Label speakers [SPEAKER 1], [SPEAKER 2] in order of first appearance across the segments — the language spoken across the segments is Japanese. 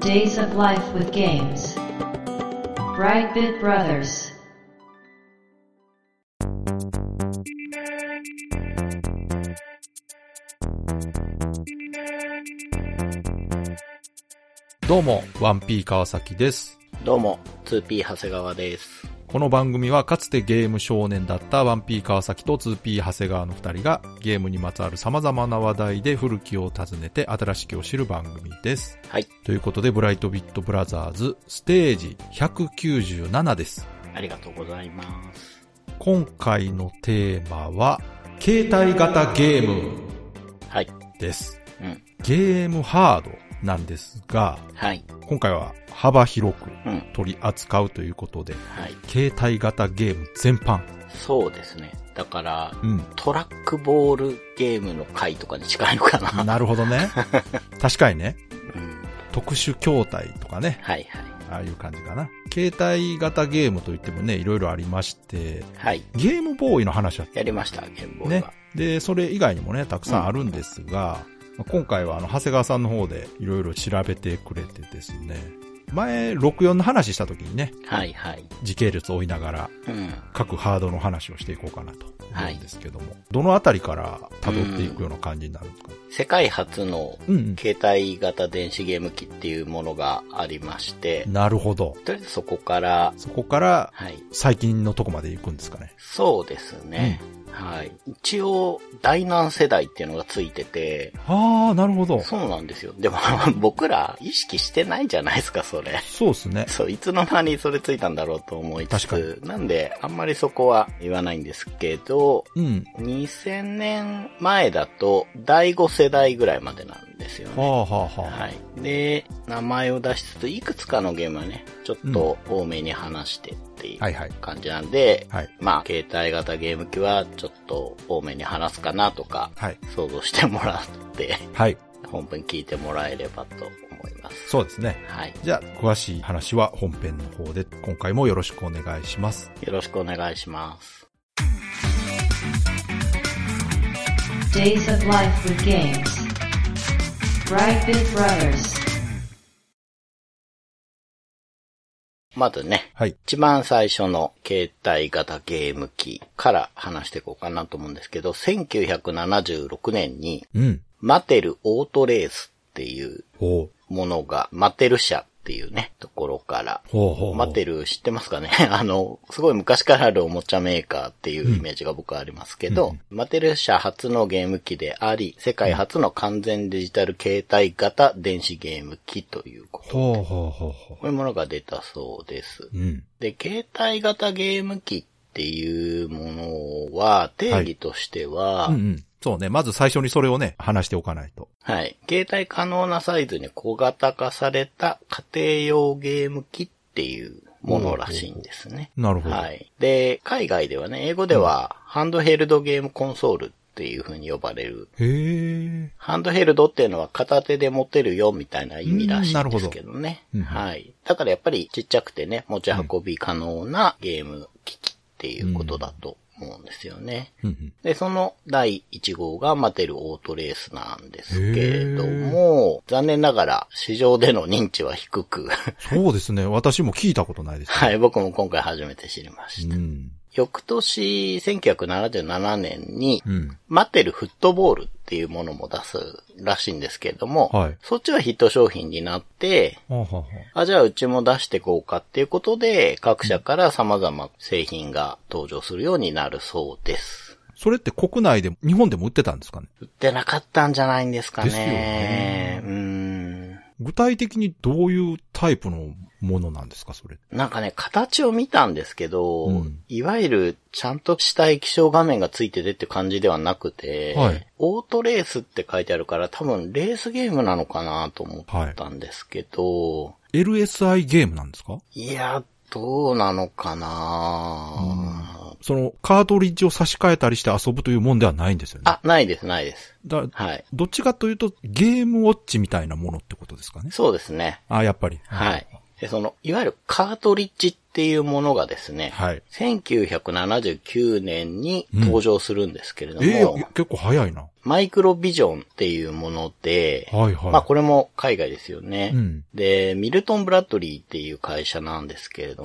[SPEAKER 1] Days of Life with Games. Brightbit Brothers.
[SPEAKER 2] どうも、1P 川崎です。
[SPEAKER 3] どうも、2P 長谷川です。
[SPEAKER 2] この番組はかつてゲーム少年だった 1P 川崎と 2P 長谷川の2人がゲームにまつわる様々な話題で古きを訪ねて新しきを知る番組です。
[SPEAKER 3] はい、
[SPEAKER 2] ということで、ブライトビットブラザーズステージ197です。
[SPEAKER 3] ありがとうございます。
[SPEAKER 2] 今回のテーマは、携帯型ゲーム
[SPEAKER 3] はい、
[SPEAKER 2] です。
[SPEAKER 3] うん、
[SPEAKER 2] ゲームハードなんですが、
[SPEAKER 3] はい、
[SPEAKER 2] 今回は幅広く
[SPEAKER 3] うん、
[SPEAKER 2] 取り扱うということで、
[SPEAKER 3] はい。
[SPEAKER 2] 携帯型ゲーム全般。
[SPEAKER 3] そうですね。だから、
[SPEAKER 2] うん。
[SPEAKER 3] トラックボールゲームの回とかに近いのかな。
[SPEAKER 2] なるほど ね。確かにね。
[SPEAKER 3] うん、
[SPEAKER 2] 特殊筐体とかね。
[SPEAKER 3] はい、はい、
[SPEAKER 2] ああいう感じかな。携帯型ゲームといってもね、いろいろありまして、
[SPEAKER 3] はい。
[SPEAKER 2] ゲームボーイの話は
[SPEAKER 3] やりました、ゲームボーイ
[SPEAKER 2] ね
[SPEAKER 3] は。。
[SPEAKER 2] で、それ以外にもね、たくさんあるんですが、まあ今回はあの、長谷川さんの方でいろいろ調べてくれてですね。前、64の話した時にね、
[SPEAKER 3] はい、はい。
[SPEAKER 2] 時系列を追いながら
[SPEAKER 3] うん。
[SPEAKER 2] 各ハードの話をしていこうかなと思うんですけども、どのあたりから辿っていくような感じになるんですか
[SPEAKER 3] 世界初の
[SPEAKER 2] うんうん。
[SPEAKER 3] 携帯型電子ゲーム機っていうものがありまして、
[SPEAKER 2] なるほど。
[SPEAKER 3] とりあえずそこから、
[SPEAKER 2] そこから
[SPEAKER 3] はい、
[SPEAKER 2] 最近のとこまで行くんですかね。
[SPEAKER 3] そうですね。はい。一応、第何世代っていうのがついてて、
[SPEAKER 2] ああ、なるほど。
[SPEAKER 3] そうなんですよ。でも、 僕ら意識してないじゃないですか、それ。
[SPEAKER 2] そうですね。
[SPEAKER 3] そう、いつの間にそれついたんだろうと思いつ
[SPEAKER 2] 確
[SPEAKER 3] つ、なんで、あんまりそこは言わないんですけど、
[SPEAKER 2] うん。
[SPEAKER 3] 2000年前だと、第5世代ぐらいまでなんですよ
[SPEAKER 2] は
[SPEAKER 3] ね。
[SPEAKER 2] あはあはあ。
[SPEAKER 3] はい。で、名前を出しつつ、いくつかのゲームはね、ちょっと多めに話してっていう
[SPEAKER 2] はいはい。
[SPEAKER 3] 感じなんで、
[SPEAKER 2] はい。
[SPEAKER 3] まあ、携帯型ゲーム機はちょっと多めに話すかなとか、
[SPEAKER 2] はい。
[SPEAKER 3] 想像してもらって、
[SPEAKER 2] はい。
[SPEAKER 3] 本文聞いてもらえればと思います。
[SPEAKER 2] そうですね。
[SPEAKER 3] はい。
[SPEAKER 2] じゃあ、詳しい話は本編の方で、今回もよろしくお願いします。
[SPEAKER 3] よろしくお願いします。
[SPEAKER 1] Days of Life with Games. Brightbit Brothers.
[SPEAKER 3] まずね、
[SPEAKER 2] はい。
[SPEAKER 3] 一番最初の携帯型ゲーム機から話していこうかなと思うんですけど、1976年に
[SPEAKER 2] うん。
[SPEAKER 3] マテルオートレースっていう
[SPEAKER 2] ほう。
[SPEAKER 3] ものが、マテル社っていうね、ところから、
[SPEAKER 2] ほうほう。
[SPEAKER 3] マテ
[SPEAKER 2] る。
[SPEAKER 3] ル知ってますかね あの、すごい昔からあるおもちゃメーカーっていうイメージが僕はありますけど、マテル社初のゲーム機であり、世界初の完全デジタル携帯型電子ゲーム機ということ。
[SPEAKER 2] ほうほうほうほ
[SPEAKER 3] こういうものが出たそうです。
[SPEAKER 2] う。うん。
[SPEAKER 3] で、携帯型ゲーム機っていうものは、定義としては、
[SPEAKER 2] うん
[SPEAKER 3] は
[SPEAKER 2] う
[SPEAKER 3] い、
[SPEAKER 2] ん。そうね。まず最初にそれをね、話しておかないと。
[SPEAKER 3] 携帯可能なサイズに小型化された家庭用ゲーム機っていうものらしいんですね。
[SPEAKER 2] なるほど。
[SPEAKER 3] はい。で、海外ではね、英語では、ハンドヘルドゲームコンソールっていう風に呼ばれる。
[SPEAKER 2] へえ。
[SPEAKER 3] ハンドヘルドっていうのは片手で持てるよみたいな意味らしいんですけどね。
[SPEAKER 2] うんなるほどうん
[SPEAKER 3] はい。だからやっぱりちっちゃくてね、持ち運び可能なゲーム機器っていうことだと思うんですよね。
[SPEAKER 2] うんうん。
[SPEAKER 3] で、その第1号がマテルオートレースなんですけれども、残念ながら市場での認知は低く、
[SPEAKER 2] そうですね。私も聞いたことないです。
[SPEAKER 3] はい、僕も今回初めて知りました
[SPEAKER 2] う。ん。
[SPEAKER 3] 翌年、1977年に、
[SPEAKER 2] うん。
[SPEAKER 3] マテルフットボールっていうものも出すらしいんですけれども、
[SPEAKER 2] はい
[SPEAKER 3] そっちはヒット商品になって、
[SPEAKER 2] はあはあはあ。
[SPEAKER 3] あ、じゃあうちも出していこうかっていうことで、各社から様々製品が登場するようになるそうです。
[SPEAKER 2] それって国内でも、日本でも売ってたんですかね
[SPEAKER 3] 売ってなかったんじゃないんですかね。
[SPEAKER 2] ですよね
[SPEAKER 3] うーん。
[SPEAKER 2] 具体的にどういうタイプのものなんですか、それ。
[SPEAKER 3] なんかね、形を見たんですけど、
[SPEAKER 2] うん
[SPEAKER 3] いわゆるちゃんとした液晶画面がついててって感じではなくて、
[SPEAKER 2] はい
[SPEAKER 3] オートレースって書いてあるから多分レースゲームなのかなと思ったんですけど、
[SPEAKER 2] LSI ゲームなんですか
[SPEAKER 3] い、や、どうなのかな、
[SPEAKER 2] その、カートリッジを差し替えたりして遊ぶというもんではないんですよね。
[SPEAKER 3] あ、ないです、ないです。
[SPEAKER 2] だ
[SPEAKER 3] はい。
[SPEAKER 2] どっちかというと、ゲームウォッチみたいなものってことですかね。
[SPEAKER 3] そうですね。
[SPEAKER 2] あ、やっぱり。
[SPEAKER 3] はい。で、その、いわゆるカートリッジっていうものがですね、
[SPEAKER 2] はい。
[SPEAKER 3] 1979年に登場するんですけれども、
[SPEAKER 2] ええ結構早いな。
[SPEAKER 3] マイクロビジョンっていうもので、
[SPEAKER 2] はいはい。
[SPEAKER 3] まあこれも海外ですよね。
[SPEAKER 2] うん
[SPEAKER 3] で、ミルトン・ブラッドリーっていう会社なんですけれど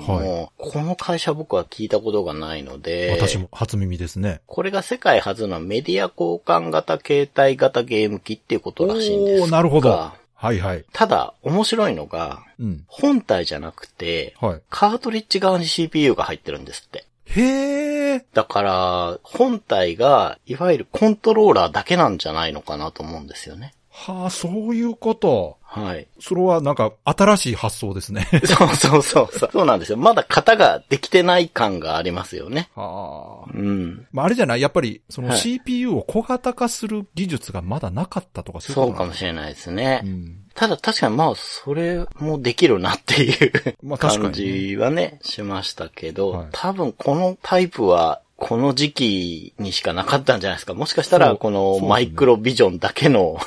[SPEAKER 2] は
[SPEAKER 3] も、この会社僕は聞いたことがないので、
[SPEAKER 2] 私も初耳ですね。
[SPEAKER 3] これが世界初のメディア交換型携帯型ゲーム機っていうことらしいんですが。
[SPEAKER 2] おーなるほど。はいはい。
[SPEAKER 3] ただ、面白いのが、
[SPEAKER 2] うん。
[SPEAKER 3] 本体じゃなくて、
[SPEAKER 2] はい。
[SPEAKER 3] カートリッジ側に CPU が入ってるんですって。
[SPEAKER 2] へえ。
[SPEAKER 3] だから、本体が、いわゆるコントローラーだけなんじゃないのかなと思うんですよね。
[SPEAKER 2] はあ、そういうこと。
[SPEAKER 3] はい。
[SPEAKER 2] それはなんか新しい発想ですね。
[SPEAKER 3] そうそうそうそう。そうなんですよ。まだ型ができてない感がありますよね。
[SPEAKER 2] はあ。
[SPEAKER 3] うん。
[SPEAKER 2] まあ、あれじゃないやっぱり、その
[SPEAKER 3] はい
[SPEAKER 2] CPU を小型化する技術がまだなかったとかそうい
[SPEAKER 3] そうう
[SPEAKER 2] こと
[SPEAKER 3] か
[SPEAKER 2] なの
[SPEAKER 3] もしれないですね。
[SPEAKER 2] うん。
[SPEAKER 3] ただ確かにまあ、それもできるなっていう
[SPEAKER 2] まあ確か
[SPEAKER 3] 感
[SPEAKER 2] にね、
[SPEAKER 3] じはね、しましたけど、
[SPEAKER 2] はい
[SPEAKER 3] 多分このタイプは、この時期にしかなかったんじゃないですか。もしかしたら、
[SPEAKER 2] そう
[SPEAKER 3] こ
[SPEAKER 2] そうで
[SPEAKER 3] の
[SPEAKER 2] すね
[SPEAKER 3] マイクロビジョンだ けの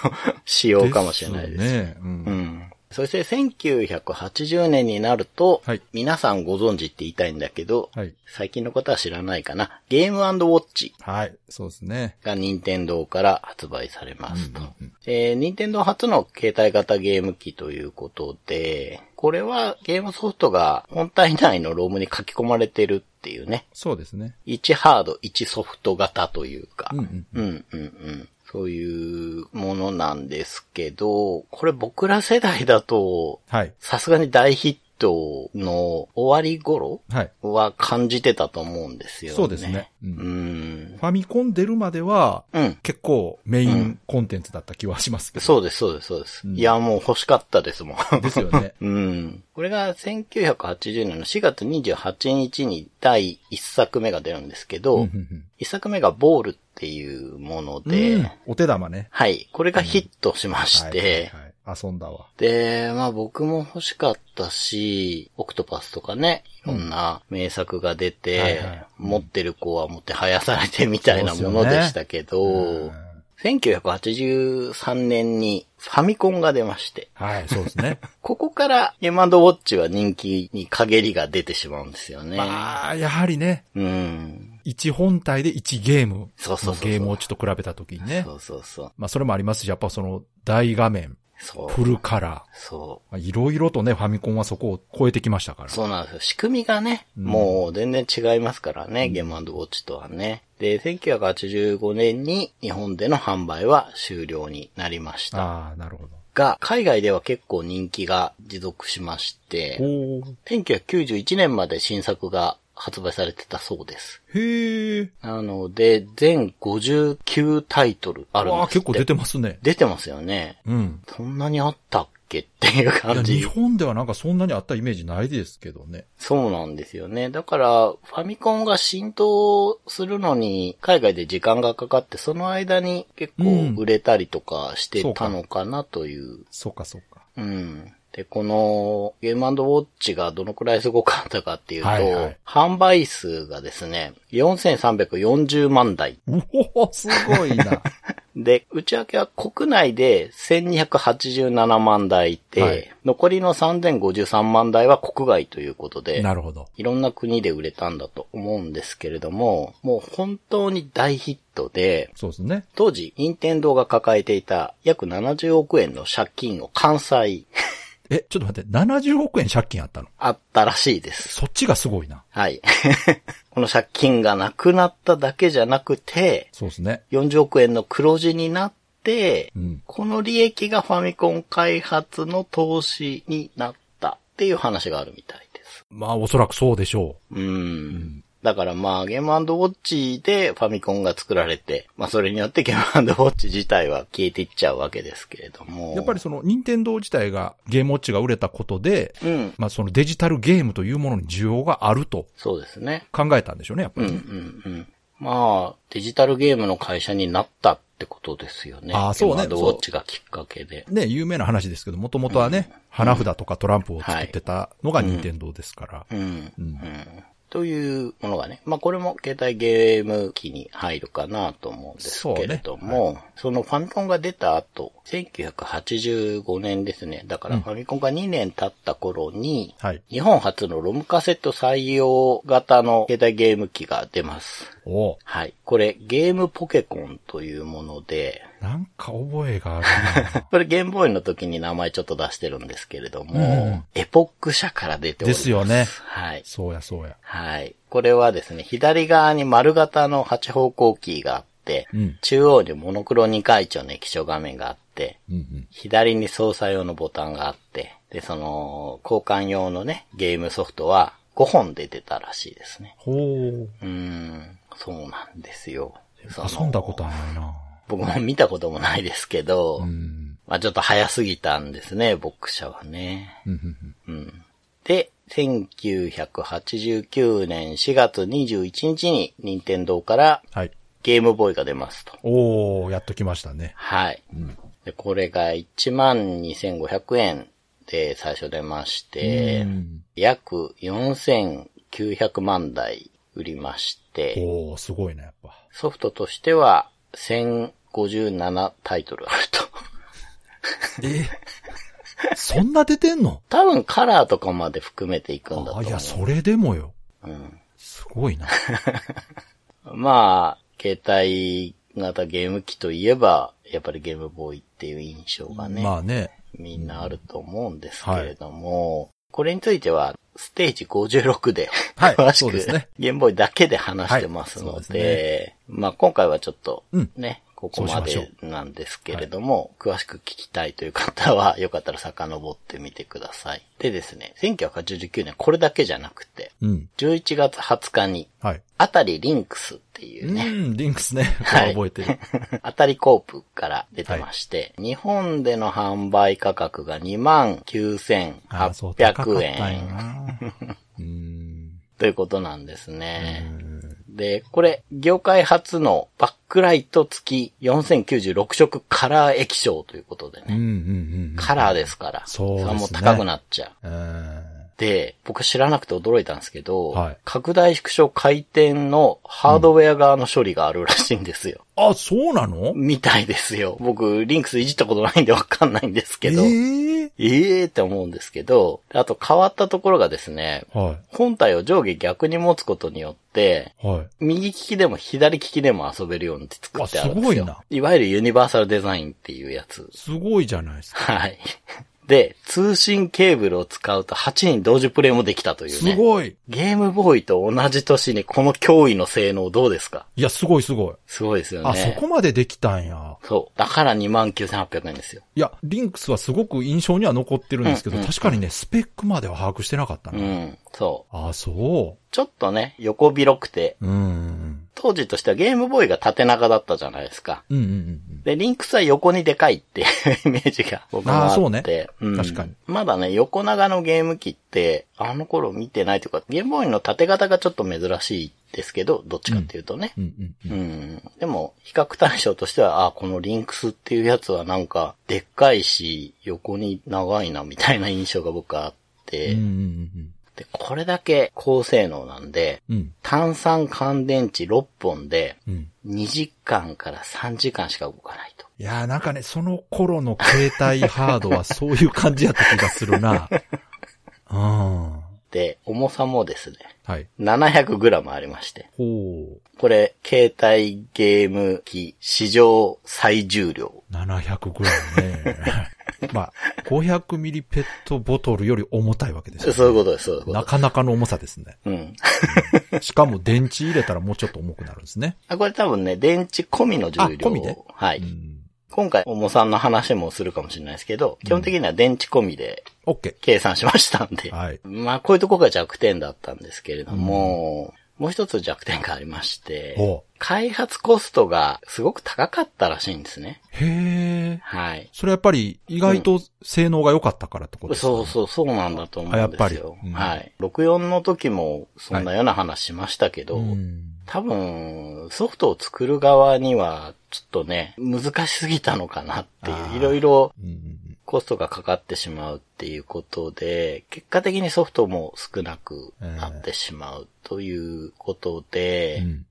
[SPEAKER 3] 仕様かもしれないです。
[SPEAKER 2] すね。うん
[SPEAKER 3] うん。そして1980年になると、
[SPEAKER 2] はい
[SPEAKER 3] 皆さんご存知って言いたいんだけど、
[SPEAKER 2] はい。
[SPEAKER 3] 最近の方は知らないかな。ゲームウォッチ
[SPEAKER 2] はい。そうですね。
[SPEAKER 3] が任天堂から発売されますと。
[SPEAKER 2] うんうんうん
[SPEAKER 3] えー、任天堂初の携帯型ゲーム機ということで、これはゲームソフトが本体内のロームに書き込まれてるっていうね。
[SPEAKER 2] そうですね。
[SPEAKER 3] 1ハード、1ソフト型というか。
[SPEAKER 2] うんうん。
[SPEAKER 3] うんうんうん。そういうものなんですけど、これ僕ら世代だと、
[SPEAKER 2] はい。
[SPEAKER 3] さすがに大ヒットの終わり頃
[SPEAKER 2] はい。
[SPEAKER 3] は感じてたと思うんですよね。
[SPEAKER 2] そうですね。う
[SPEAKER 3] うんん
[SPEAKER 2] フ。ァミコン出るまでは、
[SPEAKER 3] うん。
[SPEAKER 2] 結構メインコンテンツだった気はしますけど。
[SPEAKER 3] そうです、そうです、そうです。
[SPEAKER 2] うん
[SPEAKER 3] いや、もう欲しかったですもん。。
[SPEAKER 2] です よね
[SPEAKER 3] うん。 これが1980年の4月28日に第1作目が出るんですけ
[SPEAKER 2] うんう
[SPEAKER 3] ど、
[SPEAKER 2] ん
[SPEAKER 3] 一1作目がボールっていうもの
[SPEAKER 2] うん
[SPEAKER 3] で、
[SPEAKER 2] うんお手玉ね。
[SPEAKER 3] はい。これがヒットしまして、
[SPEAKER 2] はいはいはい遊んだわ。
[SPEAKER 3] で、まあ僕も欲しかったし、オクトパスとかね、いろんな名作が出て、
[SPEAKER 2] はいはい
[SPEAKER 3] 持ってる子は持って生やされてみたいなものでしたけ
[SPEAKER 2] う
[SPEAKER 3] ど、
[SPEAKER 2] ん
[SPEAKER 3] 1983年にファミコンが出まして、
[SPEAKER 2] はい、そう ですね。
[SPEAKER 3] ここからゲームウォッチは人気に陰りが出てしまうんですよね。
[SPEAKER 2] まあ、やはりね、
[SPEAKER 3] うん。
[SPEAKER 2] 1本体で1ゲーム。
[SPEAKER 3] そうそうそうそう
[SPEAKER 2] ゲームをちょっと比べたときにね
[SPEAKER 3] そ。うそうそう。
[SPEAKER 2] まあ、それもありますし、やっぱその、大画面、
[SPEAKER 3] そう。
[SPEAKER 2] フルカラー
[SPEAKER 3] そう。
[SPEAKER 2] まあ。いろいろとね、ファミコンはそこを超えてきましたから。
[SPEAKER 3] そうなんですよ。仕組みがね、
[SPEAKER 2] うん
[SPEAKER 3] もう全然違いますからね、ゲームウォッチとはね。で、1985年に日本での販売は終了になりました
[SPEAKER 2] ああ、なるほど。
[SPEAKER 3] が、海外では結構人気が持続しまして、
[SPEAKER 2] おー
[SPEAKER 3] 1991年まで新作が発売されてたそうです。
[SPEAKER 2] へえ。
[SPEAKER 3] なので、全59タイトルあるんです
[SPEAKER 2] わ
[SPEAKER 3] っ
[SPEAKER 2] あ、
[SPEAKER 3] て。
[SPEAKER 2] 結構出てますね。
[SPEAKER 3] 出てますよね。
[SPEAKER 2] うん。
[SPEAKER 3] そんなにあったっけっていう
[SPEAKER 2] いや
[SPEAKER 3] 感じ。
[SPEAKER 2] 日本ではなんかそんなにあったイメージないですけどね。
[SPEAKER 3] そうなんですよね。だから、ファミコンが浸透するのに、海外で時間がかかって、その間に結構売れたりとかしてたのかなという。
[SPEAKER 2] そうかそうか。
[SPEAKER 3] うん。で、このゲームウォッチがどのくらいすごかったかっていうと、
[SPEAKER 2] はいはい
[SPEAKER 3] 販売数がですね、4340万台。
[SPEAKER 2] うおすごい な。
[SPEAKER 3] で、内訳は国内で1287万台いて、
[SPEAKER 2] はい
[SPEAKER 3] 残りの3053万台は国外ということで、
[SPEAKER 2] なるほど。
[SPEAKER 3] いろんな国で売れたんだと思うんですけれども、もう本当に大ヒットで、
[SPEAKER 2] そうですね。
[SPEAKER 3] 当時、任天堂が抱えていた約70億円の借金を完済
[SPEAKER 2] え、ちょっと待って、70億円借金あったの
[SPEAKER 3] あったらしいです。
[SPEAKER 2] そっちがすごいな。
[SPEAKER 3] はい。 この借金がなくなっただけじゃなくて、
[SPEAKER 2] そうですね。
[SPEAKER 3] 40億円の黒字になって、
[SPEAKER 2] うん。
[SPEAKER 3] この利益がファミコン開発の投資になったっていう話があるみたいです。
[SPEAKER 2] まあ、おそらくそうでしょ
[SPEAKER 3] うん。だからまあ、ゲームウォッチでファミコンが作られて、まあそれによってゲ ームウォッチ自体は消えていっちゃうわけですけれども。
[SPEAKER 2] う。やっぱりその、任天堂自体がゲームウォッチが売れたことで、
[SPEAKER 3] うん。
[SPEAKER 2] まあ、そのデジタルゲームというものに需要があると
[SPEAKER 3] そうですね。
[SPEAKER 2] 考えたんでしょうね、やっぱ
[SPEAKER 3] うん
[SPEAKER 2] り。
[SPEAKER 3] うんうん。まあ、デジタルゲームの会社になったってことですよね。
[SPEAKER 2] あーそうね
[SPEAKER 3] ゲームウォッチがきっかけで。
[SPEAKER 2] ね、有名な話ですけど、もともとはね、花札とかトランプを作ってたのが任天堂ですから。
[SPEAKER 3] うん。うん。というものがね、まあこれも携帯ゲーム機に入るかなと思うんですけれども、そのファミコンが出た後、1985年ですね。だからファミコンが2年経った頃に、
[SPEAKER 2] はい。
[SPEAKER 3] 日本初のロムカセット採用型の携帯ゲーム機が出ます。
[SPEAKER 2] おう
[SPEAKER 3] はい。これ、ゲームポケコンというもので、
[SPEAKER 2] なんか覚えがあるな
[SPEAKER 3] これゲームボーイの時に名前ちょっと出してるんですけれども、
[SPEAKER 2] うん
[SPEAKER 3] エポック社から出ております。
[SPEAKER 2] ですよね
[SPEAKER 3] はい。
[SPEAKER 2] そうや、そうや。
[SPEAKER 3] はい。これはですね、左側に丸型の8方向キーがあって、
[SPEAKER 2] うん。
[SPEAKER 3] 中央にモノクロ2回調の液晶画面があって、
[SPEAKER 2] うんうん。
[SPEAKER 3] 左に操作用のボタンがあって、で、その、交換用のね、ゲームソフトは5本出てたらしいですね。
[SPEAKER 2] ほう。
[SPEAKER 3] うーん、そうなんですよ。その
[SPEAKER 2] 遊んだことはないな。
[SPEAKER 3] 僕も見たこともないですけど、
[SPEAKER 2] うん。
[SPEAKER 3] まあちょっと早すぎたんですね、ボクシャはね。
[SPEAKER 2] うんうん
[SPEAKER 3] うん。で、1989年4月21日に任天堂から
[SPEAKER 2] はい。
[SPEAKER 3] ゲームボーイが出ますと。
[SPEAKER 2] おー、やっときましたね。
[SPEAKER 3] はい。でこれが12,500円で最初出まして、
[SPEAKER 2] うん
[SPEAKER 3] 約4,900万台売りまして、
[SPEAKER 2] おー、すごいな、やっぱ。
[SPEAKER 3] ソフトとしては1,057タイトルあると。
[SPEAKER 2] えそんな出てんの
[SPEAKER 3] 多分カラーとかまで含めていくんだと
[SPEAKER 2] あ、
[SPEAKER 3] 思う。
[SPEAKER 2] いや、それでもよ。
[SPEAKER 3] うん
[SPEAKER 2] すごいな。
[SPEAKER 3] まあ、携帯型ゲーム機といえば、やっぱりゲームボーイっていう印象がね、
[SPEAKER 2] まあね。
[SPEAKER 3] みんなあると思うんですけれども、これについては、ステージ56で、
[SPEAKER 2] はい
[SPEAKER 3] 詳し
[SPEAKER 2] そう
[SPEAKER 3] く、
[SPEAKER 2] ですね
[SPEAKER 3] ゲームボーイだけで話してます
[SPEAKER 2] は
[SPEAKER 3] の
[SPEAKER 2] い
[SPEAKER 3] で
[SPEAKER 2] そう、で
[SPEAKER 3] まあ今回はちょっと
[SPEAKER 2] うん、
[SPEAKER 3] ね、ここま
[SPEAKER 2] そうしま
[SPEAKER 3] で
[SPEAKER 2] し
[SPEAKER 3] なんですけれども、詳しく聞きたいという方は、よかったら遡ってみてください。でですね、1989年これだけじゃなくて、
[SPEAKER 2] うん。
[SPEAKER 3] 11月20日に、
[SPEAKER 2] はい。
[SPEAKER 3] あたりリンクスっていううね、
[SPEAKER 2] ん、リンクスね。こ
[SPEAKER 3] はい
[SPEAKER 2] れ覚えてる。
[SPEAKER 3] 当たりコープから出てまして、日本での販売価格が
[SPEAKER 2] あー、そう、高かった
[SPEAKER 3] 29,800
[SPEAKER 2] んや
[SPEAKER 3] 円
[SPEAKER 2] な。うん。
[SPEAKER 3] ということなんですね。
[SPEAKER 2] うん
[SPEAKER 3] で、これ、業界初のバックライト付き4096色カラー液晶ということで
[SPEAKER 2] うんう
[SPEAKER 3] ね。
[SPEAKER 2] ん
[SPEAKER 3] カラーですから。
[SPEAKER 2] そうですね
[SPEAKER 3] れはもう高くなっちゃう。
[SPEAKER 2] うん。うん。
[SPEAKER 3] で、僕知らなくて驚いたんですけど、
[SPEAKER 2] はい
[SPEAKER 3] 拡大縮小回転のハードウェア側の処理があるらしいんですよ。
[SPEAKER 2] あ、そうなの
[SPEAKER 3] みたいですよ。僕、リンクスいじったことないんでわかんないんですけど。
[SPEAKER 2] ええ
[SPEAKER 3] ええーって思うんですけど、あと変わったところがですね、
[SPEAKER 2] は
[SPEAKER 3] 本体を上下逆に持つことによって、
[SPEAKER 2] い。はい。
[SPEAKER 3] 右利きでも左利きでも遊べるように作ってあるんですよ。
[SPEAKER 2] あすごいない
[SPEAKER 3] わゆるユニバーサルデザインっていうやつ。
[SPEAKER 2] すごいじゃないですか。
[SPEAKER 3] はい。で、通信ケーブルを使うと8人同時プレイもできたという
[SPEAKER 2] す
[SPEAKER 3] ね。
[SPEAKER 2] ごい。
[SPEAKER 3] ゲームボーイと同じ年にこの脅威の性能どうですか
[SPEAKER 2] いや、すごいすごい。
[SPEAKER 3] すごいですよね。
[SPEAKER 2] あ、そこまでできたんや。
[SPEAKER 3] そう。だから29,800円ですよ。
[SPEAKER 2] いや、リンクスはすごく印象には残ってるんですけ
[SPEAKER 3] う
[SPEAKER 2] ど、
[SPEAKER 3] んうん
[SPEAKER 2] 確かにね、スペックまでは把握してなかった
[SPEAKER 3] う
[SPEAKER 2] な。
[SPEAKER 3] ん。そ。
[SPEAKER 2] あ、そう
[SPEAKER 3] ちょっとね、横広くて、
[SPEAKER 2] う。うん。
[SPEAKER 3] 当時としてはゲームボーイが縦長だったじゃないですか。
[SPEAKER 2] うんうんうん
[SPEAKER 3] で、リンクスは横にでかいっていう イメージが僕はあって。
[SPEAKER 2] あーそうね
[SPEAKER 3] ん
[SPEAKER 2] 確かに。
[SPEAKER 3] まだね、横長のゲーム機って、あの頃見てないというか、ゲームボーイの縦型がちょっと珍しいですけど、どっちかっていうとね。
[SPEAKER 2] うん。うんうんう。
[SPEAKER 3] うんん。でも、比較対象としては、あーこのリンクスっていうやつはなんか、でっかいし、横に長いな、みたいな印象が僕はあって、
[SPEAKER 2] うんうん
[SPEAKER 3] で、これだけ高性能なんで、
[SPEAKER 2] うん。うん。
[SPEAKER 3] 炭酸乾電池6本で、
[SPEAKER 2] うん。
[SPEAKER 3] 2時間から3時間しか動かないと。
[SPEAKER 2] いやーなんかね、その頃の携帯ハードはそういう感じやった気がするな。 うん。は
[SPEAKER 3] で、重さもですね、
[SPEAKER 2] い。
[SPEAKER 3] 700g ありまして。
[SPEAKER 2] ほう。
[SPEAKER 3] これ、携帯ゲーム機史上最重量。
[SPEAKER 2] 700ぐらいね。 まあ、500ミリペットボトルより重たいわけですよね
[SPEAKER 3] そういうことです、そういうこ
[SPEAKER 2] な
[SPEAKER 3] と。
[SPEAKER 2] かなかの重さですね。
[SPEAKER 3] うん。
[SPEAKER 2] しかも電池入れたらもうちょっと重くなるんですね。
[SPEAKER 3] あこれ多分ね、電池込みの重量
[SPEAKER 2] あ込みで
[SPEAKER 3] は
[SPEAKER 2] う
[SPEAKER 3] い。
[SPEAKER 2] ん。
[SPEAKER 3] 今回、重さんの話もするかもしれないですけど、基本的には電池込みで
[SPEAKER 2] OK。
[SPEAKER 3] 計算しましたんで。
[SPEAKER 2] はい。
[SPEAKER 3] まあ、こういうとこが弱点だったんですけれども、もう一つ弱点がありまして、
[SPEAKER 2] おう
[SPEAKER 3] 開発コストがすごく高かったらしいんですね。
[SPEAKER 2] へえ。
[SPEAKER 3] はい。
[SPEAKER 2] それやっぱり意外と性能が良かったからってことですか、
[SPEAKER 3] そうそう、そうなんだと思
[SPEAKER 2] あ
[SPEAKER 3] う
[SPEAKER 2] や
[SPEAKER 3] ん
[SPEAKER 2] っ
[SPEAKER 3] で
[SPEAKER 2] ぱ
[SPEAKER 3] す
[SPEAKER 2] り
[SPEAKER 3] よ。
[SPEAKER 2] うん
[SPEAKER 3] はい。64の時もそんなような話しましたけど、
[SPEAKER 2] うん。
[SPEAKER 3] 多分、ソフトを作る側には、ちょっとね、難しすぎたのかなって
[SPEAKER 2] あー
[SPEAKER 3] いう、いろいろ
[SPEAKER 2] うんうんうん。
[SPEAKER 3] ココストがかかってしまうっていうことで、結果的にソフトも少なくなってしまうということで、
[SPEAKER 2] うん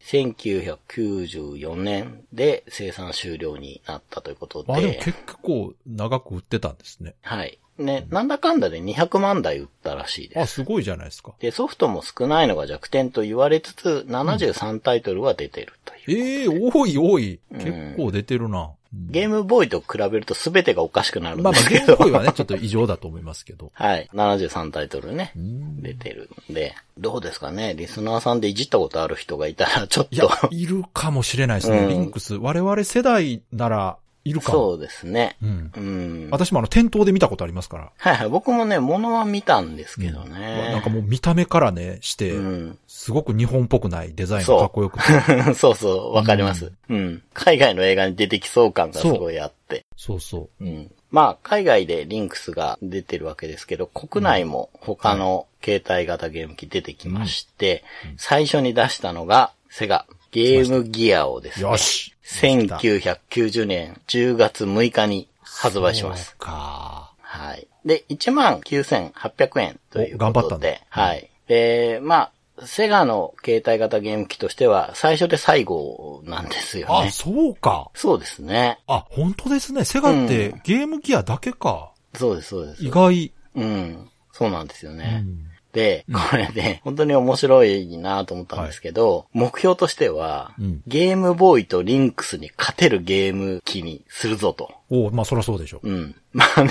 [SPEAKER 3] 1994年で生産終了になったということで、
[SPEAKER 2] まあでも結構長く売ってたんですね。
[SPEAKER 3] はい。ね、なんだかんだで200万台売ったらしいで
[SPEAKER 2] あ、
[SPEAKER 3] す。
[SPEAKER 2] すごいじゃないですか。
[SPEAKER 3] で、ソフトも少ないのが弱点と言われつつ、73タイトルは出てるという。
[SPEAKER 2] ええ多い多い。
[SPEAKER 3] うん
[SPEAKER 2] 結構出てるな。うん
[SPEAKER 3] ゲームボーイと比べると全てがおかしくなるん
[SPEAKER 2] まあ
[SPEAKER 3] で
[SPEAKER 2] まあ、
[SPEAKER 3] す
[SPEAKER 2] ゲ
[SPEAKER 3] け
[SPEAKER 2] ーム
[SPEAKER 3] ど。
[SPEAKER 2] ボーイはね、ちょっと異常だと思いますけど。
[SPEAKER 3] はい。73タイトルね
[SPEAKER 2] う。ん
[SPEAKER 3] 出てるんで。どうですかねリスナーさんでいじったことある人がいたら、ちょ っ
[SPEAKER 2] いや
[SPEAKER 3] と。、
[SPEAKER 2] いるかもしれないですね、
[SPEAKER 3] うん
[SPEAKER 2] リンクス。我々世代なら、いるかも。
[SPEAKER 3] そうですね。
[SPEAKER 2] う。ん。
[SPEAKER 3] うん。
[SPEAKER 2] 私もあの、店頭で見たことありますから。
[SPEAKER 3] はいはい。僕もね、物は見たんですけど
[SPEAKER 2] うんなん
[SPEAKER 3] ね
[SPEAKER 2] か。もう見た目からね、して、
[SPEAKER 3] うん。
[SPEAKER 2] すごく日本っぽくないデザイン
[SPEAKER 3] そ
[SPEAKER 2] が
[SPEAKER 3] う
[SPEAKER 2] かっこよくて。
[SPEAKER 3] そうそう、わかります。うん。海外の映画に出てきそう感がすごいあって。
[SPEAKER 2] そうそ
[SPEAKER 3] うん。まあ、海外でリンクスが出てるわけですけど、国内も他の携帯型ゲーム機出てきまして、最初に出したのが、セガ、ゲームギアをです
[SPEAKER 2] う。
[SPEAKER 3] ね、
[SPEAKER 2] よし
[SPEAKER 3] 1990年10月6日に発売します。
[SPEAKER 2] か
[SPEAKER 3] はい。で、19,800円ということで。
[SPEAKER 2] お頑張ったね
[SPEAKER 3] はい。で、まあ、セガの携帯型ゲーム機としては、最初で最後なんですよ
[SPEAKER 2] あ、
[SPEAKER 3] ね。
[SPEAKER 2] そうか。
[SPEAKER 3] そうですね。
[SPEAKER 2] あ、本当ですね。セガって、
[SPEAKER 3] うん
[SPEAKER 2] ゲームギアだけか。
[SPEAKER 3] そうです、そうです。
[SPEAKER 2] 意外。
[SPEAKER 3] うん。そうなんですよね。
[SPEAKER 2] うん
[SPEAKER 3] で、これね、本当に面白いなと思ったんですけど、目標としては、
[SPEAKER 2] うん
[SPEAKER 3] ゲームボーイとリンクスに勝てるゲーム機にするぞと。
[SPEAKER 2] おまあそりゃそうでしょ。
[SPEAKER 3] うん。まあね、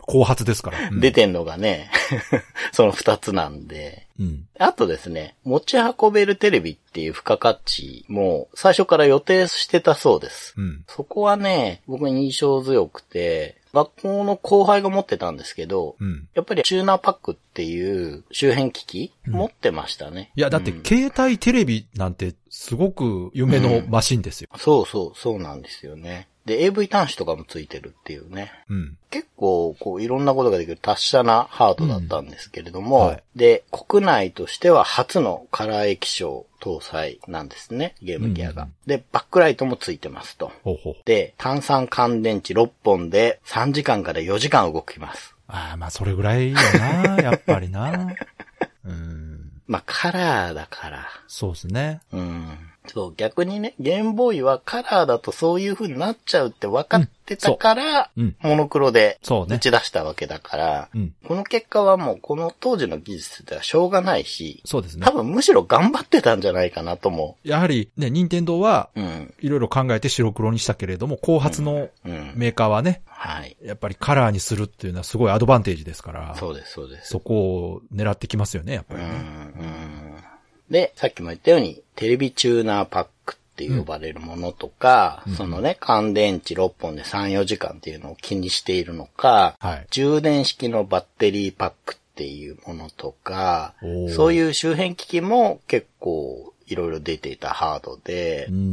[SPEAKER 2] 後発ですから。うん
[SPEAKER 3] 出てんのがね、 その二つなんで。
[SPEAKER 2] うん。
[SPEAKER 3] あとですね、持ち運べるテレビっていう付加価値も最初から予定してたそうです。
[SPEAKER 2] うん。
[SPEAKER 3] そこはね、僕に印象強くて、学校の後輩が持ってたんですけど、
[SPEAKER 2] うん。
[SPEAKER 3] やっぱりチューナーパックっていう周辺機器、持ってましたね。
[SPEAKER 2] いや、だって、
[SPEAKER 3] うん
[SPEAKER 2] 携帯テレビなんて、すごく夢のマシンですよ。
[SPEAKER 3] そうそう、そうなんですよね。で、AV 端子とかもついてるっていうね。
[SPEAKER 2] うん。
[SPEAKER 3] 結構、こう、いろんなことができる達者なハードだったんですけれども、
[SPEAKER 2] うんはい
[SPEAKER 3] で、国内としては初のカラー液晶搭載なんですね、ゲームギアが。
[SPEAKER 2] うん
[SPEAKER 3] で、バックライトもついてますと。
[SPEAKER 2] ほうほう。
[SPEAKER 3] で、炭酸乾電池6本で3時間から4時間動きます。
[SPEAKER 2] ああ、まあ、それぐらいよ な、やっぱりな。うん。
[SPEAKER 3] まあ、カラーだから。
[SPEAKER 2] そうですね。
[SPEAKER 3] うん。そう、逆にね、ゲームボーイはカラーだとそういう風になっちゃうって分かってたから、
[SPEAKER 2] うん
[SPEAKER 3] モノクロで
[SPEAKER 2] そうね
[SPEAKER 3] 打ち出したわけだから、
[SPEAKER 2] うん。
[SPEAKER 3] この結果はもうこの当時の技術ではしょうがないし、
[SPEAKER 2] そうですね
[SPEAKER 3] 多。分むしろ頑張ってたんじゃないかなとも。
[SPEAKER 2] やはり、ね、任天堂は、
[SPEAKER 3] うん。
[SPEAKER 2] いろいろ考えて白黒にしたけれども、後発の
[SPEAKER 3] うん。
[SPEAKER 2] メーカーはね、
[SPEAKER 3] はい。
[SPEAKER 2] やっぱりカラーにするっていうのはすごいアドバンテージですから、
[SPEAKER 3] そうです、そうです。
[SPEAKER 2] そこを狙ってきますよね、やっぱ
[SPEAKER 3] う
[SPEAKER 2] り
[SPEAKER 3] んう
[SPEAKER 2] ね。
[SPEAKER 3] ん。で、さっきも言ったように、テレビチューナーパックって呼ばれるものとか、そのね、乾電池6本で3、4時間っていうのを気にしているのか、
[SPEAKER 2] はい。
[SPEAKER 3] 充電式のバッテリーパックっていうものとか
[SPEAKER 2] おー、
[SPEAKER 3] そういう周辺機器も結構いろいろ出ていたハードで
[SPEAKER 2] うん、うんう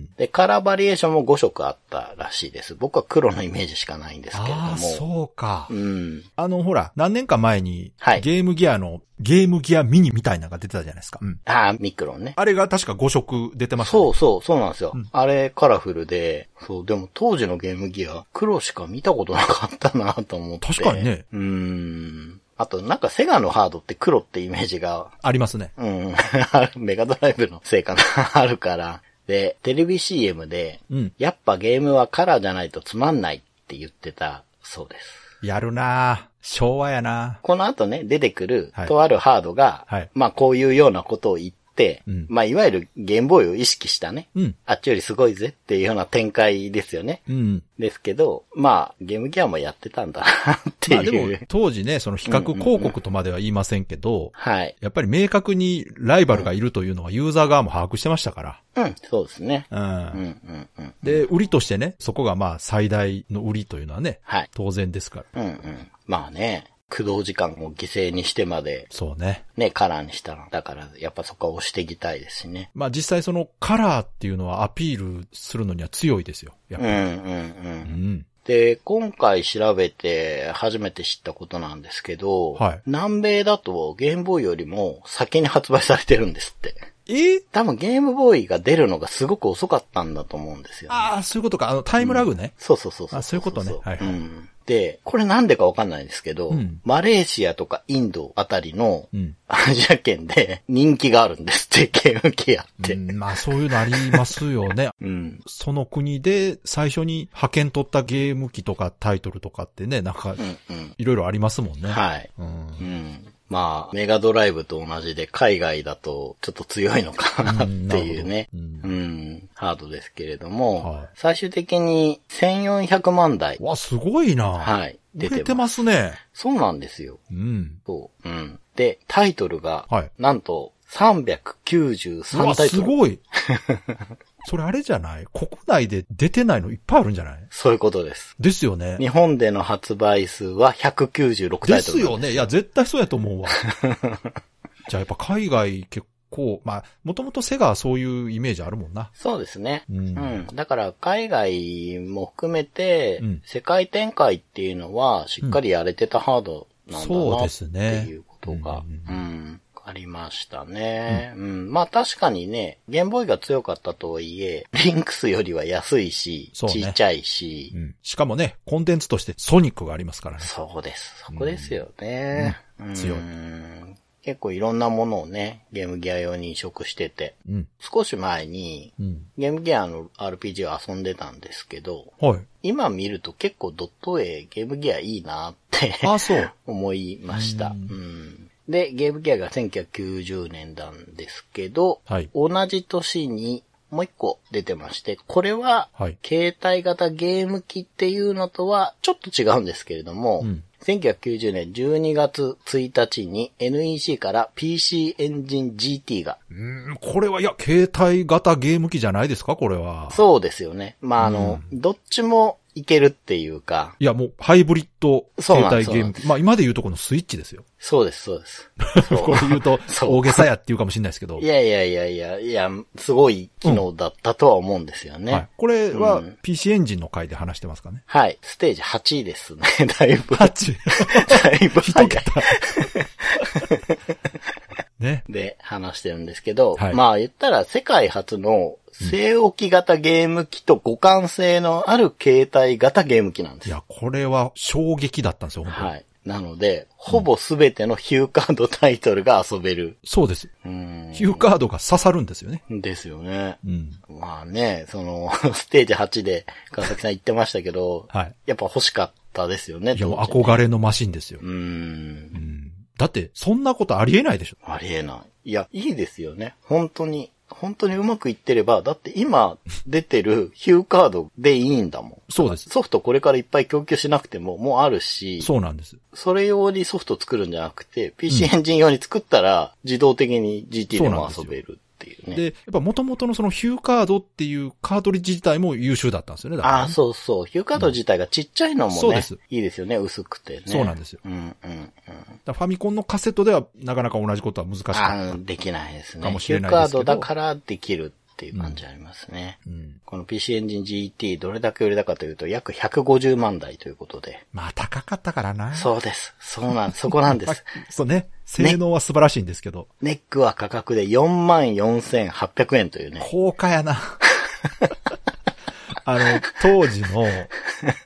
[SPEAKER 2] ん。
[SPEAKER 3] で、カラーバリエーションも5色あったらしいです。僕は黒のイメージしかないんですけれども。
[SPEAKER 2] ああ、そうか
[SPEAKER 3] う。ん。
[SPEAKER 2] あの、ほら、何年か前に、
[SPEAKER 3] はい
[SPEAKER 2] ゲームギアの、ゲームギアミニみたいなのが出てたじゃないですか。うん
[SPEAKER 3] ああ、ミクロンね。
[SPEAKER 2] あれが確か5色出てました、ね。
[SPEAKER 3] そうそう、そうなんですよ。
[SPEAKER 2] うん
[SPEAKER 3] あれカラフルで、そう、でも当時のゲームギア、黒しか見たことなかったなと思って。
[SPEAKER 2] 確かにね。
[SPEAKER 3] うーん。あと、なんかセガのハードって黒ってイメージが
[SPEAKER 2] ありますね。
[SPEAKER 3] うん。 メガドライブのせいかな、あるから。で、テレビ CM で、
[SPEAKER 2] うん
[SPEAKER 3] やっぱゲームはカラーじゃないとつまんないって言ってたそうです。
[SPEAKER 2] やるなぁ昭和やな
[SPEAKER 3] この後ね、出てくる
[SPEAKER 2] はい、
[SPEAKER 3] とあるハードが、
[SPEAKER 2] はい
[SPEAKER 3] まあこういうようなことを言って、
[SPEAKER 2] うん
[SPEAKER 3] まあいわゆるゲームボーイを意識したね、
[SPEAKER 2] うん
[SPEAKER 3] あっちよりすごいぜっていうような展開ですよね。
[SPEAKER 2] うん。
[SPEAKER 3] ですけど、まあゲームギアもやってたんだなって
[SPEAKER 2] まあ
[SPEAKER 3] い
[SPEAKER 2] で
[SPEAKER 3] う。
[SPEAKER 2] も、当時ね、その比較広告とまでは言いませんけど、
[SPEAKER 3] はい。
[SPEAKER 2] やっぱり明確にライバルがいるというのはユーザー側も把握してましたか
[SPEAKER 3] うん、そうですね。
[SPEAKER 2] ら。う
[SPEAKER 3] う
[SPEAKER 2] ん。
[SPEAKER 3] んうんうん。
[SPEAKER 2] で、売りとしてね、そこがまあ最大の売りというのはね、
[SPEAKER 3] はい。
[SPEAKER 2] 当然ですから。
[SPEAKER 3] うんうん。まあね、駆動時間を犠牲にしてまで、
[SPEAKER 2] そうね。
[SPEAKER 3] ね、カラーにしたら、だから、やっぱそこは押していきたいですしね。
[SPEAKER 2] まあ実際そのカラーっていうのはアピールするのには強いですよ。やっ
[SPEAKER 3] うん
[SPEAKER 2] ぱ
[SPEAKER 3] う
[SPEAKER 2] り。
[SPEAKER 3] んう。
[SPEAKER 2] うんん。
[SPEAKER 3] で、今回調べて初めて知ったことなんですけど、
[SPEAKER 2] はい
[SPEAKER 3] 南米だとゲームボーイよりも先に発売されてるんですって。
[SPEAKER 2] え
[SPEAKER 3] 多分ゲームボーイが出るのがすごく遅かったんだと思うんですよね、
[SPEAKER 2] ああ、そういうことか。あの、タイムラグね。
[SPEAKER 3] そうそうそうそう。
[SPEAKER 2] あそういうことねはいはい
[SPEAKER 3] うん。って、これなんでかわかんないんですけど、
[SPEAKER 2] うん
[SPEAKER 3] マレーシアとかインドあたりの
[SPEAKER 2] うん。
[SPEAKER 3] アジア圏で人気があるんですって、ゲーム機アって。
[SPEAKER 2] うんまあそういうのありますよ ね。
[SPEAKER 3] うん。
[SPEAKER 2] その国で最初に派遣取ったゲーム機とかタイトルとかってね、なんか
[SPEAKER 3] うん、うん。
[SPEAKER 2] いろいろありますもんね。
[SPEAKER 3] はい。
[SPEAKER 2] うん
[SPEAKER 3] うん。まあ、メガドライブと同じで海外だとちょっと強いのかなっていうね。
[SPEAKER 2] うんなるほ
[SPEAKER 3] う
[SPEAKER 2] ど
[SPEAKER 3] ん、ハードですけれども、
[SPEAKER 2] はい
[SPEAKER 3] 最終的に1400万台、
[SPEAKER 2] わ、すごいな。
[SPEAKER 3] はい、出
[SPEAKER 2] 売れ
[SPEAKER 3] て
[SPEAKER 2] て
[SPEAKER 3] ます。
[SPEAKER 2] ますね。
[SPEAKER 3] そうなんですよ。
[SPEAKER 2] うん。
[SPEAKER 3] そう。うん。で、タイトルが、
[SPEAKER 2] はい
[SPEAKER 3] なんと、
[SPEAKER 2] うわ、
[SPEAKER 3] 393タイ
[SPEAKER 2] す
[SPEAKER 3] トル。
[SPEAKER 2] ごい。 それあれじゃない国内で出てないのいっぱいあるんじゃない
[SPEAKER 3] そういうことです。
[SPEAKER 2] ですよね。
[SPEAKER 3] 日本での発売数は196タ
[SPEAKER 2] で
[SPEAKER 3] イト
[SPEAKER 2] す
[SPEAKER 3] ルなん。
[SPEAKER 2] よね。いや、絶対そうやと思うわ。 じゃあやっぱ海外結構、まあ、もともとセガはそういうイメージあるもんな。
[SPEAKER 3] そうですね。
[SPEAKER 2] うん
[SPEAKER 3] うん。だから、海外も含めて
[SPEAKER 2] うん、
[SPEAKER 3] 世界展開っていうのは、しっかりやれてたハードなんだ
[SPEAKER 2] そう
[SPEAKER 3] な、
[SPEAKER 2] で
[SPEAKER 3] って
[SPEAKER 2] すね
[SPEAKER 3] いうことが、
[SPEAKER 2] う
[SPEAKER 3] うん、ありましたね。うん。まあ、確かにね、ゲームボーイが強かったとはいえ、リンクスよりは安いし、
[SPEAKER 2] そうね
[SPEAKER 3] ちっちゃいし、
[SPEAKER 2] うん。しかもね、コンテンツとしてソニックがありますからね。
[SPEAKER 3] そうです。そこですよね。うん
[SPEAKER 2] 強い
[SPEAKER 3] 結構いろんなものをね、ゲームギア用に移植してて、
[SPEAKER 2] うん。
[SPEAKER 3] 少し前に、
[SPEAKER 2] うん。
[SPEAKER 3] ゲームギアの RPG を遊んでたんですけど、
[SPEAKER 2] はい。
[SPEAKER 3] 今見ると結構ドット絵ゲームギアいいなって
[SPEAKER 2] あ、そう。
[SPEAKER 3] 思いまし
[SPEAKER 2] う
[SPEAKER 3] た、うんんで、ゲームギアが1990年なんですけど、
[SPEAKER 2] はい
[SPEAKER 3] 同じ年にもう一個出てまして、これは
[SPEAKER 2] はい。
[SPEAKER 3] 携帯型ゲーム機っていうのとはちょっと違うんですけれども、
[SPEAKER 2] うん
[SPEAKER 3] 1990年12月1日に NEC から PC エンジン GT が
[SPEAKER 2] うん、これは、いや、携帯型ゲーム機じゃないですかこれは。
[SPEAKER 3] そうですよね。まあ、あの、どっちもいけるっていうか、
[SPEAKER 2] いや、もう、ハイブリッド
[SPEAKER 3] そう
[SPEAKER 2] 携
[SPEAKER 3] なんで
[SPEAKER 2] 帯
[SPEAKER 3] す
[SPEAKER 2] ゲーム機。まあ、今で言うとこのスイッチですよ。
[SPEAKER 3] そうです、そうです。
[SPEAKER 2] これ言うと、
[SPEAKER 3] そう
[SPEAKER 2] 大げさやっていうかもしれないですけど。
[SPEAKER 3] いやいやいやいや、いや、すごい機能だったとは思うんですよね。
[SPEAKER 2] はい。これは
[SPEAKER 3] うん
[SPEAKER 2] PC エンジンの回で話してますか ね。
[SPEAKER 3] はい。ステージ8ですね。 だいぶ、だ
[SPEAKER 2] ッチ。
[SPEAKER 3] いぶ早い。
[SPEAKER 2] ね。
[SPEAKER 3] で話してるんですけど、
[SPEAKER 2] はい
[SPEAKER 3] まあ言ったら世界初の正置き型ゲーム機と互換性のある携帯型ゲーム機なんです
[SPEAKER 2] い
[SPEAKER 3] よ。
[SPEAKER 2] や、これは衝撃だったんですよ、本当に。
[SPEAKER 3] はい。なので、ほぼすべてのヒューカードタイトルが遊べる。
[SPEAKER 2] そうです。
[SPEAKER 3] うん。
[SPEAKER 2] ヒューカードが刺さるんですよね。
[SPEAKER 3] ですよね。
[SPEAKER 2] うん。
[SPEAKER 3] まあね、その、 ステージ8で川崎さん言ってましたけど、
[SPEAKER 2] はい。
[SPEAKER 3] やっぱ欲しかったですよね、
[SPEAKER 2] いや、もう
[SPEAKER 3] 当時ね
[SPEAKER 2] 憧れのマシンですよ
[SPEAKER 3] う。ーん
[SPEAKER 2] う。ん。だって、そんなことありえないでしょ。
[SPEAKER 3] ありえない。いや、いいですよね。本当に。本当にうまくいってれば、だって今出てるヒューカードでいいんだもん。
[SPEAKER 2] そうです。
[SPEAKER 3] ソフトこれからいっぱい供給しなくてももうあるし、そ
[SPEAKER 2] そうなんです。
[SPEAKER 3] れ用にソフト作るんじゃなくて、PC エンジン用に作ったら自動的に GT で
[SPEAKER 2] そうなん
[SPEAKER 3] も
[SPEAKER 2] ですよ
[SPEAKER 3] 遊べるっていうね。
[SPEAKER 2] で、やっぱ元々のそのヒューカードっていうカートリッジ自体も優秀だったんですよね。だから
[SPEAKER 3] ああ、そうそう。ヒューカード自体がちっちゃいのも
[SPEAKER 2] そうで
[SPEAKER 3] ね
[SPEAKER 2] す、
[SPEAKER 3] いいですよね、薄くてね。
[SPEAKER 2] そうなんですよ
[SPEAKER 3] うんうんうん。
[SPEAKER 2] だからファミコンのカセットではなかなか同じことは難しかった。
[SPEAKER 3] ああ、できないです
[SPEAKER 2] か
[SPEAKER 3] ね。
[SPEAKER 2] もし
[SPEAKER 3] ヒ
[SPEAKER 2] れ
[SPEAKER 3] ュ
[SPEAKER 2] ない
[SPEAKER 3] ー
[SPEAKER 2] で
[SPEAKER 3] カー
[SPEAKER 2] すけど
[SPEAKER 3] ドだからできるっていう感じありますね。
[SPEAKER 2] うん。
[SPEAKER 3] この PC エンジン GT どれだけ売れたかというと約150万台ということで。
[SPEAKER 2] まあ、高かったからな。
[SPEAKER 3] そうです。そうなん、そこなんで
[SPEAKER 2] まあ
[SPEAKER 3] す。
[SPEAKER 2] そうね。性能は素晴らしいんですけど、
[SPEAKER 3] ネックは価格で44,800円というね。
[SPEAKER 2] 高価やな。 あの、当時の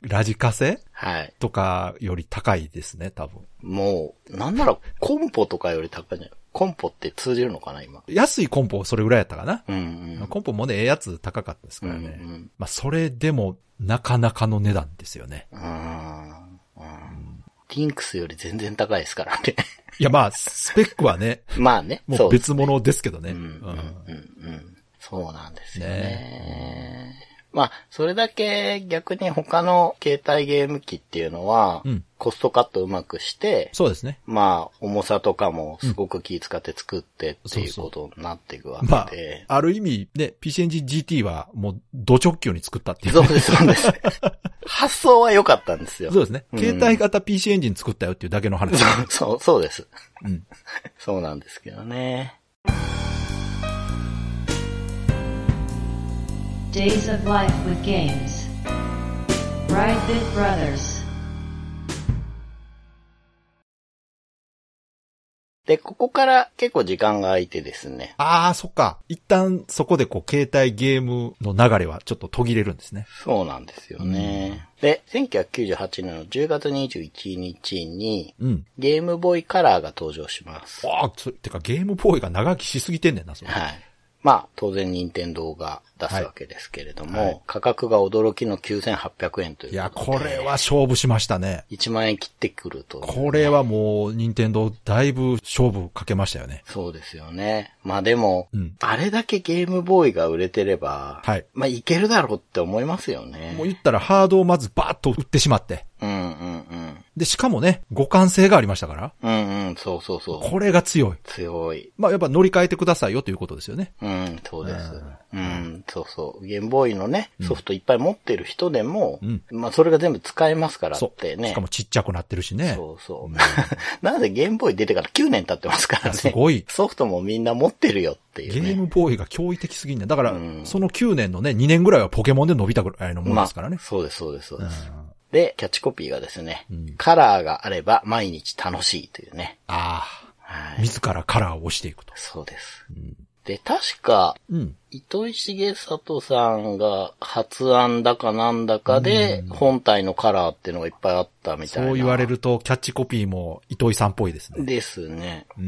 [SPEAKER 2] ラジカセ
[SPEAKER 3] はい。
[SPEAKER 2] とかより高いですね、多分。
[SPEAKER 3] もう、なんならコンポとかより高いんじゃないコンポって通じるのかな、今。
[SPEAKER 2] 安いコンポそれぐらいやったかな。
[SPEAKER 3] うんうん。
[SPEAKER 2] コンポもね、ええやつ高かったですからね。
[SPEAKER 3] うんうん
[SPEAKER 2] まあ、それでも、なかなかの値段ですよね。
[SPEAKER 3] うーん。うんリンクスより全然高いですからね。
[SPEAKER 2] いや、まあ、スペックはね、
[SPEAKER 3] まあね。
[SPEAKER 2] も
[SPEAKER 3] そううです
[SPEAKER 2] 別物ですけどね。
[SPEAKER 3] うん
[SPEAKER 2] うん
[SPEAKER 3] うんうん。そうなんですよね。
[SPEAKER 2] ね
[SPEAKER 3] まあ、それだけ逆に他の携帯ゲーム機っていうのは
[SPEAKER 2] うん、
[SPEAKER 3] コストカットうまくして、
[SPEAKER 2] そうですね。
[SPEAKER 3] まあ、重さとかもすごく気使って作ってっていうことになっていくわ
[SPEAKER 2] ま
[SPEAKER 3] けで。
[SPEAKER 2] あ、ある意味、ね、PC エンジン GT はもう、土直球に作ったっていう。
[SPEAKER 3] そうです、そうです。発想は良かったんですよ。
[SPEAKER 2] そう
[SPEAKER 3] そ
[SPEAKER 2] ですね。携帯型 PC エンジン作ったよっていうだけの話。
[SPEAKER 3] う、そう、そうです。
[SPEAKER 2] うん。
[SPEAKER 3] そうなんですけどね。
[SPEAKER 1] Days of Life with Games. Brightbit Brothers.
[SPEAKER 3] で、ここから結構時間が空いてですね。
[SPEAKER 2] ああ、そっか。一旦そこでこう、携帯ゲームの流れはちょっと途切れるんですね。
[SPEAKER 3] そうなんですよね。で、1998年の10月21日に、
[SPEAKER 2] うん。
[SPEAKER 3] ゲームボーイカラーが登場します。
[SPEAKER 2] わあ、そてかゲームボーイが長生きしすぎてんねんな、それ。
[SPEAKER 3] はい。まあ、当然任天堂が出すわけですけれども、価格が驚きの9800円ということで。
[SPEAKER 2] いや、これは勝負しましたね。
[SPEAKER 3] 1万円切ってくるという。
[SPEAKER 2] これはもう、任天堂だいぶ勝負かけましたよね。
[SPEAKER 3] そうですよね。まあでも、
[SPEAKER 2] うん
[SPEAKER 3] あれだけゲームボーイが売れてれば、
[SPEAKER 2] はい
[SPEAKER 3] まあいけるだろうって思いますよね。
[SPEAKER 2] もう言ったらハードをまずバーッと売ってしまって。
[SPEAKER 3] うんうんうん。
[SPEAKER 2] で、しかもね、互換性がありましたから、
[SPEAKER 3] うんうん、そうそうそう。
[SPEAKER 2] これが強い。
[SPEAKER 3] 強い。
[SPEAKER 2] まあ、やっぱ乗り換えてくださいよということですよね。
[SPEAKER 3] うん、そうです。うん、そうそう。ゲームボーイのね、ソフトいっぱい持ってる人でも、
[SPEAKER 2] うん
[SPEAKER 3] まあそれが全部使えますからっ
[SPEAKER 2] そ
[SPEAKER 3] て
[SPEAKER 2] う。
[SPEAKER 3] ね。
[SPEAKER 2] しかもちっちゃくなってるしね。
[SPEAKER 3] そうそう。 なのでゲームボーイ出てから9年 経ってますからね。
[SPEAKER 2] すごい
[SPEAKER 3] ソフトもみんな持ってるよっていう、
[SPEAKER 2] ゲ
[SPEAKER 3] ね。
[SPEAKER 2] ームボーイが驚異的すぎんね。だから、
[SPEAKER 3] うん
[SPEAKER 2] その9年のね、2年ぐらいはポケモンで伸びたぐらいのもんですからね
[SPEAKER 3] まあ。そうです、そうです、そうです。
[SPEAKER 2] うん
[SPEAKER 3] で、キャッチコピーがですね、
[SPEAKER 2] うん
[SPEAKER 3] カラーがあれば毎日楽しいというね。
[SPEAKER 2] あ
[SPEAKER 3] は
[SPEAKER 2] あ、
[SPEAKER 3] い。
[SPEAKER 2] 自らカラーを押していくと。
[SPEAKER 3] そうです。
[SPEAKER 2] うん。
[SPEAKER 3] で、確か、
[SPEAKER 2] うん。
[SPEAKER 3] 糸井重里さんが発案だかなんだかで、本体のカラーっていうのがいっぱいあったみたいな。
[SPEAKER 2] そう言われると、キャッチコピーも糸井さんっぽいですね。
[SPEAKER 3] ですね。
[SPEAKER 2] う。
[SPEAKER 3] うん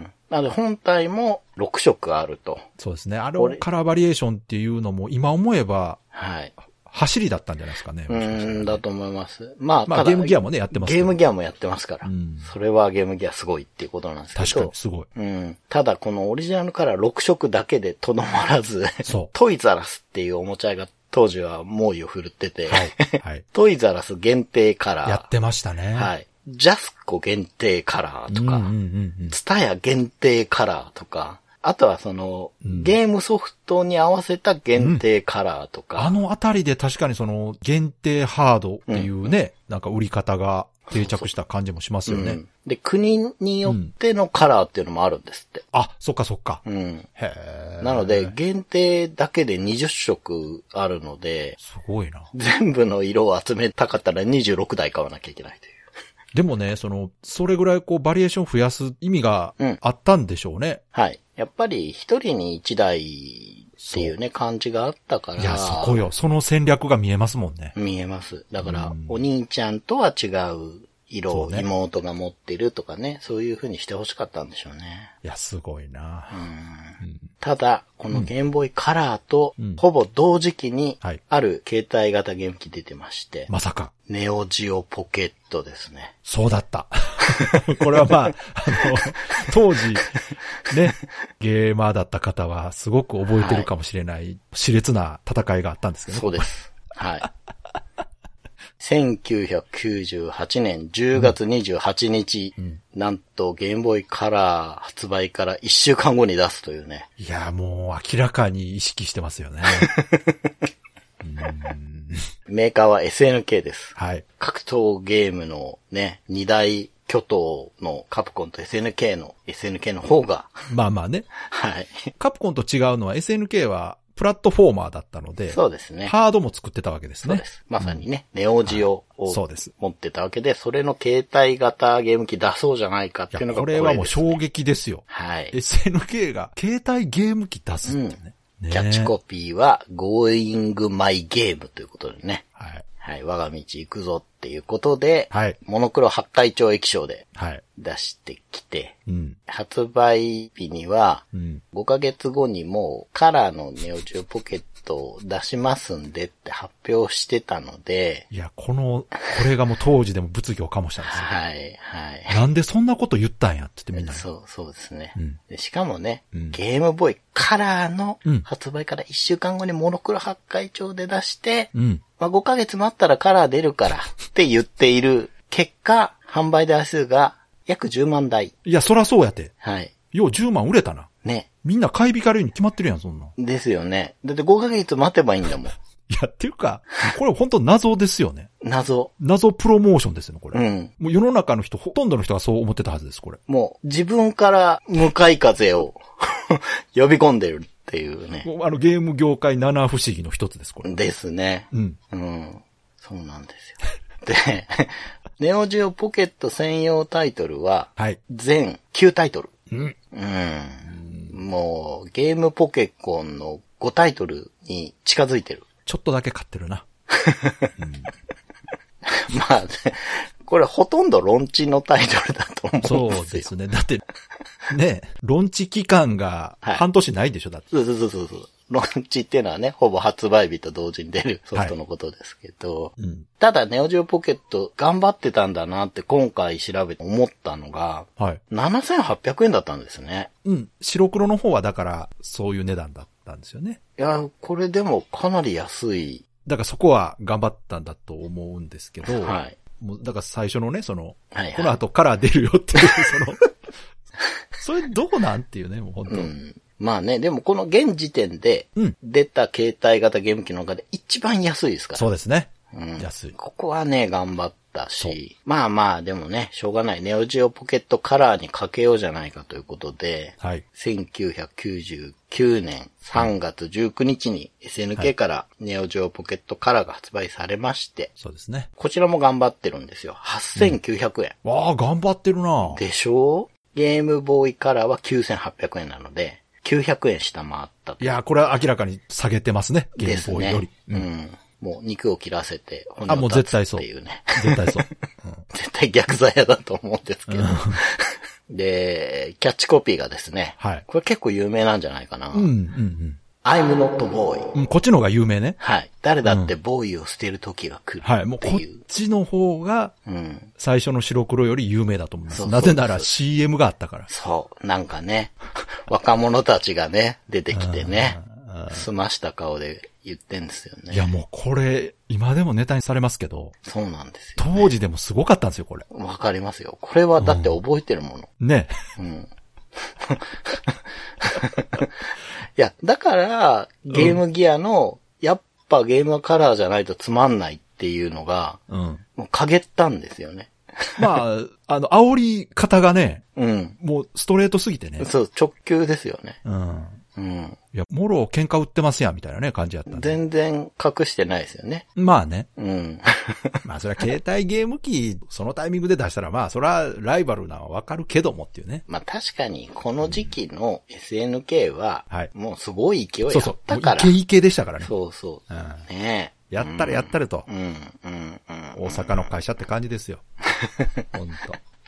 [SPEAKER 3] ん。なので本体も6色あると。
[SPEAKER 2] そうですね。あれ
[SPEAKER 3] こ
[SPEAKER 2] を
[SPEAKER 3] れ
[SPEAKER 2] カラーバリエーションっていうのも、今思えば、
[SPEAKER 3] はい。
[SPEAKER 2] 走りだったんじゃないですかね。
[SPEAKER 3] う
[SPEAKER 2] もしかしたらね
[SPEAKER 3] ん、だと思います。まあ、
[SPEAKER 2] まあ
[SPEAKER 3] ただ
[SPEAKER 2] ゲームギアもねやってますけ
[SPEAKER 3] ゲ
[SPEAKER 2] ど
[SPEAKER 3] ームギアもやってますから。
[SPEAKER 2] うん
[SPEAKER 3] それはゲームギアすごいっていうことなんですけど。
[SPEAKER 2] 確かに、 すごい。
[SPEAKER 3] うん。ただ、このオリジナルから6色だけでとどまらず、
[SPEAKER 2] そう
[SPEAKER 3] トイザラスっていうおもちゃが当時は猛威を振るってて、
[SPEAKER 2] はい。はい。
[SPEAKER 3] トイザラス限定カラー。
[SPEAKER 2] やってましたね。
[SPEAKER 3] はい。ジャスコ限定カラーと
[SPEAKER 2] うんうん
[SPEAKER 3] か、
[SPEAKER 2] うんうん。
[SPEAKER 3] ツタヤ限定カラーとか、あとはその、ゲームソフトに合わせた限定カラーと
[SPEAKER 2] あ
[SPEAKER 3] か、
[SPEAKER 2] のあたりで確かにその限定ハードっていうね、なんか売り方が定着した感じもしますよ
[SPEAKER 3] う
[SPEAKER 2] ね
[SPEAKER 3] ん。で、国によってのカラーっていうのもあるんですって。
[SPEAKER 2] あ、そっかそっか。
[SPEAKER 3] うん。
[SPEAKER 2] へえ。
[SPEAKER 3] なので、限定だけで20色あるので、
[SPEAKER 2] すごいな。
[SPEAKER 3] 全部の色を集めたかったら26台買わなきゃいけないという。
[SPEAKER 2] でもね、その、それぐらいこうバリエーション増やす意味が
[SPEAKER 3] うん
[SPEAKER 2] あったんでしょうね。
[SPEAKER 3] はい。やっぱり一人に一台っていうね、感じがあったから。
[SPEAKER 2] いや、そこよ。その戦略が見えますもんね。
[SPEAKER 3] 見えます。だから
[SPEAKER 2] うん、
[SPEAKER 3] お兄ちゃんとは違う色
[SPEAKER 2] そう
[SPEAKER 3] を
[SPEAKER 2] ね
[SPEAKER 3] 妹が持ってるとかね、そういう風にしてほしかったんでしょうね。
[SPEAKER 2] いや、すごいな。うん
[SPEAKER 3] ただ、このゲームボーイカラーと
[SPEAKER 2] うん、
[SPEAKER 3] ほぼ同時期に
[SPEAKER 2] はい、
[SPEAKER 3] ある携帯型ゲーム機出てまして、
[SPEAKER 2] まさか。
[SPEAKER 3] ネオジオポケットですね。
[SPEAKER 2] そうだ った。これはまあ、あの、当時、ね、ゲーマーだった方はすごく覚えてるかもしれない、熾烈な戦いがあったんですけどね。
[SPEAKER 3] そうです。 はい。1998年10月28日、なんとゲームボーイカラー発売から1週間後に出すというね。
[SPEAKER 2] いや、もう明らかに意識してますよ ね。うん
[SPEAKER 3] メーカーは SNK です。
[SPEAKER 2] はい。
[SPEAKER 3] 格闘ゲームのね、二大巨頭のカプコンと SNK の、SNK の方が、
[SPEAKER 2] まあまあね。
[SPEAKER 3] はい。
[SPEAKER 2] カプコンと違うのは SNK はプラットフォーマーだったので、
[SPEAKER 3] そうですね。
[SPEAKER 2] ハードも作ってたわけです
[SPEAKER 3] そう
[SPEAKER 2] ね
[SPEAKER 3] で。す。まさにね、ネオジオ
[SPEAKER 2] はい
[SPEAKER 3] を
[SPEAKER 2] そうです
[SPEAKER 3] 持ってたわけで、それの携帯型ゲーム機出そうじゃないかっていう
[SPEAKER 2] いや、
[SPEAKER 3] のが
[SPEAKER 2] こ
[SPEAKER 3] これ
[SPEAKER 2] れはもう
[SPEAKER 3] ですね
[SPEAKER 2] 衝撃ですよ。
[SPEAKER 3] はい。
[SPEAKER 2] SNK が携帯ゲーム機出すってね。ね
[SPEAKER 3] キャッチコピーは、Going My Game ということでね。
[SPEAKER 2] はい。
[SPEAKER 3] はい、我が道行くぞっていうことで、
[SPEAKER 2] はい。
[SPEAKER 3] モノクロ八回町液晶で
[SPEAKER 2] はい。
[SPEAKER 3] 出してきて、
[SPEAKER 2] うん。
[SPEAKER 3] 発売日には、
[SPEAKER 2] うん。
[SPEAKER 3] 5ヶ月後にもうカラーのネオジオポケットを出しますんでって発表してたので、
[SPEAKER 2] いや、この、これがもう当時でも物議を醸したんですよ。
[SPEAKER 3] はい、はい。
[SPEAKER 2] なんでそんなこと言ったんやって言ってみんなに。
[SPEAKER 3] そう、そうですね。
[SPEAKER 2] うん
[SPEAKER 3] でしかもね、
[SPEAKER 2] うん
[SPEAKER 3] ゲームボーイカラーの
[SPEAKER 2] うん
[SPEAKER 3] 発売から1週間後にモノクロ八回町で出して、
[SPEAKER 2] うん。
[SPEAKER 3] まあ、5ヶ月待ったらカラー出るからって言っている結果、販売台数が約10万台。
[SPEAKER 2] いや、そらそうやて。
[SPEAKER 3] はい。
[SPEAKER 2] よう10万売れたな。
[SPEAKER 3] ね。
[SPEAKER 2] みんな買い引かれるに決まってるやん、そんなん。
[SPEAKER 3] ですよね。だって5ヶ月待てばいいんだもん。
[SPEAKER 2] いや、っていうか、これ本当謎ですよね。
[SPEAKER 3] 謎。
[SPEAKER 2] 謎プロモーションですよね、これ。
[SPEAKER 3] うん。
[SPEAKER 2] もう世の中の人、ほとんどの人がそう思ってたはずです、これ。
[SPEAKER 3] もう自分から向かい風を 呼び込んでるっていうね。
[SPEAKER 2] もうあの、ゲーム業界七不思議の一つです、これ。
[SPEAKER 3] ですね。
[SPEAKER 2] うん。
[SPEAKER 3] うん。そうなんですよ。 で、ネオジオポケット専用タイトルは、
[SPEAKER 2] はい。
[SPEAKER 3] 全9タイトル。
[SPEAKER 2] うん。
[SPEAKER 3] うん。もう、ゲームポケコンの5タイトルに近づいてる。
[SPEAKER 2] ちょっとだけ買ってるな。
[SPEAKER 3] まあ、ね、これほとんどロンチのタイトルだと思
[SPEAKER 2] そ
[SPEAKER 3] うんで
[SPEAKER 2] う
[SPEAKER 3] す
[SPEAKER 2] で
[SPEAKER 3] よ。
[SPEAKER 2] すね。だって、ね、ロンチ期間が
[SPEAKER 3] はい
[SPEAKER 2] 半年ないでしょ、だって。
[SPEAKER 3] そうそうそうそうそう。ロンチっていうのはね、ほぼ発売日と同時に出るソフトのことですけど、
[SPEAKER 2] うん。
[SPEAKER 3] ただネオジオポケット頑張ってたんだなって今回調べて思ったのが、
[SPEAKER 2] はい。
[SPEAKER 3] 7800円だったんですね。
[SPEAKER 2] うん。白黒の方はだから、そういう値段だったんですよね。
[SPEAKER 3] いや、これでもかなり安い。
[SPEAKER 2] だからそこは頑張ったんだと思うんですけど、
[SPEAKER 3] はい。
[SPEAKER 2] もうだから最初のね、その、
[SPEAKER 3] はい、はい。
[SPEAKER 2] この後から出るよっていう、そ の、それどうなんっていうね、もう本当、
[SPEAKER 3] うん。まあね、でもこの現時点で
[SPEAKER 2] うん、
[SPEAKER 3] 出た携帯型ゲーム機の中で一番安いですから。
[SPEAKER 2] そうですね。
[SPEAKER 3] うん
[SPEAKER 2] 安い。
[SPEAKER 3] ここはね、頑張ったし、まあまあ、でもね、しょうがない。ネオジオポケットカラーにかけようじゃないかということで、
[SPEAKER 2] はい。
[SPEAKER 3] 1999年3月19日に SNK からネオジオポケットカラーが発売されまして、
[SPEAKER 2] そうですね。
[SPEAKER 3] こちらも頑張ってるんですよ。8900円。
[SPEAKER 2] わあ、頑張ってるな
[SPEAKER 3] でしょうゲームボーイカラーは9800円なので、900円下回った
[SPEAKER 2] いやー、これは明らかに下げてますね。ゲ
[SPEAKER 3] です
[SPEAKER 2] ームボーイより
[SPEAKER 3] ね。。うん。もう肉を切らせて骨
[SPEAKER 2] あも
[SPEAKER 3] を
[SPEAKER 2] う
[SPEAKER 3] 断
[SPEAKER 2] 絶
[SPEAKER 3] つっ
[SPEAKER 2] 対そう
[SPEAKER 3] ていうね。
[SPEAKER 2] 絶対 そう。
[SPEAKER 3] 絶対逆座屋だと思うんですけど。 で、キャッチコピーがですね。
[SPEAKER 2] はい
[SPEAKER 3] これ結構有名なんじゃないかな。
[SPEAKER 2] うん、うん、うん。
[SPEAKER 3] I'm not boy.
[SPEAKER 2] うん、こっちの方が有名ね。
[SPEAKER 3] はい。誰だってボーイを捨てる時が来る
[SPEAKER 2] はい。も
[SPEAKER 3] っ
[SPEAKER 2] う
[SPEAKER 3] て
[SPEAKER 2] こっ
[SPEAKER 3] いう。
[SPEAKER 2] ちの方が
[SPEAKER 3] うん。
[SPEAKER 2] 最初の白黒より有名だと思います。
[SPEAKER 3] そうそう
[SPEAKER 2] なぜなら CM があったから。
[SPEAKER 3] そう。なんかね、 若者たちがね、出てきてね、澄ました顔で言ってんですよね。
[SPEAKER 2] いや、もうこれ、今でもネタにされますけど、
[SPEAKER 3] そうなんですよ。
[SPEAKER 2] 当時でもすごかったんですよ、これ。
[SPEAKER 3] わかりますよ。これはだって覚えてるもの。
[SPEAKER 2] ね。
[SPEAKER 3] いや、だから、ゲームギアの、やっぱゲームはカラーじゃないとつまんないっていうのが、
[SPEAKER 2] うん。
[SPEAKER 3] もう陰ったんですよね。
[SPEAKER 2] まあ、あの、煽り方がね、
[SPEAKER 3] うん。
[SPEAKER 2] もうストレートすぎてね。
[SPEAKER 3] そう、直球ですよね。
[SPEAKER 2] うん。
[SPEAKER 3] うん。
[SPEAKER 2] いや、もろ喧嘩売ってますやん、みたいなね、感じやったんで。
[SPEAKER 3] 全然隠してないですよね。
[SPEAKER 2] まあね。
[SPEAKER 3] うん。
[SPEAKER 2] まあ、それは携帯ゲーム機、そのタイミングで出したら、まあ、それはライバルなのはわかるけどもっていうね。
[SPEAKER 3] まあ確かに、この時期の SNK は
[SPEAKER 2] はい、
[SPEAKER 3] もうすごい勢いだ
[SPEAKER 2] そう
[SPEAKER 3] っ
[SPEAKER 2] そう。
[SPEAKER 3] た
[SPEAKER 2] もう
[SPEAKER 3] か
[SPEAKER 2] イ
[SPEAKER 3] ら。
[SPEAKER 2] ケイケでしたからね。
[SPEAKER 3] そうそう。ねえ。
[SPEAKER 2] やったれやったれと
[SPEAKER 3] う、ん、うん、うん。
[SPEAKER 2] 大阪の会社って感じです よ。ほんと。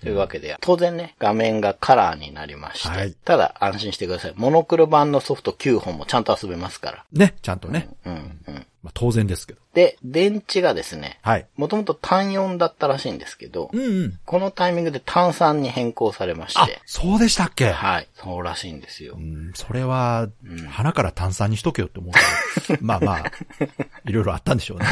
[SPEAKER 3] というわけで、当然ね、画面がカラーになりまして、
[SPEAKER 2] はい
[SPEAKER 3] ただ安心してください。モノクロ版のソフト9本もちゃんと遊べますから。
[SPEAKER 2] ね、ちゃんとね。
[SPEAKER 3] うん、うん。
[SPEAKER 2] まあ、当然ですけど。
[SPEAKER 3] で、電池がですね、
[SPEAKER 2] はい。
[SPEAKER 3] もともと単4だったらしいんですけど
[SPEAKER 2] う、んうん。
[SPEAKER 3] このタイミングで単3に変更されまし
[SPEAKER 2] あ
[SPEAKER 3] て、、
[SPEAKER 2] そうでしたっけ
[SPEAKER 3] はい、そうらしいんですよ
[SPEAKER 2] う。ん、それは、鼻から炭酸にしとけよって思うけど。 まあまあ、いろいろあったんでしょうね。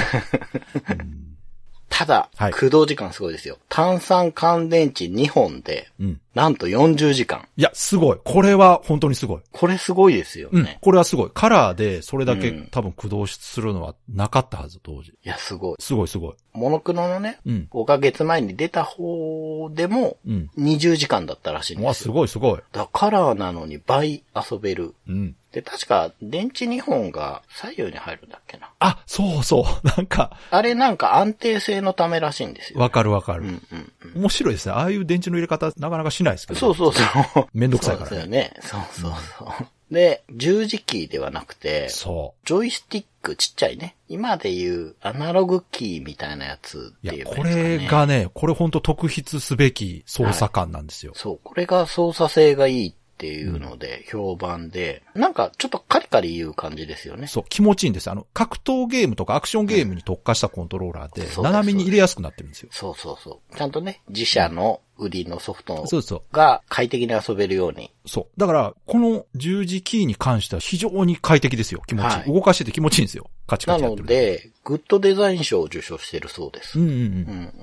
[SPEAKER 3] ただ、
[SPEAKER 2] はい
[SPEAKER 3] 駆動時間すごいですよ。単3乾電池2本で、
[SPEAKER 2] うん。
[SPEAKER 3] なんと40時間。
[SPEAKER 2] いや、すごい。これは本当にすごい。
[SPEAKER 3] これすごいですよ
[SPEAKER 2] うん
[SPEAKER 3] ね。。
[SPEAKER 2] これはすごい。カラーでそれだけ
[SPEAKER 3] うん
[SPEAKER 2] 多分駆動するのはなかったはず、当時。
[SPEAKER 3] いや、すごい。
[SPEAKER 2] すごいすごい。
[SPEAKER 3] モノクロのね、
[SPEAKER 2] うん。
[SPEAKER 3] 5ヶ月前に出た方でも、
[SPEAKER 2] うん。
[SPEAKER 3] 20時間だったらしいん
[SPEAKER 2] うわ、
[SPEAKER 3] です
[SPEAKER 2] す
[SPEAKER 3] よ。
[SPEAKER 2] ごいすごい。
[SPEAKER 3] だからカラーなのに倍遊べる。
[SPEAKER 2] うん。
[SPEAKER 3] で、確か電池2本が左右に入るんだっけな。
[SPEAKER 2] あ、そうそう。 なんか、
[SPEAKER 3] あれなんか安定性のためらしいんですよ。
[SPEAKER 2] わかるわか
[SPEAKER 3] う
[SPEAKER 2] る。
[SPEAKER 3] んうんうん。
[SPEAKER 2] 面白いですね。ああいう電池の入れ方、なかなかしないですけど。
[SPEAKER 3] そうそう そう。
[SPEAKER 2] めんどくさいからね
[SPEAKER 3] そうですよね。そうそうそう。で、十字キーではなくて、
[SPEAKER 2] そ
[SPEAKER 3] ジョイスティックちっちゃいね。今で言うアナログキーみたいなやつっ
[SPEAKER 2] う。
[SPEAKER 3] て
[SPEAKER 2] い
[SPEAKER 3] いう
[SPEAKER 2] や、
[SPEAKER 3] か
[SPEAKER 2] こ
[SPEAKER 3] ね
[SPEAKER 2] れ。がね、これ本当特筆すべき操作感なんですよ。
[SPEAKER 3] そう、これが操作性がいいっていうので評判で、なんかちょっとカリカリ言う感じですよね。
[SPEAKER 2] そう、気持ちいいんです。あの、格闘ゲームとかアクションゲームに特化したコントローラーで、
[SPEAKER 3] そう
[SPEAKER 2] 斜めに入れやすくなってるんですよ。
[SPEAKER 3] そうそうそう。ちゃんとね、自社の売りのソフト
[SPEAKER 2] そうそう。
[SPEAKER 3] が快適に遊べるように。
[SPEAKER 2] そう。だから、この十字キーに関しては非常に快適ですよ。気持ちいい。
[SPEAKER 3] はい
[SPEAKER 2] 動かしてて気持ちいいんですよ。カチカ
[SPEAKER 3] な
[SPEAKER 2] チやっ
[SPEAKER 3] の
[SPEAKER 2] てる。
[SPEAKER 3] で、グッドデザイン賞を受賞してるそうです。
[SPEAKER 2] う
[SPEAKER 3] うんん、
[SPEAKER 2] うん
[SPEAKER 3] う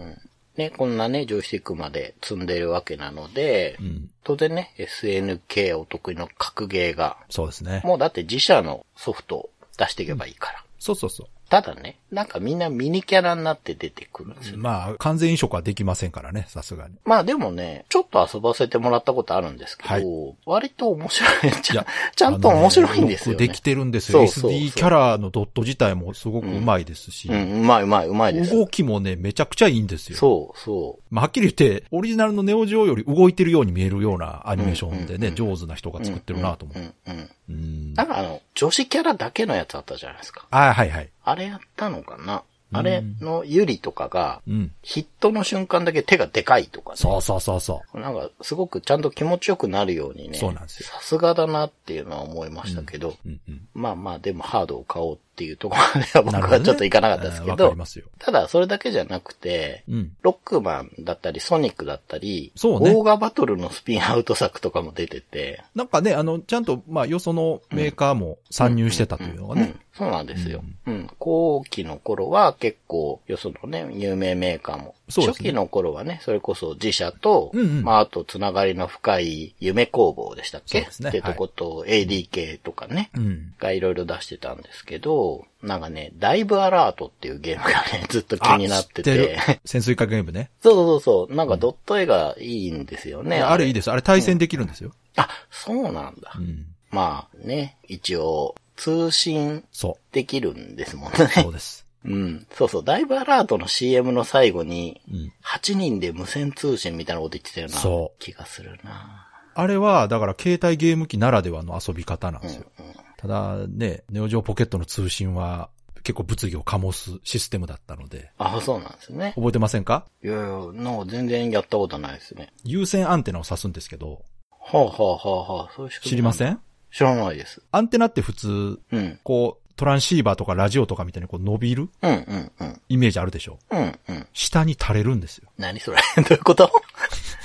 [SPEAKER 3] ん、ね、こんなね、ジョイスティックまで積んでるわけなので、
[SPEAKER 2] うん。うん。
[SPEAKER 3] 当然ね、SNK お得意の格ゲーが、
[SPEAKER 2] そうですね。
[SPEAKER 3] もうだって自社のソフトを出していけばいいから。
[SPEAKER 2] そうそうそう。
[SPEAKER 3] ただね、なんかみんなミニキャラになって出てくるんですよ。
[SPEAKER 2] まあ、完全移植はできませんからね、さすがに。
[SPEAKER 3] まあでもね、ちょっと遊ばせてもらったことあるんですけど、
[SPEAKER 2] はい
[SPEAKER 3] 割と面白い。ち
[SPEAKER 2] い
[SPEAKER 3] ゃん
[SPEAKER 2] や
[SPEAKER 3] ちゃんと面白いんです
[SPEAKER 2] あ
[SPEAKER 3] よ、
[SPEAKER 2] の
[SPEAKER 3] ね。
[SPEAKER 2] よくできてるんですよ。
[SPEAKER 3] そうそうそう
[SPEAKER 2] SD キャラのドット自体もすごくうまいですし、
[SPEAKER 3] うん、うまいうまいうまいです。
[SPEAKER 2] 動きもね、めちゃくちゃいいんですよ。
[SPEAKER 3] そう、そ
[SPEAKER 2] まあ、はっきり言って、オリジナルのネオジオより動いてるように見えるようなアニメーションでね、上手な人が
[SPEAKER 3] う。
[SPEAKER 2] 作ってるなと思う。
[SPEAKER 3] うん、うん、うん。
[SPEAKER 2] うん
[SPEAKER 3] なんかあの、女子キャラだけのやつあったじゃないですか。
[SPEAKER 2] あはいはい。
[SPEAKER 3] あれやったのかなあれのユリとかが、
[SPEAKER 2] うん。
[SPEAKER 3] ヒットの瞬間だけ手がでかいとかね。
[SPEAKER 2] そうそうそうそう。
[SPEAKER 3] なんか、すごくちゃんと気持ちよくなるようにね。
[SPEAKER 2] そうなんですよ
[SPEAKER 3] さすがだなっていうのは思いましたけど。
[SPEAKER 2] うんうん
[SPEAKER 3] まあまあ、でもハードを買おうっていうところまでは
[SPEAKER 2] なる
[SPEAKER 3] 僕
[SPEAKER 2] ほど
[SPEAKER 3] は
[SPEAKER 2] ね
[SPEAKER 3] ちょっといかなかったですけ
[SPEAKER 2] あーわ
[SPEAKER 3] ど。
[SPEAKER 2] かりますよ。
[SPEAKER 3] ただ、それだけじゃなくて、
[SPEAKER 2] うん。
[SPEAKER 3] ロックマンだったり、ソニックだったり、
[SPEAKER 2] そうね
[SPEAKER 3] オーガバトルのスピンアウト作とかも出てて、
[SPEAKER 2] なんかね、あの、ちゃんと、まあ、よそのメーカーも参入してたというのが
[SPEAKER 3] う
[SPEAKER 2] ね。
[SPEAKER 3] ん、そうなんですよ。うん。後期の頃は結構、よそのね、有名メーカーも。
[SPEAKER 2] そうです
[SPEAKER 3] 初
[SPEAKER 2] ね
[SPEAKER 3] 期の頃はね、それこそ自社と、
[SPEAKER 2] うんうん
[SPEAKER 3] まあ、あとつながりの深い夢工房でしたっけ
[SPEAKER 2] そうですね
[SPEAKER 3] ってとこと、ADK とかね。
[SPEAKER 2] うん。
[SPEAKER 3] がいろいろ出してたんですけど、なんかね、ダイブアラートっていうゲームがね、 ずっと気
[SPEAKER 2] あ
[SPEAKER 3] になって
[SPEAKER 2] 知
[SPEAKER 3] て。
[SPEAKER 2] る潜水艦ゲームね。
[SPEAKER 3] そうそうそうそう、なんかドット絵がいいんですよね。
[SPEAKER 2] あれいいです。あれ対戦できるんですよ。
[SPEAKER 3] あ、そうなんだ
[SPEAKER 2] う。ん。
[SPEAKER 3] まあね、一応、通信
[SPEAKER 2] そ
[SPEAKER 3] できるんですもん
[SPEAKER 2] う。
[SPEAKER 3] ね
[SPEAKER 2] そ。うです。
[SPEAKER 3] うん。そうそう。ダイブアラートの CM の最後に、
[SPEAKER 2] うん。
[SPEAKER 3] 8人で無線通信みたいなこと言ってたような
[SPEAKER 2] そう
[SPEAKER 3] 気がするな。
[SPEAKER 2] あれは、だから携帯ゲーム機ならではの遊び方なんですよ。
[SPEAKER 3] うんうん
[SPEAKER 2] ただね、ネオジオポケットの通信は結構物議を醸すシステムだったので、
[SPEAKER 3] あ、そうなんですね。
[SPEAKER 2] 覚えてませんか
[SPEAKER 3] いやいや、なんか全然やったことないですね。
[SPEAKER 2] 有線アンテナを指すんですけど、
[SPEAKER 3] はあ、はあはあはあ、そういう仕組み
[SPEAKER 2] 知りません
[SPEAKER 3] 知らないです。
[SPEAKER 2] アンテナって普通、
[SPEAKER 3] うん。
[SPEAKER 2] こう、トランシーバーとかラジオとかみたいにこう伸びる
[SPEAKER 3] うんうんうん。
[SPEAKER 2] イメージあるでしょ
[SPEAKER 3] うんうん。
[SPEAKER 2] 下に垂れるんですよ。
[SPEAKER 3] 何それ どういうこと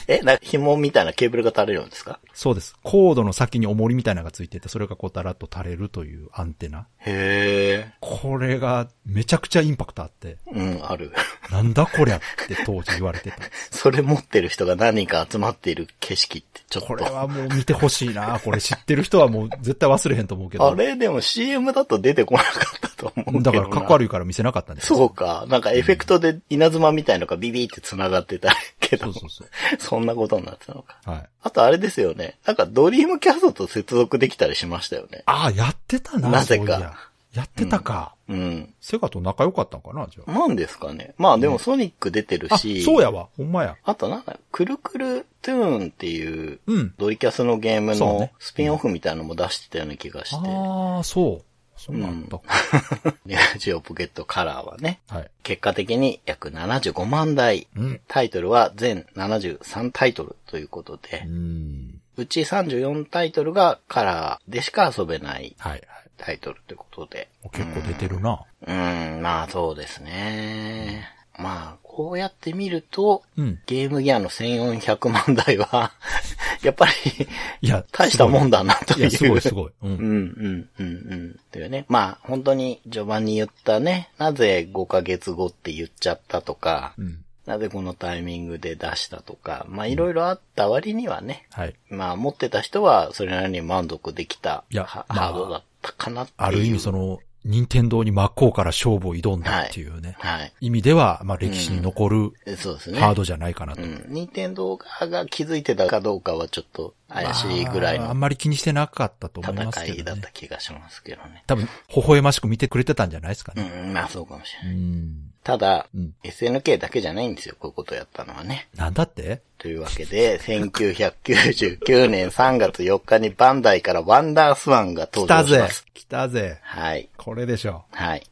[SPEAKER 3] え、なんか紐みたいなケーブルが垂れるんですか
[SPEAKER 2] そうです。コードの先に重りみたいなのがついてて、それがこうたらっと垂れるというアンテナ。
[SPEAKER 3] へえ。
[SPEAKER 2] これがめちゃくちゃインパクトあって、
[SPEAKER 3] うん、ある。
[SPEAKER 2] なんだこりゃって当時言われてた。
[SPEAKER 3] それ持ってる人が何人か集まっている景色ってちょっと。
[SPEAKER 2] これはもう見てほしいな。これ知ってる人はもう絶対忘れへんと思うけど。
[SPEAKER 3] あれでも CM だと出てこなかったと思うけど
[SPEAKER 2] だ
[SPEAKER 3] な。
[SPEAKER 2] から、かっこ悪いから見せなかったんですよ
[SPEAKER 3] そうか。なんかエフェクトで稲妻みたいのがビビって繋がってたけ
[SPEAKER 2] そ
[SPEAKER 3] ど
[SPEAKER 2] う、そうそう。
[SPEAKER 3] そんなことになってたのか。
[SPEAKER 2] はい。
[SPEAKER 3] あとあれですよね。なんかドリームキャストと接続できたりしましたよね。
[SPEAKER 2] ああ、やってたな、
[SPEAKER 3] なぜ
[SPEAKER 2] そう
[SPEAKER 3] か
[SPEAKER 2] いや。やってたか。
[SPEAKER 3] うん。
[SPEAKER 2] セガと仲良かったんかな、じゃあ。
[SPEAKER 3] なんですかね。まあでもソニック出てる
[SPEAKER 2] あ、
[SPEAKER 3] し、
[SPEAKER 2] そうやわ。ほんまや。
[SPEAKER 3] あとなんか、くるくるトゥーンっていう、
[SPEAKER 2] うん。
[SPEAKER 3] ドリキャスのゲーム
[SPEAKER 2] そう
[SPEAKER 3] の
[SPEAKER 2] ね
[SPEAKER 3] スピンオフみたいなのも出してたような気がして、
[SPEAKER 2] ああ、そう。そうなんだ。
[SPEAKER 3] ネガジオポケットカラーはね、
[SPEAKER 2] はい。
[SPEAKER 3] 結果的に約75万台
[SPEAKER 2] うん。
[SPEAKER 3] タイトルは全73タイトルということ
[SPEAKER 2] う
[SPEAKER 3] で、
[SPEAKER 2] ん。
[SPEAKER 3] うち34タイトルがカラーでしか遊べない
[SPEAKER 2] はい、はい。
[SPEAKER 3] タイトルということで。
[SPEAKER 2] もう結構出てるな。
[SPEAKER 3] うーん、まあそうですね。まあ、こうやって見ると、
[SPEAKER 2] うん。
[SPEAKER 3] ゲームギアの1400万台は、 やっぱり、
[SPEAKER 2] いや、
[SPEAKER 3] 大したもんだなと
[SPEAKER 2] い
[SPEAKER 3] いう。
[SPEAKER 2] や、すごいすごい。う。
[SPEAKER 3] うんん、うん、うん、うん。というね。まあ、本当に序盤に言ったね、なぜ5ヶ月後って言っちゃったとか、
[SPEAKER 2] うん。
[SPEAKER 3] なぜこのタイミングで出したとか、まあいろいろあった割にはね、
[SPEAKER 2] はい。
[SPEAKER 3] まあ持ってた人はそれなりに満足できた
[SPEAKER 2] いや
[SPEAKER 3] ハ
[SPEAKER 2] まあ
[SPEAKER 3] ハードだったかなっていう。
[SPEAKER 2] ある意味、その、任天堂に真っ向から勝負を挑んだっていうね。
[SPEAKER 3] はい。
[SPEAKER 2] 意味では、まあ、歴史に残る
[SPEAKER 3] えそうですね。
[SPEAKER 2] ハードじゃないかなと
[SPEAKER 3] う。ん。任天堂側が気づいてたかどうかはちょっと怪しいぐらい
[SPEAKER 2] あーあ
[SPEAKER 3] の
[SPEAKER 2] んまり気にしてなかったと思います
[SPEAKER 3] 戦
[SPEAKER 2] け
[SPEAKER 3] い
[SPEAKER 2] ど、
[SPEAKER 3] だっ
[SPEAKER 2] ね
[SPEAKER 3] た。気がしますけどね。
[SPEAKER 2] 多分、微笑ましく見てくれてたんじゃないですか
[SPEAKER 3] う
[SPEAKER 2] ね。
[SPEAKER 3] ん、まあそうかもし
[SPEAKER 2] う
[SPEAKER 3] れない。
[SPEAKER 2] ん。
[SPEAKER 3] ただ、
[SPEAKER 2] うん。
[SPEAKER 3] SNK だけじゃないんですよ、こういうことやったのはね。
[SPEAKER 2] なんだって
[SPEAKER 3] というわけで、1999年3月4日にバンダイからワンダースワンが
[SPEAKER 2] 来
[SPEAKER 3] 登
[SPEAKER 2] た
[SPEAKER 3] 場し
[SPEAKER 2] ぜ
[SPEAKER 3] ます。
[SPEAKER 2] 来たぜ
[SPEAKER 3] はい。
[SPEAKER 2] これでしょ
[SPEAKER 3] はい。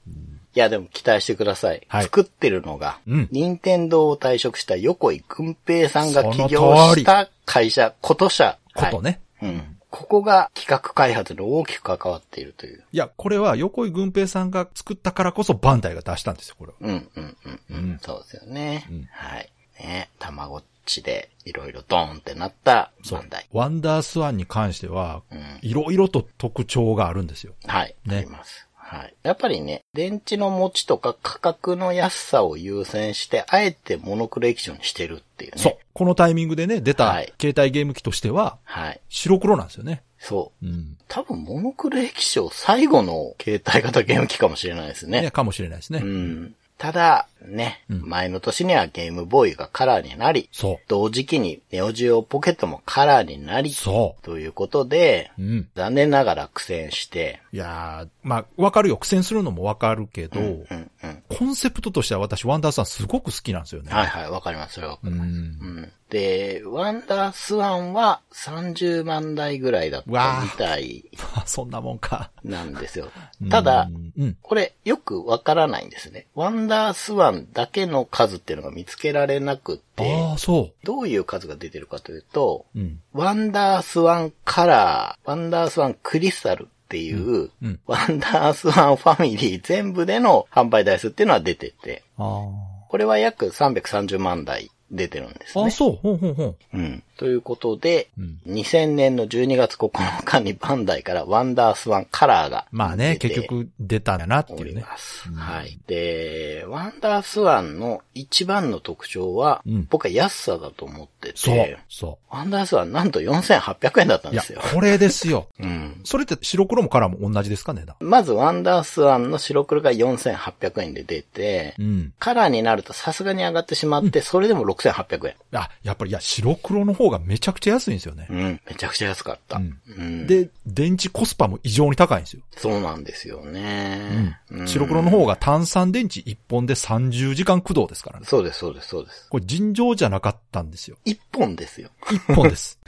[SPEAKER 3] いや、でも期待してください。
[SPEAKER 2] はい
[SPEAKER 3] 作ってるのが、
[SPEAKER 2] うん
[SPEAKER 3] 任天堂を退職した横井くん平さんが起業
[SPEAKER 2] その通
[SPEAKER 3] し
[SPEAKER 2] り
[SPEAKER 3] た会社、こと社。
[SPEAKER 2] う。ことね。
[SPEAKER 3] はい。うん。ここが企画開発に大きく関わっているという。
[SPEAKER 2] い、や、これは横井軍平さんが作ったからこそバンダイが出したんですよ、これは。
[SPEAKER 3] うん、うん、うん。
[SPEAKER 2] うん。
[SPEAKER 3] そうですよね。
[SPEAKER 2] うん
[SPEAKER 3] はい。ね、たまごっちでいろいろドーンってなった
[SPEAKER 2] そう
[SPEAKER 3] 問題。。
[SPEAKER 2] ワンダースワンに関しては、
[SPEAKER 3] うん。
[SPEAKER 2] いろいろと特徴があるんですよ。
[SPEAKER 3] はい。
[SPEAKER 2] ね
[SPEAKER 3] あります。はい。やっぱりね、電池の持ちとか価格の安さを優先して、あえてモノクロ液晶にしてるっていうね。
[SPEAKER 2] そう。このタイミングでね、出た
[SPEAKER 3] はい
[SPEAKER 2] 携帯ゲーム機としては、
[SPEAKER 3] はい。
[SPEAKER 2] 白黒なんですよね。
[SPEAKER 3] そう。
[SPEAKER 2] うん。
[SPEAKER 3] 多分、モノクロ液晶最後の携帯型ゲーム機かもしれないです
[SPEAKER 2] い
[SPEAKER 3] ね
[SPEAKER 2] や、。かもしれないですね。
[SPEAKER 3] うん。ただ、ね、
[SPEAKER 2] うん
[SPEAKER 3] 前の年にはゲームボーイがカラーになり、
[SPEAKER 2] そ
[SPEAKER 3] 同時期にネオジオポケットもカラーになり
[SPEAKER 2] う。、そ
[SPEAKER 3] ということで、
[SPEAKER 2] う。うん。
[SPEAKER 3] 残念ながら苦戦して、
[SPEAKER 2] いやー、まあ、わかるよ。苦戦するのもわかるけど、
[SPEAKER 3] うんうん。
[SPEAKER 2] コンセプトとしては私、ワンダーさんすごく好きなんですよね。
[SPEAKER 3] はいはい、わかりますよ。
[SPEAKER 2] うん
[SPEAKER 3] う。ん。で、ワンダースワンは30万台ぐらいだったみたい
[SPEAKER 2] まあ、そんなもんか。
[SPEAKER 3] なんですよ。ただ
[SPEAKER 2] う、んうん。
[SPEAKER 3] これよくわからないんですね。ワンダースワンだけの数っていうのが見つけられなくて
[SPEAKER 2] あ、あ、そ
[SPEAKER 3] どういう数が出てるかというと、
[SPEAKER 2] う。うん。
[SPEAKER 3] ワンダースワンカラー、ワンダースワンクリスタルっていう、
[SPEAKER 2] うんうん
[SPEAKER 3] ワンダースワンファミリー全部での販売台数っていうのは出てて、
[SPEAKER 2] あ
[SPEAKER 3] これは約330万台出てるんです
[SPEAKER 2] あ。あ、
[SPEAKER 3] ね。
[SPEAKER 2] そう。ほんほんほん。
[SPEAKER 3] うん。ということで、
[SPEAKER 2] うん。
[SPEAKER 3] 2000年の12月9日にバンダイからワンダースワンカラーが
[SPEAKER 2] まあね、
[SPEAKER 3] 出て
[SPEAKER 2] 結局出たんだなって
[SPEAKER 3] お
[SPEAKER 2] いう
[SPEAKER 3] り
[SPEAKER 2] ね。
[SPEAKER 3] ます。
[SPEAKER 2] うん
[SPEAKER 3] はい。で、ワンダースワンの一番の特徴は、
[SPEAKER 2] うん
[SPEAKER 3] 僕は安さだと思って
[SPEAKER 2] そう
[SPEAKER 3] て、。
[SPEAKER 2] そ
[SPEAKER 3] ワンダースワンなんと4800円だったん
[SPEAKER 2] う。い
[SPEAKER 3] で
[SPEAKER 2] や
[SPEAKER 3] すよ。、
[SPEAKER 2] これですよ。
[SPEAKER 3] うん。
[SPEAKER 2] それって白黒もカラーも同じですかね、値段
[SPEAKER 3] まずワンダースワンの白黒が4800円で出て、
[SPEAKER 2] うん。
[SPEAKER 3] カラーになるとさすがに上がってしまって、それでも6800円。
[SPEAKER 2] あ、やっぱり、いや、白黒の方がめちゃくちゃ安いんですよね
[SPEAKER 3] う。ん。めちゃくちゃ安かった。
[SPEAKER 2] う
[SPEAKER 3] うんん。
[SPEAKER 2] で、電池コスパも異常に高いんですよ。
[SPEAKER 3] そうなんですよね。うん
[SPEAKER 2] 白黒の方が単三電池1本で30時間駆動ですからね。
[SPEAKER 3] そうです、そうです、そうです。
[SPEAKER 2] これ尋常じゃなかったんですよ。
[SPEAKER 3] 一本ですよ。
[SPEAKER 2] 1本です。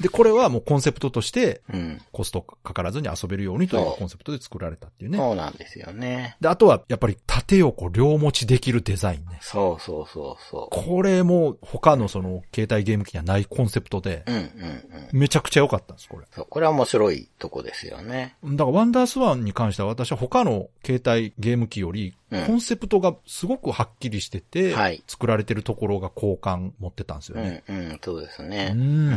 [SPEAKER 2] で、これはもうコンセプトとして、
[SPEAKER 3] うん。
[SPEAKER 2] コストかからずに遊べるようにとい
[SPEAKER 3] そうう
[SPEAKER 2] コンセプトで作られたっていうね。
[SPEAKER 3] そうなんですよね。
[SPEAKER 2] で、あとはやっぱり縦横両持ちできるデザインね。
[SPEAKER 3] そうそうそうそ
[SPEAKER 2] これも他のその携帯ゲーム機にはないコンセプトで
[SPEAKER 3] う。、うんうんうん。
[SPEAKER 2] めちゃくちゃ良かったんです、これ。
[SPEAKER 3] そう、これは面白いとこですよね。
[SPEAKER 2] だからワンダースワンに関しては私は他の携帯ゲーム機より、
[SPEAKER 3] うん
[SPEAKER 2] コンセプトがすごくはっきりしてて、
[SPEAKER 3] はい
[SPEAKER 2] 作られてるところが好感持ってたんですよ
[SPEAKER 3] う
[SPEAKER 2] ね。
[SPEAKER 3] んうん、そうですね。
[SPEAKER 2] うん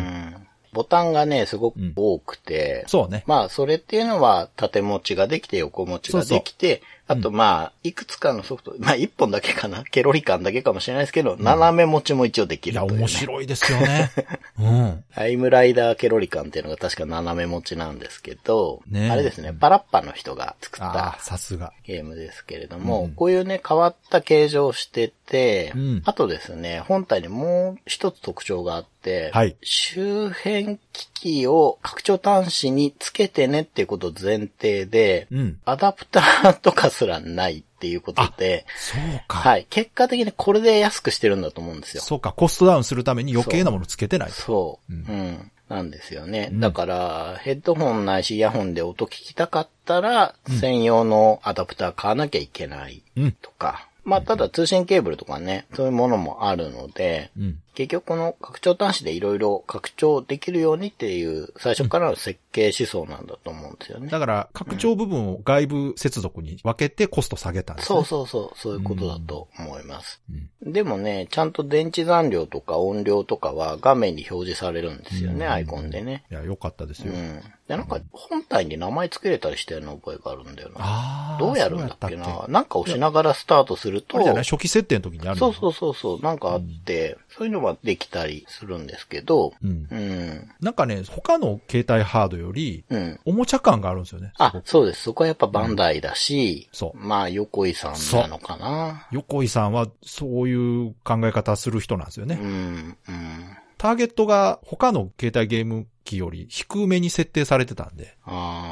[SPEAKER 3] ボタンがね、すごく多くて、
[SPEAKER 2] そうね。
[SPEAKER 3] まあ、それっていうのは、縦持ちができて、横持ちができて、あと、まあ、いくつかのソフト、まあ、一本だけかな、ケロリ感だけかもしれないですけど、斜め持ちも一応でき
[SPEAKER 2] い
[SPEAKER 3] る
[SPEAKER 2] や、
[SPEAKER 3] という、ね。
[SPEAKER 2] 面白いですよ ね。うん。
[SPEAKER 3] タイムライダーケロリ感っていうのが確か斜め持ちなんですけど、
[SPEAKER 2] ね
[SPEAKER 3] あれですね、パラッパの人が作っ
[SPEAKER 2] あ
[SPEAKER 3] た
[SPEAKER 2] あ、さすが。
[SPEAKER 3] ゲームですけれども、
[SPEAKER 2] うん
[SPEAKER 3] こういうね、変わった形状をしてて、
[SPEAKER 2] うん
[SPEAKER 3] あとですね、本体にもう一つ特徴があって、
[SPEAKER 2] はい
[SPEAKER 3] 周辺機器を拡張端子につけてねっていうことを前提で、
[SPEAKER 2] うん。
[SPEAKER 3] アダプターとかすらないっていうことで、
[SPEAKER 2] そうか。
[SPEAKER 3] はい、結果的にこれで安くしてるんだと思うんですよ。
[SPEAKER 2] そうか、コストダウンするために余計なものつけてないと。
[SPEAKER 3] そう。うん。なんですよね。だから、ヘッドホンないしイヤホンで音聞きたかったら、専用のアダプター買わなきゃいけない
[SPEAKER 2] うん
[SPEAKER 3] とか。まあ、ただ通信ケーブルとかね、そういうものもあるので、
[SPEAKER 2] うん。
[SPEAKER 3] 結局この拡張端子でいろいろ拡張できるようにっていう最初からの設計思想なんだと思うんですよね。
[SPEAKER 2] だから、拡張部分を外部接続に分けてコスト下げたんですね。
[SPEAKER 3] そうそうそう、そういうことだと思います。
[SPEAKER 2] うん
[SPEAKER 3] でもね、ちゃんと電池残量とか音量とかは画面に表示されるんですよね、アイコンでね。
[SPEAKER 2] いや、良かったです
[SPEAKER 3] う
[SPEAKER 2] よ。
[SPEAKER 3] ん。で、なんか、本体に名前つけれたりしたような覚えがあるんだよな。
[SPEAKER 2] ああ、
[SPEAKER 3] どうやるんだっけ
[SPEAKER 2] そうや
[SPEAKER 3] ななんか押しながらスタートする
[SPEAKER 2] あ
[SPEAKER 3] と
[SPEAKER 2] れじ、ゃない初期設定の時にある
[SPEAKER 3] そう
[SPEAKER 2] う。
[SPEAKER 3] そうそうそう、なんかあって、そういうのはできたりするんですけど、
[SPEAKER 2] うん
[SPEAKER 3] う。ん、
[SPEAKER 2] なんかね、他の携帯ハードより、
[SPEAKER 3] うん。
[SPEAKER 2] おもちゃ感があるんですよね。す
[SPEAKER 3] あ
[SPEAKER 2] ご、く
[SPEAKER 3] そうです。そこはやっぱバンダイだし、
[SPEAKER 2] そう
[SPEAKER 3] まあ、横井さんなのかな。
[SPEAKER 2] 横井さんはそういう考え方する人なんですよね。
[SPEAKER 3] うん、うん。
[SPEAKER 2] ターゲットが他の携帯ゲーム機より低めに設定されてたんで。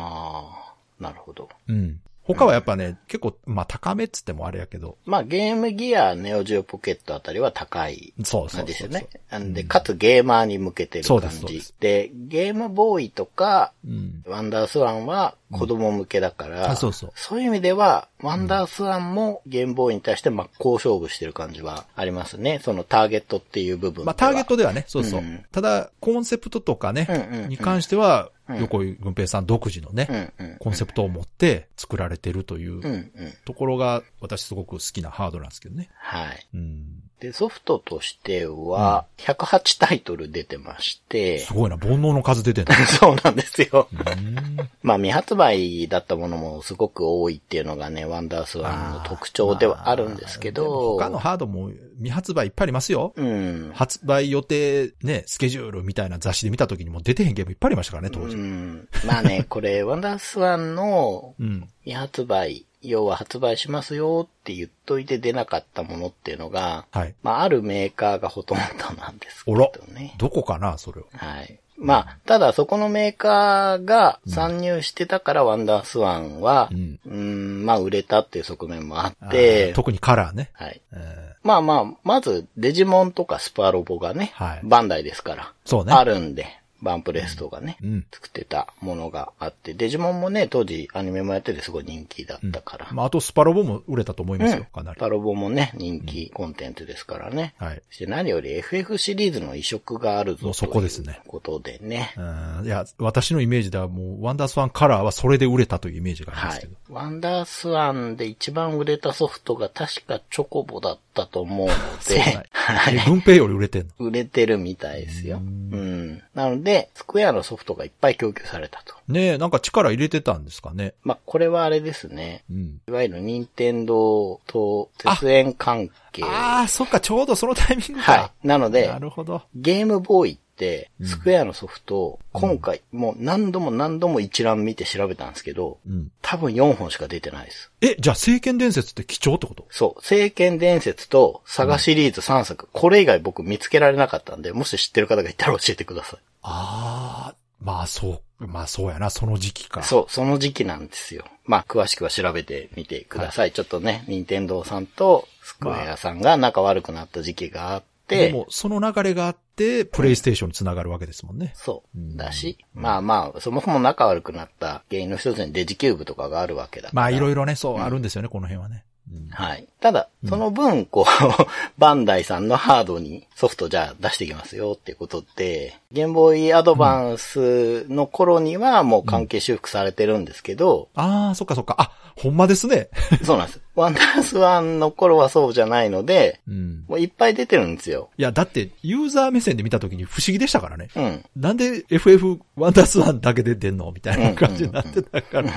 [SPEAKER 3] あー、なるほど。
[SPEAKER 2] うん。他はやっぱね、結構、まあ高めっつってもあれやけど。
[SPEAKER 3] まあ、ゲームギア、ネオジオポケットあたりは高い
[SPEAKER 2] そうそうそうそう。
[SPEAKER 3] ですよね。なんで、かつゲーマーに向けてる
[SPEAKER 2] そう
[SPEAKER 3] 感
[SPEAKER 2] ですそうで
[SPEAKER 3] じ
[SPEAKER 2] す。
[SPEAKER 3] でゲームボーイとか、
[SPEAKER 2] うん。
[SPEAKER 3] ワンダースワンは子供向けだから、
[SPEAKER 2] あ、そうそう。
[SPEAKER 3] そういう意味では、ワンダースワンもゲームボーイに対して真っ向勝負してる感じはありますね。そのターゲットっていう部分では。
[SPEAKER 2] まあターゲットではね、そうそう。
[SPEAKER 3] うん
[SPEAKER 2] ただ、コンセプトとかね、
[SPEAKER 3] うんうんうん
[SPEAKER 2] に関しては、横井軍平さん独自のね、
[SPEAKER 3] うんうん。
[SPEAKER 2] コンセプトを持って作られてるといううん
[SPEAKER 3] うん。
[SPEAKER 2] ところが、私すごく好きなハードなんですけどね。
[SPEAKER 3] はい。
[SPEAKER 2] うん。
[SPEAKER 3] で、ソフトとしては、108タイトル出てまして
[SPEAKER 2] す、ごいな、煩悩の数出てん だ。
[SPEAKER 3] そうなんですよ。
[SPEAKER 2] うん
[SPEAKER 3] まあ未発売だったものもすごく多いっていうのがね、ワンダースワンの特徴ではあるんですけど、
[SPEAKER 2] まあでも他のハードも未発売いっぱいありますよ。
[SPEAKER 3] うん。
[SPEAKER 2] 発売予定ね、スケジュールみたいな雑誌で見た時にもう出てへんゲームいっぱいありましたからね、当
[SPEAKER 3] う
[SPEAKER 2] 時。
[SPEAKER 3] ん。まあね、これ、ワンダースワンの
[SPEAKER 2] うん。
[SPEAKER 3] 未発売、要は発売しますよって言っといて出なかったものっていうのが、
[SPEAKER 2] はい。
[SPEAKER 3] まああるメーカーがほとんどなんですけ
[SPEAKER 2] おら
[SPEAKER 3] どね。
[SPEAKER 2] どこかな、それを。
[SPEAKER 3] はい。まあ、ただそこのメーカーが参入してたからワンダースワンは、
[SPEAKER 2] う。
[SPEAKER 3] うんーん、まあ売れたっていう側面も
[SPEAKER 2] あ
[SPEAKER 3] あっ
[SPEAKER 2] ー
[SPEAKER 3] て、
[SPEAKER 2] 特にカラーね。
[SPEAKER 3] はい。
[SPEAKER 2] えー
[SPEAKER 3] まあまあ、まずデジモンとかスパロボがね、
[SPEAKER 2] はい
[SPEAKER 3] バンダイですから、
[SPEAKER 2] そうね。
[SPEAKER 3] あるんで、バンプレスとかね、
[SPEAKER 2] うん。
[SPEAKER 3] 作ってたものがあって、デジモンもね、当時アニメもやっててすごい人気だったから、
[SPEAKER 2] まあ、あとスパロボも売れたと思いますよ、かな
[SPEAKER 3] ス
[SPEAKER 2] り。
[SPEAKER 3] パロボもね、人気コンテンツですからね。
[SPEAKER 2] はい。
[SPEAKER 3] そして何より FF シリーズの移植があるぞ
[SPEAKER 2] もうそこですね
[SPEAKER 3] ということでね。
[SPEAKER 2] うんいや、私のイメージではもう、ワンダースワンカラーはそれで売れたというイメージがありま
[SPEAKER 3] は
[SPEAKER 2] すけ
[SPEAKER 3] い
[SPEAKER 2] ど。。
[SPEAKER 3] ワンダースワンで一番売れたソフトが確かチョコボだったと思うの
[SPEAKER 2] そうなんや
[SPEAKER 3] で、 はい。
[SPEAKER 2] え軍兵より売れてんの。
[SPEAKER 3] 売れてるみたいですよ。うん。なので、スクエアのソフトがいっぱい供給されたと。
[SPEAKER 2] ねえ、なんか力入れてたんですかね。
[SPEAKER 3] まあ、これはあれですね。
[SPEAKER 2] うん。
[SPEAKER 3] いわゆる任天堂と絶縁関係。
[SPEAKER 2] ああ、そっか、ちょうどそのタイミングか。
[SPEAKER 3] はい。なので
[SPEAKER 2] な、るほど。
[SPEAKER 3] ゲームボーイって、スクエアのソフトを、今回、もう何度も何度も一覧見て調べたんですけど、
[SPEAKER 2] うん。
[SPEAKER 3] 多分4本しか出てないです。
[SPEAKER 2] え、じゃあ、聖剣伝説って貴重ってこと
[SPEAKER 3] そう。聖剣伝説と、サガシリーズ3作、これ以外僕見つけられなかったんで、もし知ってる方がいたら教えてください。
[SPEAKER 2] ああ、まあそう、まあそうやな、その時期か。う。
[SPEAKER 3] そう、その時期なんですよ。まあ、詳しくは調べてみてください。ちょっとね、任天堂さんとスクエアさんが仲悪くなった時期があって、
[SPEAKER 2] でも、その流れがあって、プレイステーションにつながるわけですもんね。
[SPEAKER 3] そう。だし、まあまあ、そもそも仲悪くなった原因の一つにデジキューブとかがあるわけだから。
[SPEAKER 2] まあいろ
[SPEAKER 3] ろ。
[SPEAKER 2] いろね、そう、あるんですよね、この辺はね。うん
[SPEAKER 3] はい。ただ、その分、こう、 バンダイさんのハードにソフトじゃあ出していきますよっていうことで、ゲームボーイアドバンスの頃にはもう関係修復されてるんですけど、
[SPEAKER 2] ああ、そっかそっか。あ、ほんまですね。
[SPEAKER 3] そうなんです。ワンダースワンの頃はそうじゃないので、
[SPEAKER 2] うん。
[SPEAKER 3] もういっぱい出てるんですよ。
[SPEAKER 2] いや、だって、ユーザー目線で見たときに不思議でしたからね。
[SPEAKER 3] うん。
[SPEAKER 2] なんで FF ワンダースワンだけで出んのみたいな感じになってたから。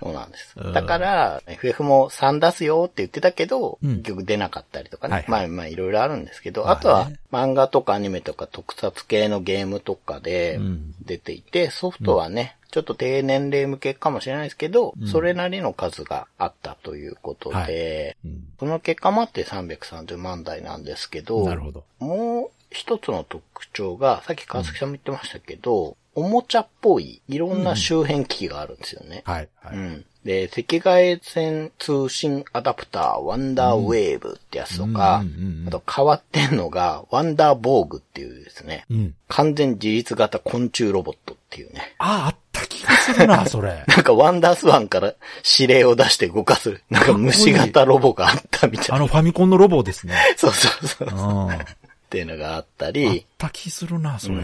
[SPEAKER 3] そうなんです。だから、FF も3出すよって言ってたけど、
[SPEAKER 2] うん
[SPEAKER 3] 結局出なかったりとかね。
[SPEAKER 2] はいはい
[SPEAKER 3] まあまあいろいろあるんですけど、
[SPEAKER 2] まあ
[SPEAKER 3] あ
[SPEAKER 2] ね
[SPEAKER 3] とは漫画とかアニメとか特撮系のゲームとかで
[SPEAKER 2] うん
[SPEAKER 3] 出ていて、ソフトはね、ちょっと低年齢向けかもしれないですけど、
[SPEAKER 2] うん
[SPEAKER 3] それなりの数があったということで、
[SPEAKER 2] うん
[SPEAKER 3] その結果もあって330万台なんですけど、
[SPEAKER 2] なるほど。
[SPEAKER 3] もう一つの特徴が、さっき川崎さんも言ってましたけど、おもちゃっぽいいろんな周辺機器があるんですよね。
[SPEAKER 2] はい、は
[SPEAKER 3] う
[SPEAKER 2] い。
[SPEAKER 3] ん。で、赤外線通信アダプター、ワンダーウェーブってやつとか、
[SPEAKER 2] うんうんうんうん
[SPEAKER 3] あと変わってんのが、ワンダーボーグっていうですね、
[SPEAKER 2] うん。
[SPEAKER 3] 完全自立型昆虫ロボットっていうね。
[SPEAKER 2] ああ、あった気がする な、それ。
[SPEAKER 3] なんかワンダースワンから指令を出して動かす、なんか虫型ロボがあったみた
[SPEAKER 2] あ
[SPEAKER 3] いな。
[SPEAKER 2] のファミコンのロボですね。
[SPEAKER 3] そうそうそう
[SPEAKER 2] う
[SPEAKER 3] そ
[SPEAKER 2] ん。
[SPEAKER 3] う。っ
[SPEAKER 2] あって
[SPEAKER 3] いうのがあったり、
[SPEAKER 2] た気するな、それ。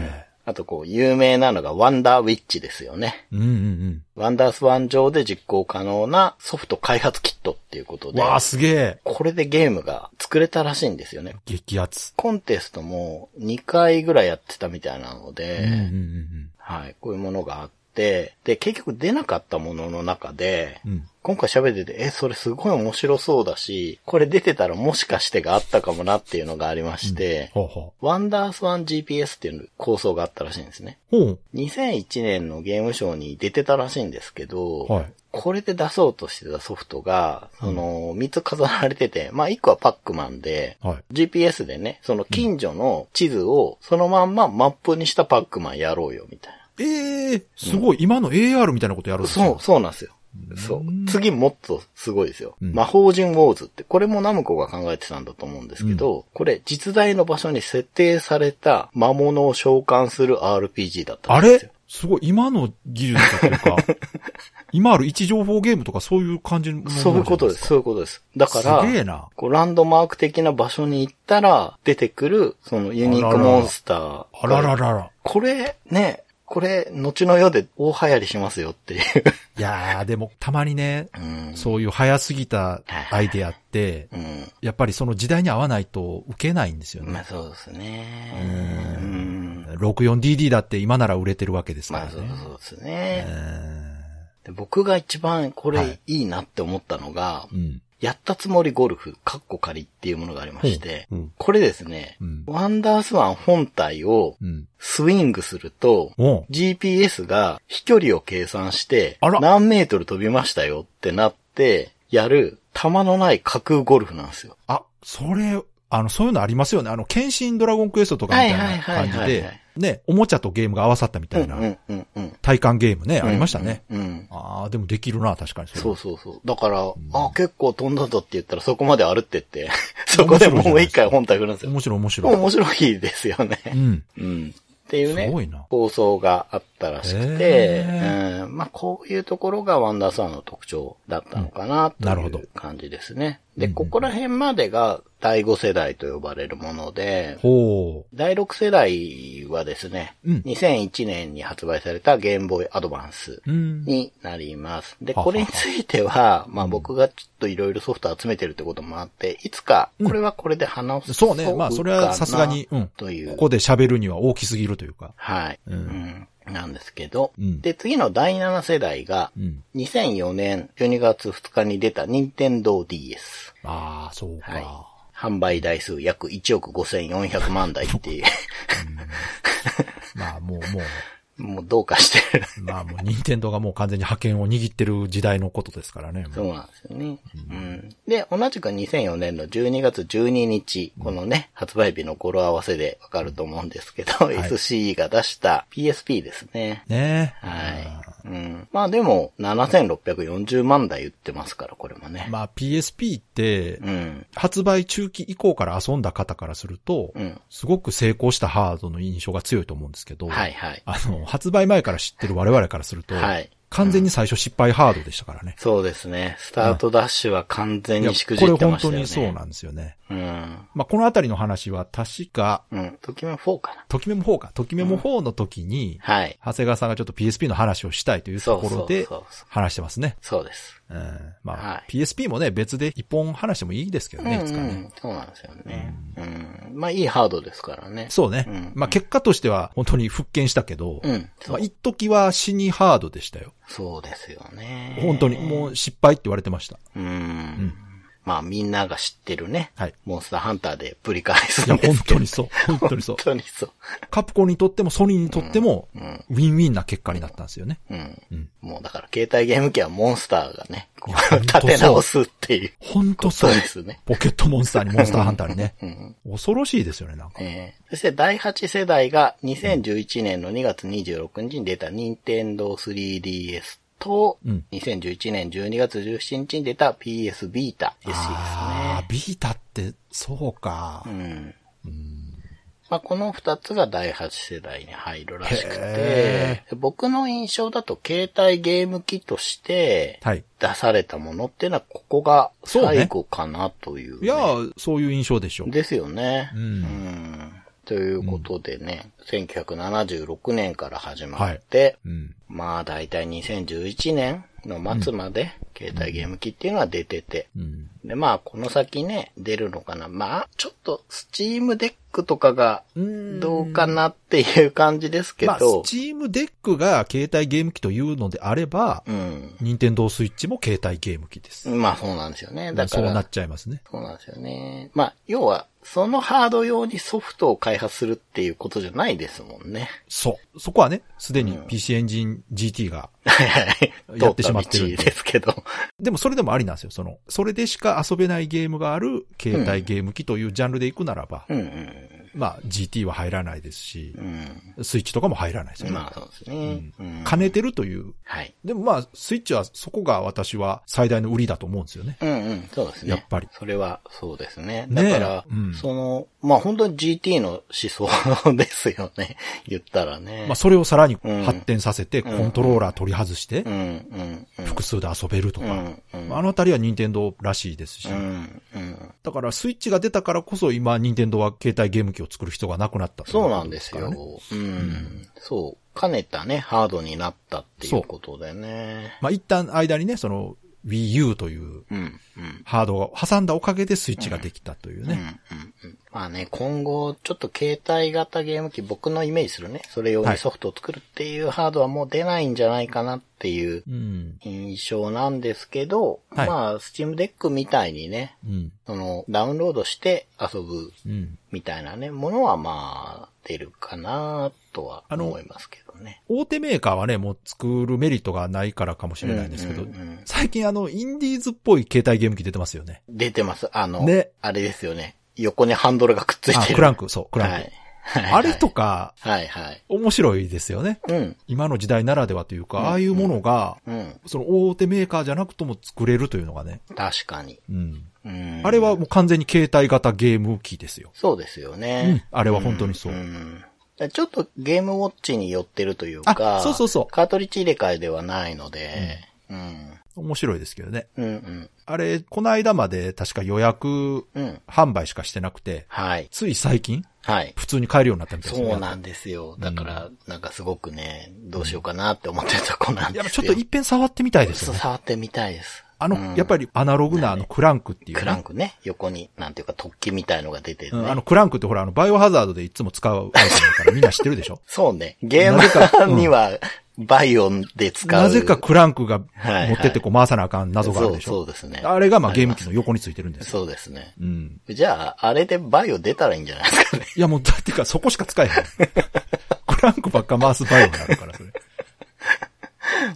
[SPEAKER 3] あとこう、有名なのがワンダーウィッチですよね。
[SPEAKER 2] うん、うん、うん。
[SPEAKER 3] ワンダースワン上で実行可能なソフト開発キットっていうことで。
[SPEAKER 2] わあ、すげえ。
[SPEAKER 3] これでゲームが作れたらしいんですよね。
[SPEAKER 2] 激アツ。
[SPEAKER 3] コンテストも2回ぐらいやってたみたいなので、
[SPEAKER 2] うんうんうん
[SPEAKER 3] はい、こういうものがあって、で、結局出なかったものの中で、
[SPEAKER 2] うん。うん。
[SPEAKER 3] 今回喋ってて、え、それすごい面白そうだし、これ出てたらもしかしてがあったかもなっていうのがありまして、
[SPEAKER 2] ほうほ
[SPEAKER 3] ワンダースワン GPS っていう構想があったらしいんですね。
[SPEAKER 2] う。ほ
[SPEAKER 3] 2001年のゲームショーに出てたらしいんですけど、
[SPEAKER 2] う。はい。
[SPEAKER 3] これで出そうとしてたソフトが、その、3つ飾られてて、まあ1個はパックマンで、
[SPEAKER 2] はい。
[SPEAKER 3] GPS でね、その近所の地図をそのまんまマップにしたパックマンやろうよ、みたいな。
[SPEAKER 2] ええすごい、今の AR みたいなことやるんです
[SPEAKER 3] そう、
[SPEAKER 2] よ。
[SPEAKER 3] そうなんですよ。そう。次もっとすごいですよ。
[SPEAKER 2] うん
[SPEAKER 3] 魔法陣ウォーズって、これもナムコが考えてたんだと思うんですけど、これ実在の場所に設定された魔物を召喚する RPG だった
[SPEAKER 2] あ
[SPEAKER 3] んです
[SPEAKER 2] れ
[SPEAKER 3] よ。
[SPEAKER 2] すごい、今の技術というか、 今ある位置情報ゲームとかそういう感じのものじゃ
[SPEAKER 3] そう
[SPEAKER 2] ないいう
[SPEAKER 3] ことです、そういうことです。だ
[SPEAKER 2] か
[SPEAKER 3] から、
[SPEAKER 2] すげえな。
[SPEAKER 3] こうランドマーク的な場所に行ったら出てくる、そのユニークモンスター。
[SPEAKER 2] あらららら。
[SPEAKER 3] これね、これ、後の世で大流行りしますよっていう。
[SPEAKER 2] いやー、でも、たまにね、
[SPEAKER 3] うん。
[SPEAKER 2] そういう早すぎたアイデアって、
[SPEAKER 3] うん。
[SPEAKER 2] やっぱりその時代に合わないと受けないんですよ
[SPEAKER 3] ま
[SPEAKER 2] ね。
[SPEAKER 3] あそうですね。
[SPEAKER 2] う
[SPEAKER 3] うんん。
[SPEAKER 2] 64DD だって今なら売れてるわけですか
[SPEAKER 3] ま
[SPEAKER 2] ら
[SPEAKER 3] あそう
[SPEAKER 2] ね。
[SPEAKER 3] そうですね。
[SPEAKER 2] う
[SPEAKER 3] で僕が一番こ
[SPEAKER 2] は
[SPEAKER 3] れ
[SPEAKER 2] い
[SPEAKER 3] いいなって思ったのが、
[SPEAKER 2] ん。
[SPEAKER 3] やったつもりゴルフ、カッコ仮っていうものがありまして、
[SPEAKER 2] うん。
[SPEAKER 3] これですね、
[SPEAKER 2] うん。
[SPEAKER 3] ワンダースワン本体を
[SPEAKER 2] うん。
[SPEAKER 3] スイングすると、
[SPEAKER 2] おう
[SPEAKER 3] GPS が飛距離を計算して
[SPEAKER 2] あら、
[SPEAKER 3] 何メートル飛びましたよってなって、やる、弾のない架空ゴルフなんですよ。
[SPEAKER 2] あ、それ、あの、そういうのありますよね。あの、剣心ドラゴンクエストとかみたいな感じ
[SPEAKER 3] はいはいはいはいは
[SPEAKER 2] で、ね、おもちゃとゲームが合わさったみたいな、
[SPEAKER 3] んうんうん。
[SPEAKER 2] 体感ゲームね、ありましたね。
[SPEAKER 3] うんうん。
[SPEAKER 2] ああ、でもできるな、確かにそれ。
[SPEAKER 3] そうそうそう。だから、あ、結構飛んだぞって言ったらそこまであるってって、 そこでもう一回本体振るんですよ。
[SPEAKER 2] 面白い面白い。
[SPEAKER 3] 面白いですよね。
[SPEAKER 2] うん。
[SPEAKER 3] うん。っていう
[SPEAKER 2] すごい
[SPEAKER 3] ね
[SPEAKER 2] な、
[SPEAKER 3] 構想があったらしくて
[SPEAKER 2] へ、
[SPEAKER 3] うん、まあこういうところがワンダーさんの特徴だったのかな
[SPEAKER 2] うんなるほ
[SPEAKER 3] と
[SPEAKER 2] ど
[SPEAKER 3] いう感じですね。で、
[SPEAKER 2] うんうん
[SPEAKER 3] ここら辺までが第5世代と呼ばれるもので、
[SPEAKER 2] ほ
[SPEAKER 3] 第6世代はですね、
[SPEAKER 2] うん
[SPEAKER 3] 2001年に発売されたゲームボーイアドバンス
[SPEAKER 2] う。うん。
[SPEAKER 3] になります。で、
[SPEAKER 2] はは
[SPEAKER 3] これについては、まあ僕がちょっといろいろソフト集めてるってこともあって、いつかこれはこれで話す。
[SPEAKER 2] そうね。まあ、それはさすがに、うん。
[SPEAKER 3] という
[SPEAKER 2] ここで喋るには大きすぎるというか。
[SPEAKER 3] はい。
[SPEAKER 2] う
[SPEAKER 3] うんん。なんですけど。
[SPEAKER 2] うん
[SPEAKER 3] で、次の第7世代が
[SPEAKER 2] う、ん。
[SPEAKER 3] 2004年12月2日に出た任天堂 DS。
[SPEAKER 2] ああ、そうか。
[SPEAKER 3] はい販売台数約1億5400万台っていう、
[SPEAKER 2] まあ、もう、も
[SPEAKER 3] もうどうかしてる。
[SPEAKER 2] う、まあ、もう、任天堂がもう完全に覇権を握ってる時代のことですからね。
[SPEAKER 3] そうなんですよね。うん。で、同じく2004年の12月12日、このね、発売日の語呂合わせでわかると思うんですけど、
[SPEAKER 2] い
[SPEAKER 3] SCE が出した PSP ですね。
[SPEAKER 2] ねえ。
[SPEAKER 3] はい。うん。まあでも、7640万台売ってますから、これもね。
[SPEAKER 2] まあ、PSP って、
[SPEAKER 3] うん。
[SPEAKER 2] 発売中期以降から遊んだ方からすると、
[SPEAKER 3] うん。
[SPEAKER 2] すごく成功したハードの印象が強いと思うんですけど、
[SPEAKER 3] はいはい。
[SPEAKER 2] あの、発売前から知ってる我々からすると、
[SPEAKER 3] はい。
[SPEAKER 2] 完全に最初失敗ハードでしたからね。
[SPEAKER 3] そうですね。スタートダッシュは完全
[SPEAKER 2] いや
[SPEAKER 3] にしくじ
[SPEAKER 2] これ
[SPEAKER 3] ってま
[SPEAKER 2] 本
[SPEAKER 3] した
[SPEAKER 2] 当
[SPEAKER 3] よね。
[SPEAKER 2] にそうなんですよね。
[SPEAKER 3] うん。
[SPEAKER 2] まあ、このあたりの話は確か、
[SPEAKER 3] うん。ときめ4かな。
[SPEAKER 2] ときメモ4か、ときメモ4の時に、
[SPEAKER 3] はい。
[SPEAKER 2] 長谷川さんがちょっと PSP の話をしたいという
[SPEAKER 3] そ
[SPEAKER 2] と
[SPEAKER 3] う
[SPEAKER 2] こ
[SPEAKER 3] そう
[SPEAKER 2] ろで
[SPEAKER 3] そうそう。
[SPEAKER 2] 話してますね。
[SPEAKER 3] そうです。
[SPEAKER 2] うんまあ、
[SPEAKER 3] はい
[SPEAKER 2] PSP もね、別で一本話してもいいですけどね、いつか
[SPEAKER 3] うんう
[SPEAKER 2] ね。
[SPEAKER 3] んそうなんですよね。うん。まあいいハードですからね。
[SPEAKER 2] そうね。
[SPEAKER 3] うん
[SPEAKER 2] まあ結果としては本当に復権したけど、
[SPEAKER 3] うん。そ
[SPEAKER 2] まあ
[SPEAKER 3] う
[SPEAKER 2] 一時は死にハードでしたよ。
[SPEAKER 3] そうですよね。
[SPEAKER 2] 本当に、もう失敗って言われてました。
[SPEAKER 3] うん。まあみんなが知ってるね。
[SPEAKER 2] はい
[SPEAKER 3] モンスターハンターでぶり返す
[SPEAKER 2] いや、
[SPEAKER 3] んで
[SPEAKER 2] 本
[SPEAKER 3] すけ
[SPEAKER 2] 当
[SPEAKER 3] ど。
[SPEAKER 2] にそう。本当にそう
[SPEAKER 3] 本。当にそう。
[SPEAKER 2] カプコンにとってもソニーにとっても、
[SPEAKER 3] うん。
[SPEAKER 2] ウィンウィンな結果になったんですよね。
[SPEAKER 3] うん。
[SPEAKER 2] うん。
[SPEAKER 3] もうだから携帯ゲーム機はモンスターがね、こ
[SPEAKER 2] いや
[SPEAKER 3] う
[SPEAKER 2] 本当そう
[SPEAKER 3] 立て直すっていう
[SPEAKER 2] 本当
[SPEAKER 3] こ
[SPEAKER 2] そ
[SPEAKER 3] と
[SPEAKER 2] う
[SPEAKER 3] で。すね。
[SPEAKER 2] ポケットモンスターにモンスターハンターにね。
[SPEAKER 3] うん。
[SPEAKER 2] 恐ろしいですよね、なんか。
[SPEAKER 3] えーそして第8世代が2011年の2月26日に出た任天堂 3DS と、
[SPEAKER 2] うん
[SPEAKER 3] 2011年12月17日に出た PS ビータ SC です
[SPEAKER 2] あ
[SPEAKER 3] ね
[SPEAKER 2] ー。ビータって、そうか。
[SPEAKER 3] うん。
[SPEAKER 2] うん
[SPEAKER 3] まあ、この2つが第8世代に入るらしく
[SPEAKER 2] へ
[SPEAKER 3] て、僕の印象だと携帯ゲーム機として
[SPEAKER 2] はい。
[SPEAKER 3] 出されたものっていうのはここが
[SPEAKER 2] そうね
[SPEAKER 3] 最後かなという、
[SPEAKER 2] いやー、そういう印象でしょう。
[SPEAKER 3] ですよね。
[SPEAKER 2] うん
[SPEAKER 3] んということでね、1976年から始まって、
[SPEAKER 2] うん。
[SPEAKER 3] まあ大体2011年の末まで、携帯ゲーム機っていうのは出てて、
[SPEAKER 2] うん。
[SPEAKER 3] で、まあこの先ね、出るのかな。まあ、ちょっと、スチームデックとかが、
[SPEAKER 2] うん
[SPEAKER 3] どうかなっていう感じですけ
[SPEAKER 2] まあ、
[SPEAKER 3] ど、
[SPEAKER 2] スチームデックが携帯ゲーム機というのであれば、
[SPEAKER 3] うん。
[SPEAKER 2] 任天堂スイッチも携帯ゲーム機です。
[SPEAKER 3] まあそうなんですよね。だか
[SPEAKER 2] そうな
[SPEAKER 3] ら
[SPEAKER 2] っ、ちゃいますね。
[SPEAKER 3] そうなんですよね。まあ、要は、そのハード用にソフトを開発するっていうことじゃないですもんね。
[SPEAKER 2] そう。そこはね、すでに
[SPEAKER 3] うん
[SPEAKER 2] PC エンジン GT が、
[SPEAKER 3] はいはい。
[SPEAKER 2] やってしまってるんで
[SPEAKER 3] 通た道ですけど。
[SPEAKER 2] でもそれでもありなんですよ。その、それでしか遊べないゲームがある携帯ゲーム機というジャンルで行くならば、
[SPEAKER 3] うんうん
[SPEAKER 2] まあ GT は入らないですし
[SPEAKER 3] う、ん。
[SPEAKER 2] スイッチとかも入らないです
[SPEAKER 3] う
[SPEAKER 2] よ
[SPEAKER 3] ん。
[SPEAKER 2] ね。
[SPEAKER 3] まあそうですね。うん
[SPEAKER 2] 兼ねてるという。
[SPEAKER 3] はい。
[SPEAKER 2] でもまあ、スイッチはそこが私は最大の売りだと思うんですよね。
[SPEAKER 3] うんうん、そうですね。
[SPEAKER 2] やっぱり
[SPEAKER 3] それは、そうですね。
[SPEAKER 2] ねえ
[SPEAKER 3] だから、
[SPEAKER 2] うん
[SPEAKER 3] その、まあ本当に GT の思想ですよね。 言ったらね。
[SPEAKER 2] まあそれをさらに
[SPEAKER 3] うん
[SPEAKER 2] 発展させて、コントローラー取り外して
[SPEAKER 3] う、んうんうん。
[SPEAKER 2] 複数で遊べると
[SPEAKER 3] う
[SPEAKER 2] か。
[SPEAKER 3] んうん。
[SPEAKER 2] あのあたりは任天堂らしいですし
[SPEAKER 3] う。んうん。
[SPEAKER 2] だからスイッチが出たからこそ今任天堂は携帯ゲーム機を作る人がなくなったとい
[SPEAKER 3] そう
[SPEAKER 2] こ
[SPEAKER 3] な
[SPEAKER 2] と
[SPEAKER 3] んです
[SPEAKER 2] から
[SPEAKER 3] よ。
[SPEAKER 2] ね
[SPEAKER 3] うん。そう。兼ねたね、ハードになったっていうことでね。
[SPEAKER 2] まあ、一旦間にね、その Wii U という
[SPEAKER 3] うん、うん。
[SPEAKER 2] ハードを挟んだおかげでスイッチができたという
[SPEAKER 3] うん、
[SPEAKER 2] ね。
[SPEAKER 3] うん、うん。まあね、今後、ちょっと携帯型ゲーム機、僕のイメージするね、それ用にソフトを作るっていうハードはもう出ないんじゃないかなっていう
[SPEAKER 2] うん。
[SPEAKER 3] 印象なんですけど、
[SPEAKER 2] はい
[SPEAKER 3] まあ、スチームデックみたいにね、
[SPEAKER 2] うん。
[SPEAKER 3] その、ダウンロードして遊ぶ
[SPEAKER 2] うん。
[SPEAKER 3] みたいなね、ものはまあ、出るかなとは
[SPEAKER 2] あの
[SPEAKER 3] 思いますけどね。
[SPEAKER 2] 大手メーカーはね、もう作るメリットがないからかもしれないんですけど、
[SPEAKER 3] うんうんうん
[SPEAKER 2] 最近あの、インディーズっぽい携帯ゲーム機出てますよね。
[SPEAKER 3] 出てます。あの、
[SPEAKER 2] ね
[SPEAKER 3] あれですよね。横にハンドルがくっつい
[SPEAKER 2] あ
[SPEAKER 3] て、る。
[SPEAKER 2] クランク、そう、クランク。
[SPEAKER 3] はい。はいはい
[SPEAKER 2] あれとか、
[SPEAKER 3] はいはい。
[SPEAKER 2] 面白いですよね。
[SPEAKER 3] うん。
[SPEAKER 2] 今の時代ならではというか、ああいうものが、
[SPEAKER 3] うん。
[SPEAKER 2] その大手メーカーじゃなくとも作れるというのがね。
[SPEAKER 3] 確かに。
[SPEAKER 2] うん。
[SPEAKER 3] うん。
[SPEAKER 2] あれはもう完全に携帯型ゲーム機ですよ。
[SPEAKER 3] そうですよ
[SPEAKER 2] うん
[SPEAKER 3] ね。。
[SPEAKER 2] あれは本当にそう
[SPEAKER 3] う。ん。ちょっとゲームウォッチに寄ってるというか、
[SPEAKER 2] あ、そうそうそ
[SPEAKER 3] カートリッジ入れ替えではないので、うん。
[SPEAKER 2] う。面白いですけどね。
[SPEAKER 3] うんうん。
[SPEAKER 2] あれ、この間まで確か予約
[SPEAKER 3] うん。
[SPEAKER 2] 販売しかしてなくて、
[SPEAKER 3] はい。
[SPEAKER 2] つい最近、
[SPEAKER 3] はい。
[SPEAKER 2] 普通に買えるようになったみたいですね。
[SPEAKER 3] そうなんですよ。だから、なんかすごくね、どうしようかなって思ってた子なん
[SPEAKER 2] や
[SPEAKER 3] で
[SPEAKER 2] っぱ
[SPEAKER 3] す
[SPEAKER 2] ちょ
[SPEAKER 3] よ。
[SPEAKER 2] っと一遍触ってみたいです
[SPEAKER 3] そ
[SPEAKER 2] よ
[SPEAKER 3] う
[SPEAKER 2] ね。
[SPEAKER 3] 触ってみたいです。
[SPEAKER 2] あの、やっぱりアナログなあのクランクっていうね、
[SPEAKER 3] クランクね、横に、なんていうか突起みたいのが出てる
[SPEAKER 2] う
[SPEAKER 3] ね。
[SPEAKER 2] ん、あのクランクってほら、あの、バイオハザードでいつも使うアイテムだからみんな知ってるでしょ
[SPEAKER 3] そうね。ゲーム
[SPEAKER 2] なぜかうん
[SPEAKER 3] には、バイオンで 使う。
[SPEAKER 2] なぜかクランクが持
[SPEAKER 3] はい
[SPEAKER 2] ってってこう回さなあかん謎があるでし
[SPEAKER 3] そ
[SPEAKER 2] ょ、
[SPEAKER 3] うそうですね。
[SPEAKER 2] あれがまあゲーム機の横についてるんですよ。
[SPEAKER 3] そうですね。
[SPEAKER 2] うん。
[SPEAKER 3] じゃあ、あれでバイオ出たらいいんじゃないです かね。
[SPEAKER 2] いやもう、だってかそこしか使えへん。クランクばっか回すバイオになるから、そ れ。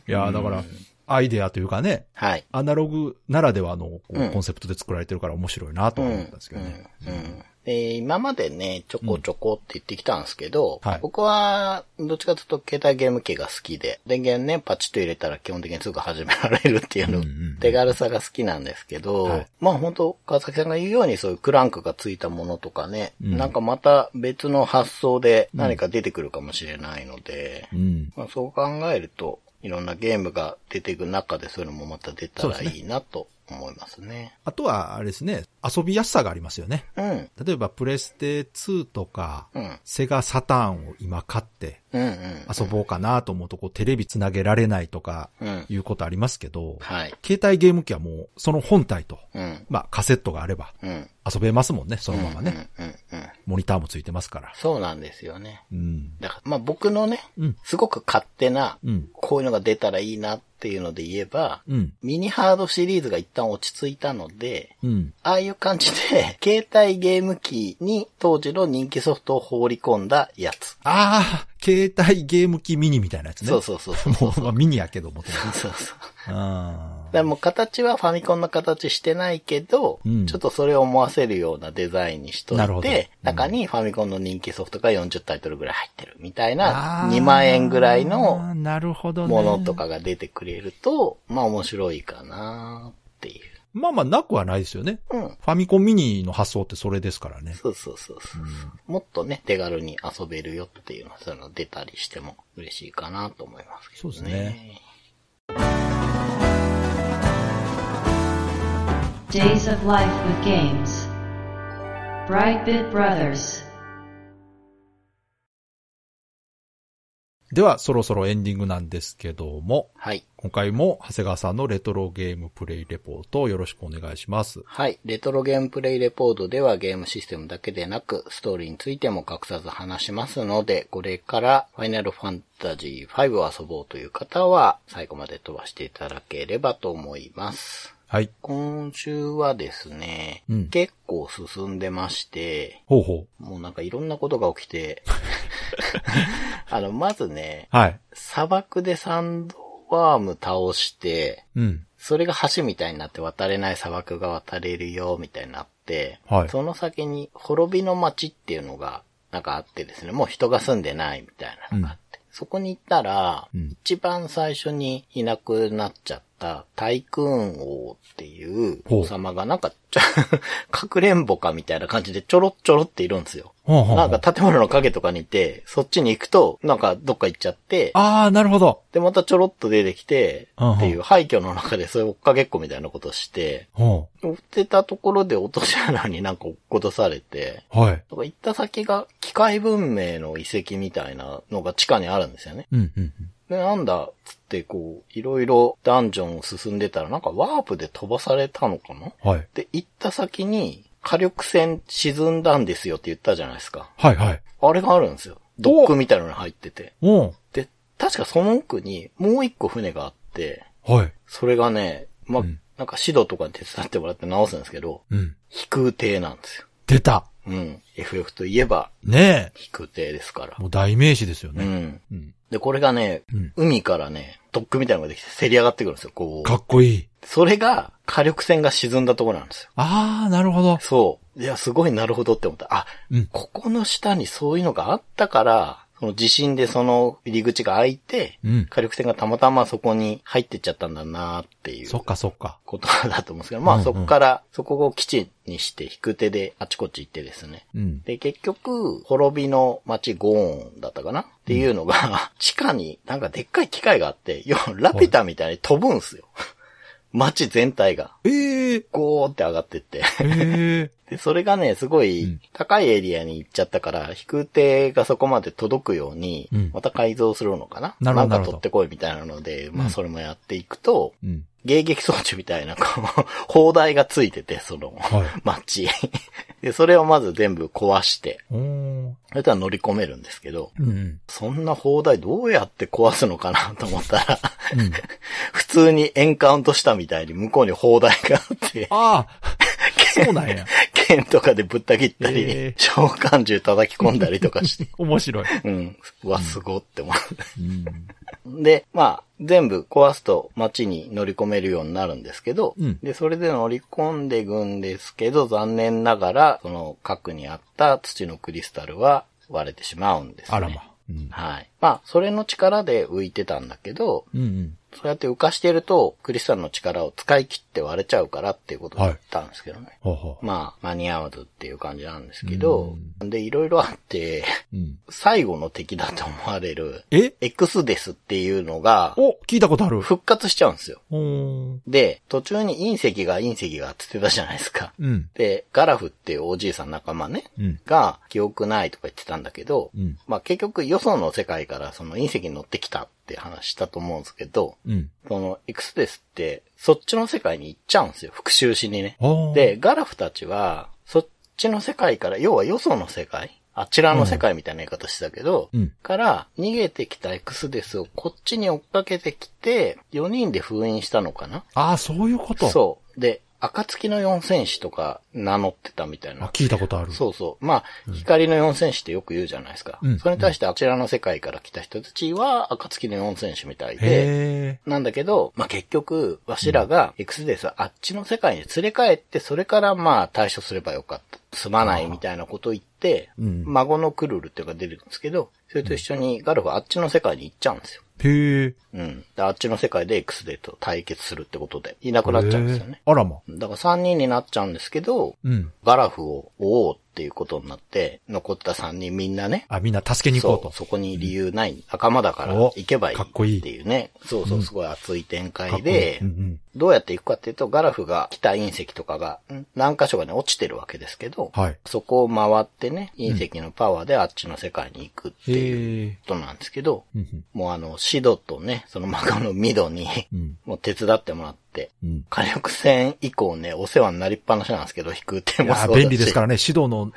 [SPEAKER 2] いや、だから、アイデアというかね、
[SPEAKER 3] はい。
[SPEAKER 2] アナログならではのこう
[SPEAKER 3] うん
[SPEAKER 2] コンセプトで作られてるから面白いなとは
[SPEAKER 3] う
[SPEAKER 2] 思
[SPEAKER 3] ん
[SPEAKER 2] ったんですけどね。
[SPEAKER 3] うんで今までね、ちょこちょこって言ってきたんですけど、
[SPEAKER 2] はい
[SPEAKER 3] 僕は、どっちかというと携帯ゲーム機が好きで、電源ね、パチッと入れたら基本的にすぐ始められるっていう
[SPEAKER 2] う
[SPEAKER 3] の
[SPEAKER 2] んうんうん、
[SPEAKER 3] 手軽さが好きなんですけど、
[SPEAKER 2] はい
[SPEAKER 3] まあ本当川崎さんが言うようにそういうクランクがついたものとかね、
[SPEAKER 2] うん
[SPEAKER 3] なんかまた別の発想で何か出てくるかもしれないので、
[SPEAKER 2] うん。
[SPEAKER 3] まあ、そう考えると、いろんなゲームが出ていく中でそういうのもまた出たらいいなと思いますね。
[SPEAKER 2] あとは、あれですね、遊びやすさがありますよね。例えば、プレステ2とか、
[SPEAKER 3] うん。うん。
[SPEAKER 2] セガサターンを今買って
[SPEAKER 3] うんうん。
[SPEAKER 2] 遊ぼうかなと思うと、こう、テレビつなげられないとか、
[SPEAKER 3] うん。
[SPEAKER 2] いうことありますけど、
[SPEAKER 3] はい。
[SPEAKER 2] 携帯ゲーム機はもう、その本体と、
[SPEAKER 3] うん。
[SPEAKER 2] まあ、カセットがあれば、
[SPEAKER 3] うん。
[SPEAKER 2] 遊べますもんね、そのままね。
[SPEAKER 3] うんうんうん。
[SPEAKER 2] モニターもついてますから。
[SPEAKER 3] そうなんですよね。
[SPEAKER 2] うん。
[SPEAKER 3] だから、まあ僕のね、
[SPEAKER 2] うん
[SPEAKER 3] すごく勝手な、
[SPEAKER 2] うん。
[SPEAKER 3] こういうのが出たらいいなっていうので言えば、
[SPEAKER 2] うん。
[SPEAKER 3] ミニハードシリーズが一旦落ち着いたので、
[SPEAKER 2] うん。
[SPEAKER 3] ああいう感じで、 携帯ゲーム機に当時の人気ソフトを放り込んだやつ。
[SPEAKER 2] ああ、携帯ゲーム機ミニみたいなやつね。
[SPEAKER 3] そうそうそうそう。
[SPEAKER 2] もう、まあ、ミニやけどもともと。
[SPEAKER 3] そうそう。
[SPEAKER 2] あ
[SPEAKER 3] だからもう形はファミコンの形してないけど、
[SPEAKER 2] うん
[SPEAKER 3] ちょっとそれを思わせるようなデザインにしと
[SPEAKER 2] なるほ
[SPEAKER 3] い
[SPEAKER 2] ど
[SPEAKER 3] て、
[SPEAKER 2] うん
[SPEAKER 3] 中にファミコンの人気ソフトが40タイトルぐらい入ってるみたいな、
[SPEAKER 2] あー
[SPEAKER 3] 2万円ぐら
[SPEAKER 2] あ
[SPEAKER 3] いの
[SPEAKER 2] ーなるほどね
[SPEAKER 3] ものとかが出てくれると、まあ面白いかなっていう。
[SPEAKER 2] まあまあ、なくはないですよね。
[SPEAKER 3] うん。
[SPEAKER 2] ファミコンミニの発想ってそれですからね。
[SPEAKER 3] そうそうそうそう、もっとね、手軽に遊べるよっていうの、そういうの出たりしても嬉しいかなと思いますけ
[SPEAKER 2] そ
[SPEAKER 3] どね。
[SPEAKER 2] うですね。
[SPEAKER 1] Days of Life with Games. Brightbit Brothers.
[SPEAKER 2] では、そろそろエンディングなんですけども、
[SPEAKER 3] はい。
[SPEAKER 2] 今回も長谷川さんのレトロゲームプレイレポートをよろしくお願いします。
[SPEAKER 3] はい。レトロゲームプレイレポートではゲームシステムだけでなく、ストーリーについても隠さず話しますので、これからファイナルファンタジー5を遊ぼうという方は、最後まで飛ばしていただければと思います。
[SPEAKER 2] はい。
[SPEAKER 3] 今週はですね、
[SPEAKER 2] うん
[SPEAKER 3] 結構進んでまして、
[SPEAKER 2] ほうほう。
[SPEAKER 3] もうなんかいろんなことが起き て、あの、まずね、
[SPEAKER 2] はい。
[SPEAKER 3] 砂漠でサンドワーム倒して、
[SPEAKER 2] うん。
[SPEAKER 3] それが橋みたいになって渡れない砂漠が渡れるよ、みたいになって、
[SPEAKER 2] はい
[SPEAKER 3] その先に滅びの町っていうのが、なんかあってですね、もう人が住んでないみたいなのがあって、そこに行ったら、
[SPEAKER 2] うん
[SPEAKER 3] 一番最初にいなくなっちゃっったタイクーン王っていう
[SPEAKER 2] ほう
[SPEAKER 3] 王様がなんか、ちょ かくれんぼかみたいな感じでちょろっちょろっているんですよ。
[SPEAKER 2] ほうほうほう
[SPEAKER 3] なんか建物の影とかにいて、そっちに行くと、なんかどっか行っちゃって、
[SPEAKER 2] ああ、なるほど。
[SPEAKER 3] で、またちょろっと出てきて、
[SPEAKER 2] うんうん
[SPEAKER 3] っていう廃墟の中でそういう追っかけっこみたいなことして、
[SPEAKER 2] ほ
[SPEAKER 3] 追ってたところで落とし穴になんか落っことされて、
[SPEAKER 2] う。はい。
[SPEAKER 3] なんか行った先が機械文明の遺跡みたいなのが地下にあるんですよね。
[SPEAKER 2] うん、うん、
[SPEAKER 3] で、なんだ、つってこう、いろいろダンジョンを進んでたらなんかワープで飛ばされたのかな
[SPEAKER 2] うん。はい。
[SPEAKER 3] で、行った先に火力船沈んだんですよって言ったじゃないですか。
[SPEAKER 2] はい、はい。
[SPEAKER 3] あれがあるんですよ。ドックみたいなのに入ってて。
[SPEAKER 2] うん。
[SPEAKER 3] で、確かその奥にもう一個船があって、
[SPEAKER 2] はい。
[SPEAKER 3] それがね、まあ、
[SPEAKER 2] うん
[SPEAKER 3] なんか指導とかに手伝ってもらって直すんですけど、
[SPEAKER 2] うん。
[SPEAKER 3] 飛空艇なんですよ。
[SPEAKER 2] 出た。
[SPEAKER 3] うん。FF といえば
[SPEAKER 2] ね
[SPEAKER 3] 飛空艇ですから
[SPEAKER 2] え。。もう代名詞ですよ
[SPEAKER 3] う
[SPEAKER 2] ね。
[SPEAKER 3] ん。
[SPEAKER 2] うん。
[SPEAKER 3] で、これがね、
[SPEAKER 2] うん
[SPEAKER 3] 海からね、ドックみたいなのができて、せり上がってくるんですよ、こ
[SPEAKER 2] かっこいい。
[SPEAKER 3] う。それが、火力船が沈んだところなんですよ。
[SPEAKER 2] ああ、なるほど。
[SPEAKER 3] そう。いや、すごいなるほどって思った。あ、
[SPEAKER 2] うん
[SPEAKER 3] ここの下にそういうのがあったから、その地震でその入り口が開いて、
[SPEAKER 2] うん。
[SPEAKER 3] 火力船がたまたまそこに入ってっちゃったんだなっていう。
[SPEAKER 2] そっか、そっか。
[SPEAKER 3] ことだと思うんですけど、ま
[SPEAKER 2] うん
[SPEAKER 3] あ
[SPEAKER 2] うん
[SPEAKER 3] そこから、そこを基地にして引く手であちこち行ってですね。
[SPEAKER 2] うん。
[SPEAKER 3] で、結局、滅びの街ゴーンだったかなっていうのが、地下になんかでっかい機械があって、要はラピュタみたいに飛ぶんすよ。街全体が。
[SPEAKER 2] ええー。
[SPEAKER 3] ゴーって上がってって。
[SPEAKER 2] ええ
[SPEAKER 3] で、それがね、すご
[SPEAKER 2] う
[SPEAKER 3] い
[SPEAKER 2] ん
[SPEAKER 3] 高いエリアに行っちゃったから、飛空艇がそこまで届くように
[SPEAKER 2] うん、
[SPEAKER 3] また改造するのかな、
[SPEAKER 2] なるほど
[SPEAKER 3] んか
[SPEAKER 2] なるほど
[SPEAKER 3] 取ってこいみたいなので、
[SPEAKER 2] う
[SPEAKER 3] まあ
[SPEAKER 2] ん
[SPEAKER 3] それもやっていくと、
[SPEAKER 2] ー。うん。
[SPEAKER 3] 迎撃装置みたいな、こう、砲台がついてて、その、
[SPEAKER 2] はい。
[SPEAKER 3] 街。 で、それをまず全部壊して、
[SPEAKER 2] おー。
[SPEAKER 3] それとは乗り込めるんですけど、
[SPEAKER 2] うん。うん。
[SPEAKER 3] そんな砲台どうやって壊すのかなと思ったら、 普通にエンカウントしたみたいに向こうに砲台があ って、
[SPEAKER 2] ああ、そうなんや。
[SPEAKER 3] 剣とかでぶった切ったり、
[SPEAKER 2] えー
[SPEAKER 3] 召喚獣叩き込んだりとかして、
[SPEAKER 2] 面白い。
[SPEAKER 3] うん、うわ、すごって思って。
[SPEAKER 2] うん。
[SPEAKER 3] で、まあ、全部壊すと街に乗り込めるようになるんですけど、
[SPEAKER 2] うん
[SPEAKER 3] で、それで乗り込んでいくんですけど、残念ながら、その核にあった土のクリスタルは割れてしまうんですね。
[SPEAKER 2] あらま。うん。
[SPEAKER 3] はい。まあ、それの力で浮いてたんだけど、
[SPEAKER 2] うんうん。
[SPEAKER 3] そうやって浮かしてると、クリスタルの力を使い切って割れちゃうからっていうことだったんですけどね。
[SPEAKER 2] ほうほ
[SPEAKER 3] まあ、間に合わずっていう感じなんですけど、で、いろいろあって、
[SPEAKER 2] う。うん。
[SPEAKER 3] 最後の敵だと思われる、
[SPEAKER 2] え
[SPEAKER 3] X ですっていうのが、
[SPEAKER 2] お、聞いたことある。
[SPEAKER 3] 復活しちゃうんですよ。
[SPEAKER 2] おー。
[SPEAKER 3] で、途中に隕石が隕石がって言ってたじゃないですか。
[SPEAKER 2] うん。
[SPEAKER 3] で、ガラフっていうおじいさん仲間ね、
[SPEAKER 2] うん。
[SPEAKER 3] が記憶ないとか言ってたんだけど、
[SPEAKER 2] うん。
[SPEAKER 3] まあ結局よその世界からその隕石に乗ってきたって話したと思うんですけど、
[SPEAKER 2] うん。
[SPEAKER 3] そのエクスデスってそっちの世界に行っちゃうんですよ、復讐しにね。
[SPEAKER 2] あー、
[SPEAKER 3] で、ガラフたちは、そっちの世界から、要はよその世界あちらの世界みたいな言い方してたけど、
[SPEAKER 2] うん。
[SPEAKER 3] から逃げてきたエクスデスをこっちに追っかけてきて、4人で封印したのかな
[SPEAKER 2] ああ、そういうこと。
[SPEAKER 3] そう。で、暁の四戦士とか名乗ってたみたい
[SPEAKER 2] あ、
[SPEAKER 3] な。
[SPEAKER 2] 聞いたことある。
[SPEAKER 3] そうそう。まあ、光の四戦士ってよく言うじゃないですか。
[SPEAKER 2] うん
[SPEAKER 3] それに対してあちらの世界から来た人たちは、暁の四戦士みたいで、
[SPEAKER 2] へえ。
[SPEAKER 3] なんだけど、まあ、結局、わしらがエクスデスをあっちの世界に連れ帰って、それからまあ対処すればよかった。すまないみたいなこと言って、
[SPEAKER 2] うん
[SPEAKER 3] 孫のクルルっていうのが出るんですけど、それと一緒にガルフはあっちの世界に行っちゃうんですよ。
[SPEAKER 2] へえ。
[SPEAKER 3] うん。であっちの世界でエクスデスと対決するってことで、いなくなっちゃうんですよね。
[SPEAKER 2] へーあらま。
[SPEAKER 3] だから3人になっちゃうんですけど、
[SPEAKER 2] うん。
[SPEAKER 3] ガラフを追おうっていうことになって、残った3人みんなね、
[SPEAKER 2] あ、みんな助けに行こ
[SPEAKER 3] そうう、
[SPEAKER 2] と。
[SPEAKER 3] そこに理由ない、袴だから
[SPEAKER 2] お
[SPEAKER 3] 行けばいい
[SPEAKER 2] かっこいい
[SPEAKER 3] っていうね、そうそう、すごい熱い展
[SPEAKER 2] かっ
[SPEAKER 3] 開
[SPEAKER 2] こいい
[SPEAKER 3] で、
[SPEAKER 2] うんうん。
[SPEAKER 3] どうやって行くかっていうと、ガラフが来た隕石とかが、ん何箇所かね、落ちてるわけですけど、
[SPEAKER 2] はい。
[SPEAKER 3] そこを回ってね、隕石のパワーであっちの世界に行くっていう
[SPEAKER 2] へえ。
[SPEAKER 3] ことなんですけど、
[SPEAKER 2] うんうん
[SPEAKER 3] もうあの、シドとね、その孫のミドに、
[SPEAKER 2] うん。
[SPEAKER 3] もう手伝ってもらって、
[SPEAKER 2] うん。
[SPEAKER 3] 火力戦以降ね、お世話になりっぱなしなんですけど、飛空艇
[SPEAKER 2] い
[SPEAKER 3] も
[SPEAKER 2] や
[SPEAKER 3] そ
[SPEAKER 2] ー
[SPEAKER 3] うだし。
[SPEAKER 2] 便利ですからね、指導の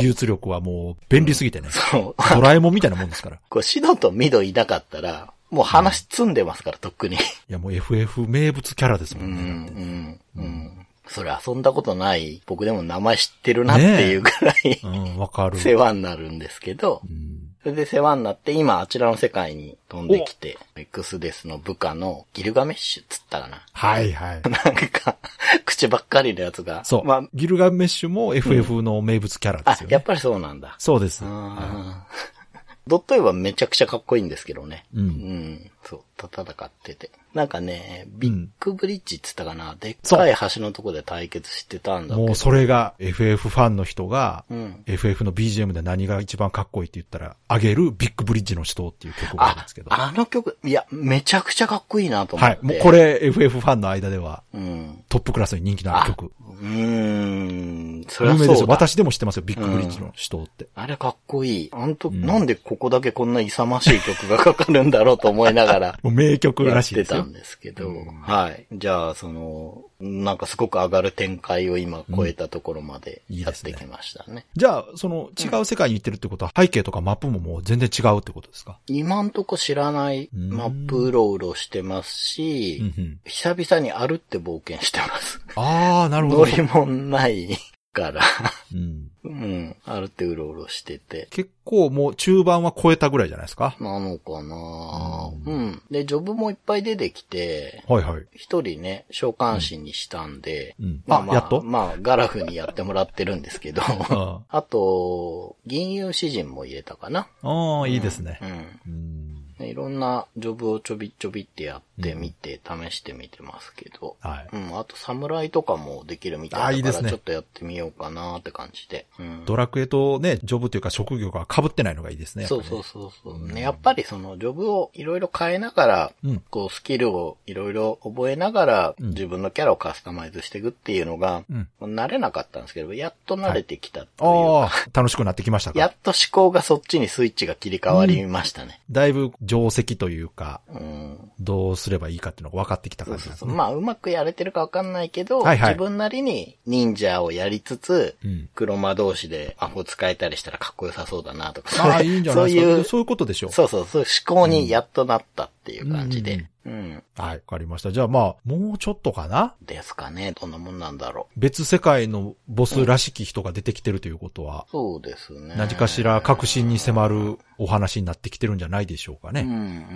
[SPEAKER 2] 技術力はもう便利すぎてね。
[SPEAKER 3] そう。
[SPEAKER 2] ドラえもんみたいなもんですから。
[SPEAKER 3] こう、シドとミドいなかったら、もう話積んでますから、とっくに。
[SPEAKER 2] いや、もう FF 名物キャラですも
[SPEAKER 3] うん
[SPEAKER 2] ね。
[SPEAKER 3] ん、うん、うん。それ遊んだことない、僕でも名前知ってるなっていうくらい、
[SPEAKER 2] うん、わかる。
[SPEAKER 3] 世話になるんですけど、
[SPEAKER 2] うん。
[SPEAKER 3] それで世話になって、今あちらの世界に飛んできて、エクスデスの部下のギルガメッシュっつったかな。
[SPEAKER 2] はい はい。
[SPEAKER 3] なんか、口ばっかりのやつが。
[SPEAKER 2] そう。
[SPEAKER 3] ま
[SPEAKER 2] ギルガメッシュも FF の名物キャラ
[SPEAKER 3] あ、
[SPEAKER 2] で
[SPEAKER 3] あ
[SPEAKER 2] すよ、ね
[SPEAKER 3] やっぱりそうなんだ。
[SPEAKER 2] そうです。
[SPEAKER 3] あドット絵はめちゃくちゃかっこいいんですけどね。
[SPEAKER 2] う。
[SPEAKER 3] うんん、そう、た戦ってて。なんかね、ビッグブリッジって言ったかな、でっ
[SPEAKER 2] そ
[SPEAKER 3] かいう橋のとこで対決してたんだけど。
[SPEAKER 2] もうそれが FF ファンの人が、
[SPEAKER 3] うん
[SPEAKER 2] FF の BGM で何が一番かっこいいって言ったら、あげるビッグブリッジの人っていう曲があるん
[SPEAKER 3] あ
[SPEAKER 2] ですけ、ど。は
[SPEAKER 3] あの曲、いや、めちゃくちゃかっこいいなと思って。
[SPEAKER 2] い。もうこ。れ FF ファンの間では
[SPEAKER 3] うん。
[SPEAKER 2] トップクラスに人気のある曲。
[SPEAKER 3] うーん、そりゃ
[SPEAKER 2] 有名です
[SPEAKER 3] そ
[SPEAKER 2] よ。
[SPEAKER 3] うだ。
[SPEAKER 2] 私でも知ってますよ。ビッグブリッジの人って。
[SPEAKER 3] あれかっこいい。あんと、
[SPEAKER 2] ん。
[SPEAKER 3] なんでここだけこんな勇ましい曲がかかるんだろうと思いながら
[SPEAKER 2] もう名曲
[SPEAKER 3] や
[SPEAKER 2] ら
[SPEAKER 3] っ
[SPEAKER 2] しいで
[SPEAKER 3] て
[SPEAKER 2] す
[SPEAKER 3] た
[SPEAKER 2] よ
[SPEAKER 3] ん。ですけど、はい。じゃあ、その、なんかすごく上がる展開を今超えたところまで
[SPEAKER 2] うんいい
[SPEAKER 3] や
[SPEAKER 2] で
[SPEAKER 3] っ
[SPEAKER 2] す
[SPEAKER 3] て
[SPEAKER 2] ね
[SPEAKER 3] きましたね。
[SPEAKER 2] じゃあ、その違う世界に行ってるってことは背景とかマップももう全然違うってことですか
[SPEAKER 3] 今んとこ知らない
[SPEAKER 2] うん
[SPEAKER 3] マップうろうろしてます
[SPEAKER 2] う
[SPEAKER 3] し
[SPEAKER 2] ん、うん。
[SPEAKER 3] 久々に歩って冒険してます。
[SPEAKER 2] あー、なるほど。
[SPEAKER 3] 乗りもんないから、
[SPEAKER 2] うん。
[SPEAKER 3] うん、歩ってうろうろしてて。
[SPEAKER 2] 結構もう中盤は超えたぐらいじゃないですか。
[SPEAKER 3] なのかな
[SPEAKER 2] う
[SPEAKER 3] うん。で、ジョブもいっぱい出てきて、
[SPEAKER 2] はいはい。
[SPEAKER 3] 一人ね、召喚師にしたんで、
[SPEAKER 2] うん。
[SPEAKER 3] まあ
[SPEAKER 2] あ
[SPEAKER 3] ま、あ
[SPEAKER 2] やっと
[SPEAKER 3] まあ、ガラフにやってもらってるんです けど、
[SPEAKER 2] あ
[SPEAKER 3] あと、銀融詩人も入れたかな。
[SPEAKER 2] あー、いいですね。
[SPEAKER 3] う
[SPEAKER 2] う
[SPEAKER 3] ん。
[SPEAKER 2] ん。
[SPEAKER 3] いろんなジョブをちょびちょびってやってみて、試してみてますけど。
[SPEAKER 2] はい。
[SPEAKER 3] うん、あと侍とかもできるみた
[SPEAKER 2] あい
[SPEAKER 3] い
[SPEAKER 2] い
[SPEAKER 3] だ
[SPEAKER 2] で
[SPEAKER 3] か
[SPEAKER 2] す
[SPEAKER 3] ら、
[SPEAKER 2] ね
[SPEAKER 3] ちょっとやってみようかなって感じで。うん。
[SPEAKER 2] ドラクエとね、ジョブというか職業が被ってないのがいいですね。
[SPEAKER 3] そう
[SPEAKER 2] う。
[SPEAKER 3] そうそうそう、ね。やっぱりそのジョブをいろいろ変えながら、
[SPEAKER 2] うん
[SPEAKER 3] こうスキルをいろいろ覚えながら、
[SPEAKER 2] うん
[SPEAKER 3] 自分のキャラをカスタマイズしていくっていうのが、
[SPEAKER 2] うん。
[SPEAKER 3] 慣れなかったんですけど、やっと慣れてきたっていうか、
[SPEAKER 2] ああ、楽しくなってきました
[SPEAKER 3] や
[SPEAKER 2] か
[SPEAKER 3] っ。と思考がそっちにスイッチが切り替わりましたね。
[SPEAKER 2] だいぶ定石というか、
[SPEAKER 3] うん。
[SPEAKER 2] どうすればいいかっていうのが分かってきた
[SPEAKER 3] そ
[SPEAKER 2] 感
[SPEAKER 3] う
[SPEAKER 2] じなん
[SPEAKER 3] そう
[SPEAKER 2] ですね。
[SPEAKER 3] そう。まあ、うまくやれてるかわかんないけど、
[SPEAKER 2] はいはい
[SPEAKER 3] 自分なりに忍者をやりつつ、
[SPEAKER 2] うん。
[SPEAKER 3] 黒魔同士でアホ使えたりしたらかっこよさそうだなとか。
[SPEAKER 2] ああ、いいんじゃないですか。
[SPEAKER 3] そう
[SPEAKER 2] そ
[SPEAKER 3] いう
[SPEAKER 2] い
[SPEAKER 3] う、
[SPEAKER 2] うことでしょう。
[SPEAKER 3] そうそう、そういう思考にやっとなったっていう感じで。うん。
[SPEAKER 2] はい、わかりました。じゃあまあ、もうちょっとかな
[SPEAKER 3] ですかね。どんなもんなんだろう。
[SPEAKER 2] 別世界のボスらしき人が出てきてるということは、
[SPEAKER 3] そうですね。
[SPEAKER 2] 何かしら確信に迫るお話になってきてるんじゃないでしょうか
[SPEAKER 3] うん
[SPEAKER 2] ね。
[SPEAKER 3] うんうん。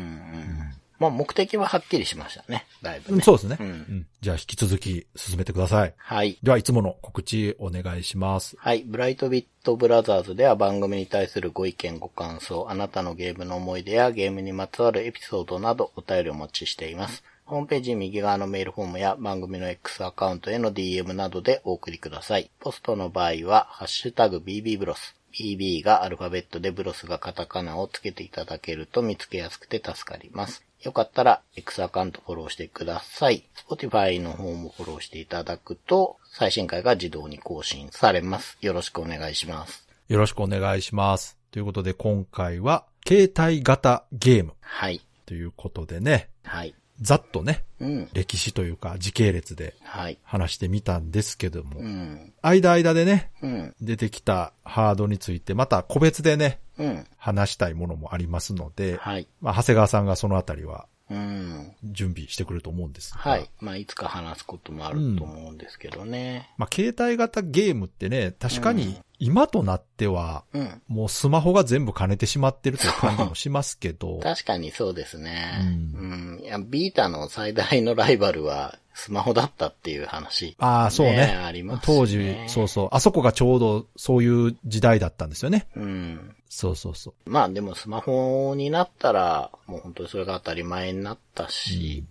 [SPEAKER 3] まあ、目的ははっきりしましたね。だいぶね。
[SPEAKER 2] そうですね、
[SPEAKER 3] う
[SPEAKER 2] うんんじゃあ引き続き進めてください。
[SPEAKER 3] はい。
[SPEAKER 2] では、いつもの告知お願いします。
[SPEAKER 3] はい。ブライトビットブラザーズでは番組に対するご意見、ご感想、あなたのゲームの思い出やゲームにまつわるエピソードなどお便りをお待ちしています。ホームページ右側のメールフォームや番組の X アカウントへの DM などでお送りください。ポストの場合は、ハッシュタグ BB ブロス。BB がアルファベットでブロスがカタカナをつけていただけると見つけやすくて助かります。よかったら X アカウントフォローしてください。Spotify の方もフォローしていただくと最新回が自動に更新されます。よろしくお願いします。
[SPEAKER 2] よろしくお願いします。ということで、今回は、携帯型ゲーム
[SPEAKER 3] はい。
[SPEAKER 2] ということでね、
[SPEAKER 3] はい。
[SPEAKER 2] ざっとね、
[SPEAKER 3] うん。
[SPEAKER 2] 歴史というか時系列で
[SPEAKER 3] はい。
[SPEAKER 2] 話してみたんですけども、
[SPEAKER 3] うん。
[SPEAKER 2] 間間でね、
[SPEAKER 3] うん。
[SPEAKER 2] 出てきたハードについて、また個別でね、
[SPEAKER 3] うん。
[SPEAKER 2] 話したいものもありますので、
[SPEAKER 3] はい。
[SPEAKER 2] まあ、長谷川さんがそのあたりは
[SPEAKER 3] うん。
[SPEAKER 2] 準備してくると思うんですが、
[SPEAKER 3] はい。まあ、いつか話すこともあると思うんですけどね。
[SPEAKER 2] まあ、携帯型ゲームってね、確かに今となっては、
[SPEAKER 3] うん。
[SPEAKER 2] もうスマホが全部兼ねてしまってるという感じもしますけど、
[SPEAKER 3] 確かにそうですね。う。
[SPEAKER 2] うん
[SPEAKER 3] いや、ビータの最大のライバルはスマホだったっていう話。
[SPEAKER 2] ああ、そうね。
[SPEAKER 3] ねありますね
[SPEAKER 2] 当時、そうそう。あそこがちょうどそういう時代だったんですよね。
[SPEAKER 3] うん。
[SPEAKER 2] そうそうそう。
[SPEAKER 3] まあでもスマホになったら、もう本当にそれが当たり前になったし、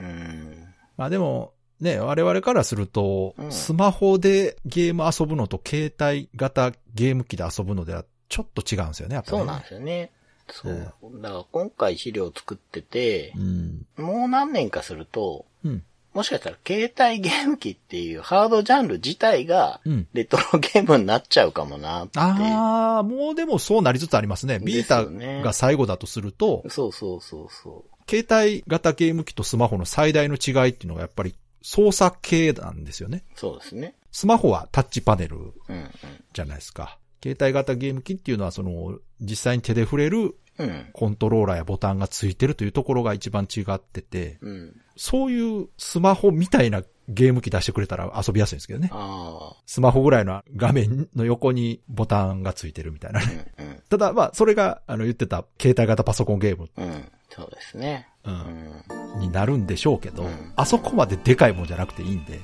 [SPEAKER 3] うん。
[SPEAKER 2] まあでも、ね、我々からすると、
[SPEAKER 3] うん
[SPEAKER 2] スマホでゲーム遊ぶのと携帯型ゲーム機で遊ぶのではちょっと違うんですよね、やっぱり、ね。
[SPEAKER 3] そうなんですよね。そう。だから今回資料を作ってて、
[SPEAKER 2] うん。
[SPEAKER 3] もう何年かすると、
[SPEAKER 2] うん。
[SPEAKER 3] もしかしたら携帯ゲーム機っていうハードジャンル自体が
[SPEAKER 2] うん、
[SPEAKER 3] レトロゲームになっちゃうかもなって。
[SPEAKER 2] ああ、もうでもそうなりつつありますね。ビータ
[SPEAKER 3] ですよね
[SPEAKER 2] が最後だとすると、
[SPEAKER 3] そうそうそうそ
[SPEAKER 2] 携帯型ゲーム機とスマホの最大の違いっていうのがやっぱり操作系なんですよね。
[SPEAKER 3] う。そうですね。
[SPEAKER 2] スマホはタッチパネル
[SPEAKER 3] うんうん。
[SPEAKER 2] じゃないですか。携帯型ゲーム機っていうのはその実際に手で触れる
[SPEAKER 3] うん。
[SPEAKER 2] コントローラーやボタンがついてるというところが一番違ってて、
[SPEAKER 3] うん。
[SPEAKER 2] そういうスマホみたいなゲーム機出してくれたら遊びやすいんですけどね。
[SPEAKER 3] あ
[SPEAKER 2] スマホぐらいの画面の横にボタンがついてるみたいな
[SPEAKER 3] あ。
[SPEAKER 2] ね。
[SPEAKER 3] うんうん。
[SPEAKER 2] ただまあそれがあの言ってた携帯型パソコンゲーム、
[SPEAKER 3] うん。そうですね。
[SPEAKER 2] う
[SPEAKER 3] うんん。
[SPEAKER 2] になるんでしょうけど
[SPEAKER 3] うん、
[SPEAKER 2] あそこまででかいもんじゃなくていいんで。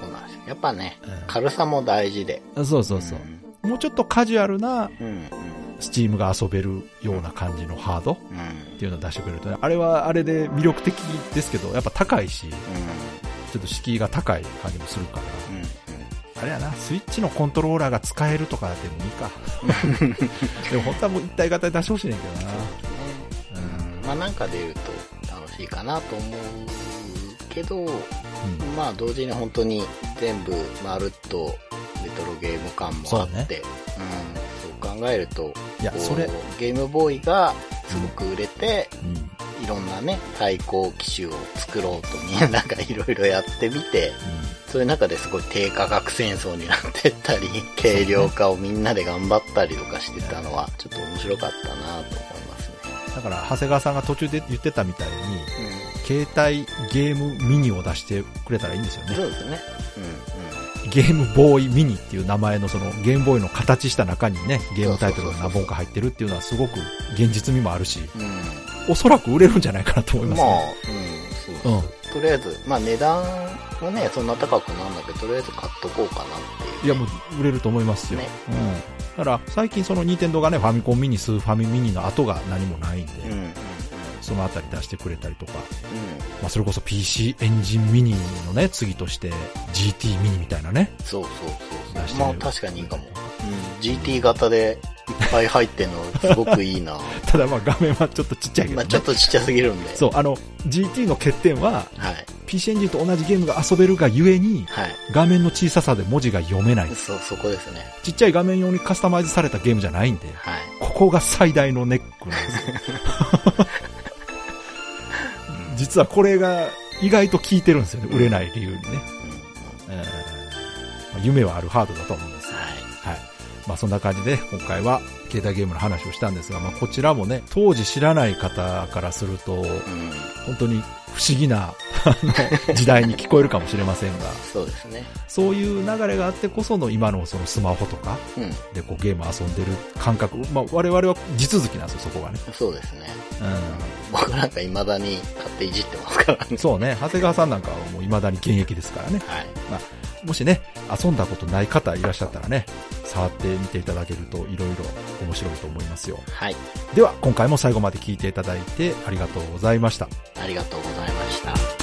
[SPEAKER 3] そうなんですよ。やっぱね
[SPEAKER 2] う、ん
[SPEAKER 3] 軽さも大事で。
[SPEAKER 2] そうそうそう。もうちょっとカジュアルな
[SPEAKER 3] うん。うん。
[SPEAKER 2] スチームが遊べるような感じのハードっ
[SPEAKER 3] うん。
[SPEAKER 2] ていうのを出してくれるとね、あれはあれで魅力的ですけど、やっぱ高いし、ちょっと敷居が高い感じもするから、
[SPEAKER 3] うん。うん。
[SPEAKER 2] あれやな、スイッチのコントローラーが使えるとかでもいいか。でも本当はもう一体型で出してほしいねんけどな。
[SPEAKER 3] うん。まあなんかで言うと楽しいかなと思うけど、
[SPEAKER 2] うん。
[SPEAKER 3] まあ同時に本当に全部まるっとレトロゲーム感もあ
[SPEAKER 2] そう
[SPEAKER 3] って、
[SPEAKER 2] ね
[SPEAKER 3] うん、そう考えると、
[SPEAKER 2] いや、
[SPEAKER 3] こう
[SPEAKER 2] それ、
[SPEAKER 3] ゲームボーイがすごく売れて、
[SPEAKER 2] うん。
[SPEAKER 3] いろんなね、対抗機種を作ろうとみ んながいろいろやってみて、そういう中ですごい低価格戦争になってった り、軽量化をみんなで頑張ったりとかしてたのは、ちょっと面白かったなと思いますね。
[SPEAKER 2] だから、長谷川さんが途中で言ってたみたいに、携帯ゲームミニを出してくれたらいいんですよ
[SPEAKER 3] うん。
[SPEAKER 2] ね
[SPEAKER 3] そ。うですね。うん、うん。
[SPEAKER 2] ゲームボーイミニっていう名前のそのゲームボーイの形した中にね、ゲームタイトルが何本か入ってるっていうのはすごく現実味もあるし、
[SPEAKER 3] う
[SPEAKER 2] おそらく売れるんじゃないかなと思い
[SPEAKER 3] ん。
[SPEAKER 2] ます
[SPEAKER 3] まあ
[SPEAKER 2] ね。、
[SPEAKER 3] うん、そう
[SPEAKER 2] うん。
[SPEAKER 3] とりあえず、まあ値段もね、そんな高くなんだけど、とりあえず買っとこうかなっていう。
[SPEAKER 2] いやもう売れると思いますよ。
[SPEAKER 3] ね
[SPEAKER 2] うん。だから最近その任天堂がね、ファミコンミニ、スーファミミニの後が何もないんで、
[SPEAKER 3] うん、うん、うん、うん。
[SPEAKER 2] そのあたり出してくれたりとか、まあそれこそ PC エンジンミニのね、次として GT ミニみたいなね、
[SPEAKER 3] そうそうそう
[SPEAKER 2] 出
[SPEAKER 3] そ
[SPEAKER 2] し
[SPEAKER 3] う。
[SPEAKER 2] て
[SPEAKER 3] まあ
[SPEAKER 2] る
[SPEAKER 3] 確かにいいかも。うん、GT 型でいっぱい入ってんの、すごく いいな。
[SPEAKER 2] ただまあ画面はちょっとちっちゃいけど
[SPEAKER 3] まあ
[SPEAKER 2] ね。
[SPEAKER 3] ちょっとちっちゃすぎるんで。
[SPEAKER 2] そう、あの、GT の欠点は、
[SPEAKER 3] はい、
[SPEAKER 2] PC エンジンと同じゲームが遊べるがゆえに、
[SPEAKER 3] はい。
[SPEAKER 2] 画面の小ささで文字が読めない。
[SPEAKER 3] そう、そこですね。
[SPEAKER 2] ちっちゃい画面用にカスタマイズされたゲームじゃないんで、
[SPEAKER 3] はい。
[SPEAKER 2] ここが最大のネックなんですよ。 実はこれが意外と効いてるんですよね。売れない理由にね。
[SPEAKER 3] うん、うん
[SPEAKER 2] えーまあ夢はあるハードだと思うんです。
[SPEAKER 3] は
[SPEAKER 2] はい。まあそんな感じで、今回は携帯ゲームの話をしたんですが、まあこちらもね、当時知らない方からすると、
[SPEAKER 3] い。うん、
[SPEAKER 2] 本当に不思議な あの時代に聞こえるかもしれませんが、
[SPEAKER 3] そうですね。
[SPEAKER 2] そういう流れがあってこその今のそのスマホとか
[SPEAKER 3] うん、
[SPEAKER 2] でこうゲーム遊んでる感覚、まあ我々は地続きなんですよ、そこがね。
[SPEAKER 3] そうですね。
[SPEAKER 2] う
[SPEAKER 3] 僕なんか未だに買っていじってますからね
[SPEAKER 2] ん。。そうね、長谷川さんなんかはもう未だに現役ですからね。
[SPEAKER 3] はい。
[SPEAKER 2] もしね、遊んだことない方いらっしゃったらね、触ってみていただけると色々面白いと思いますよ。
[SPEAKER 3] はい。
[SPEAKER 2] では、今回も最後まで聞いていただいてありがとうございました。
[SPEAKER 3] ありがとうございました。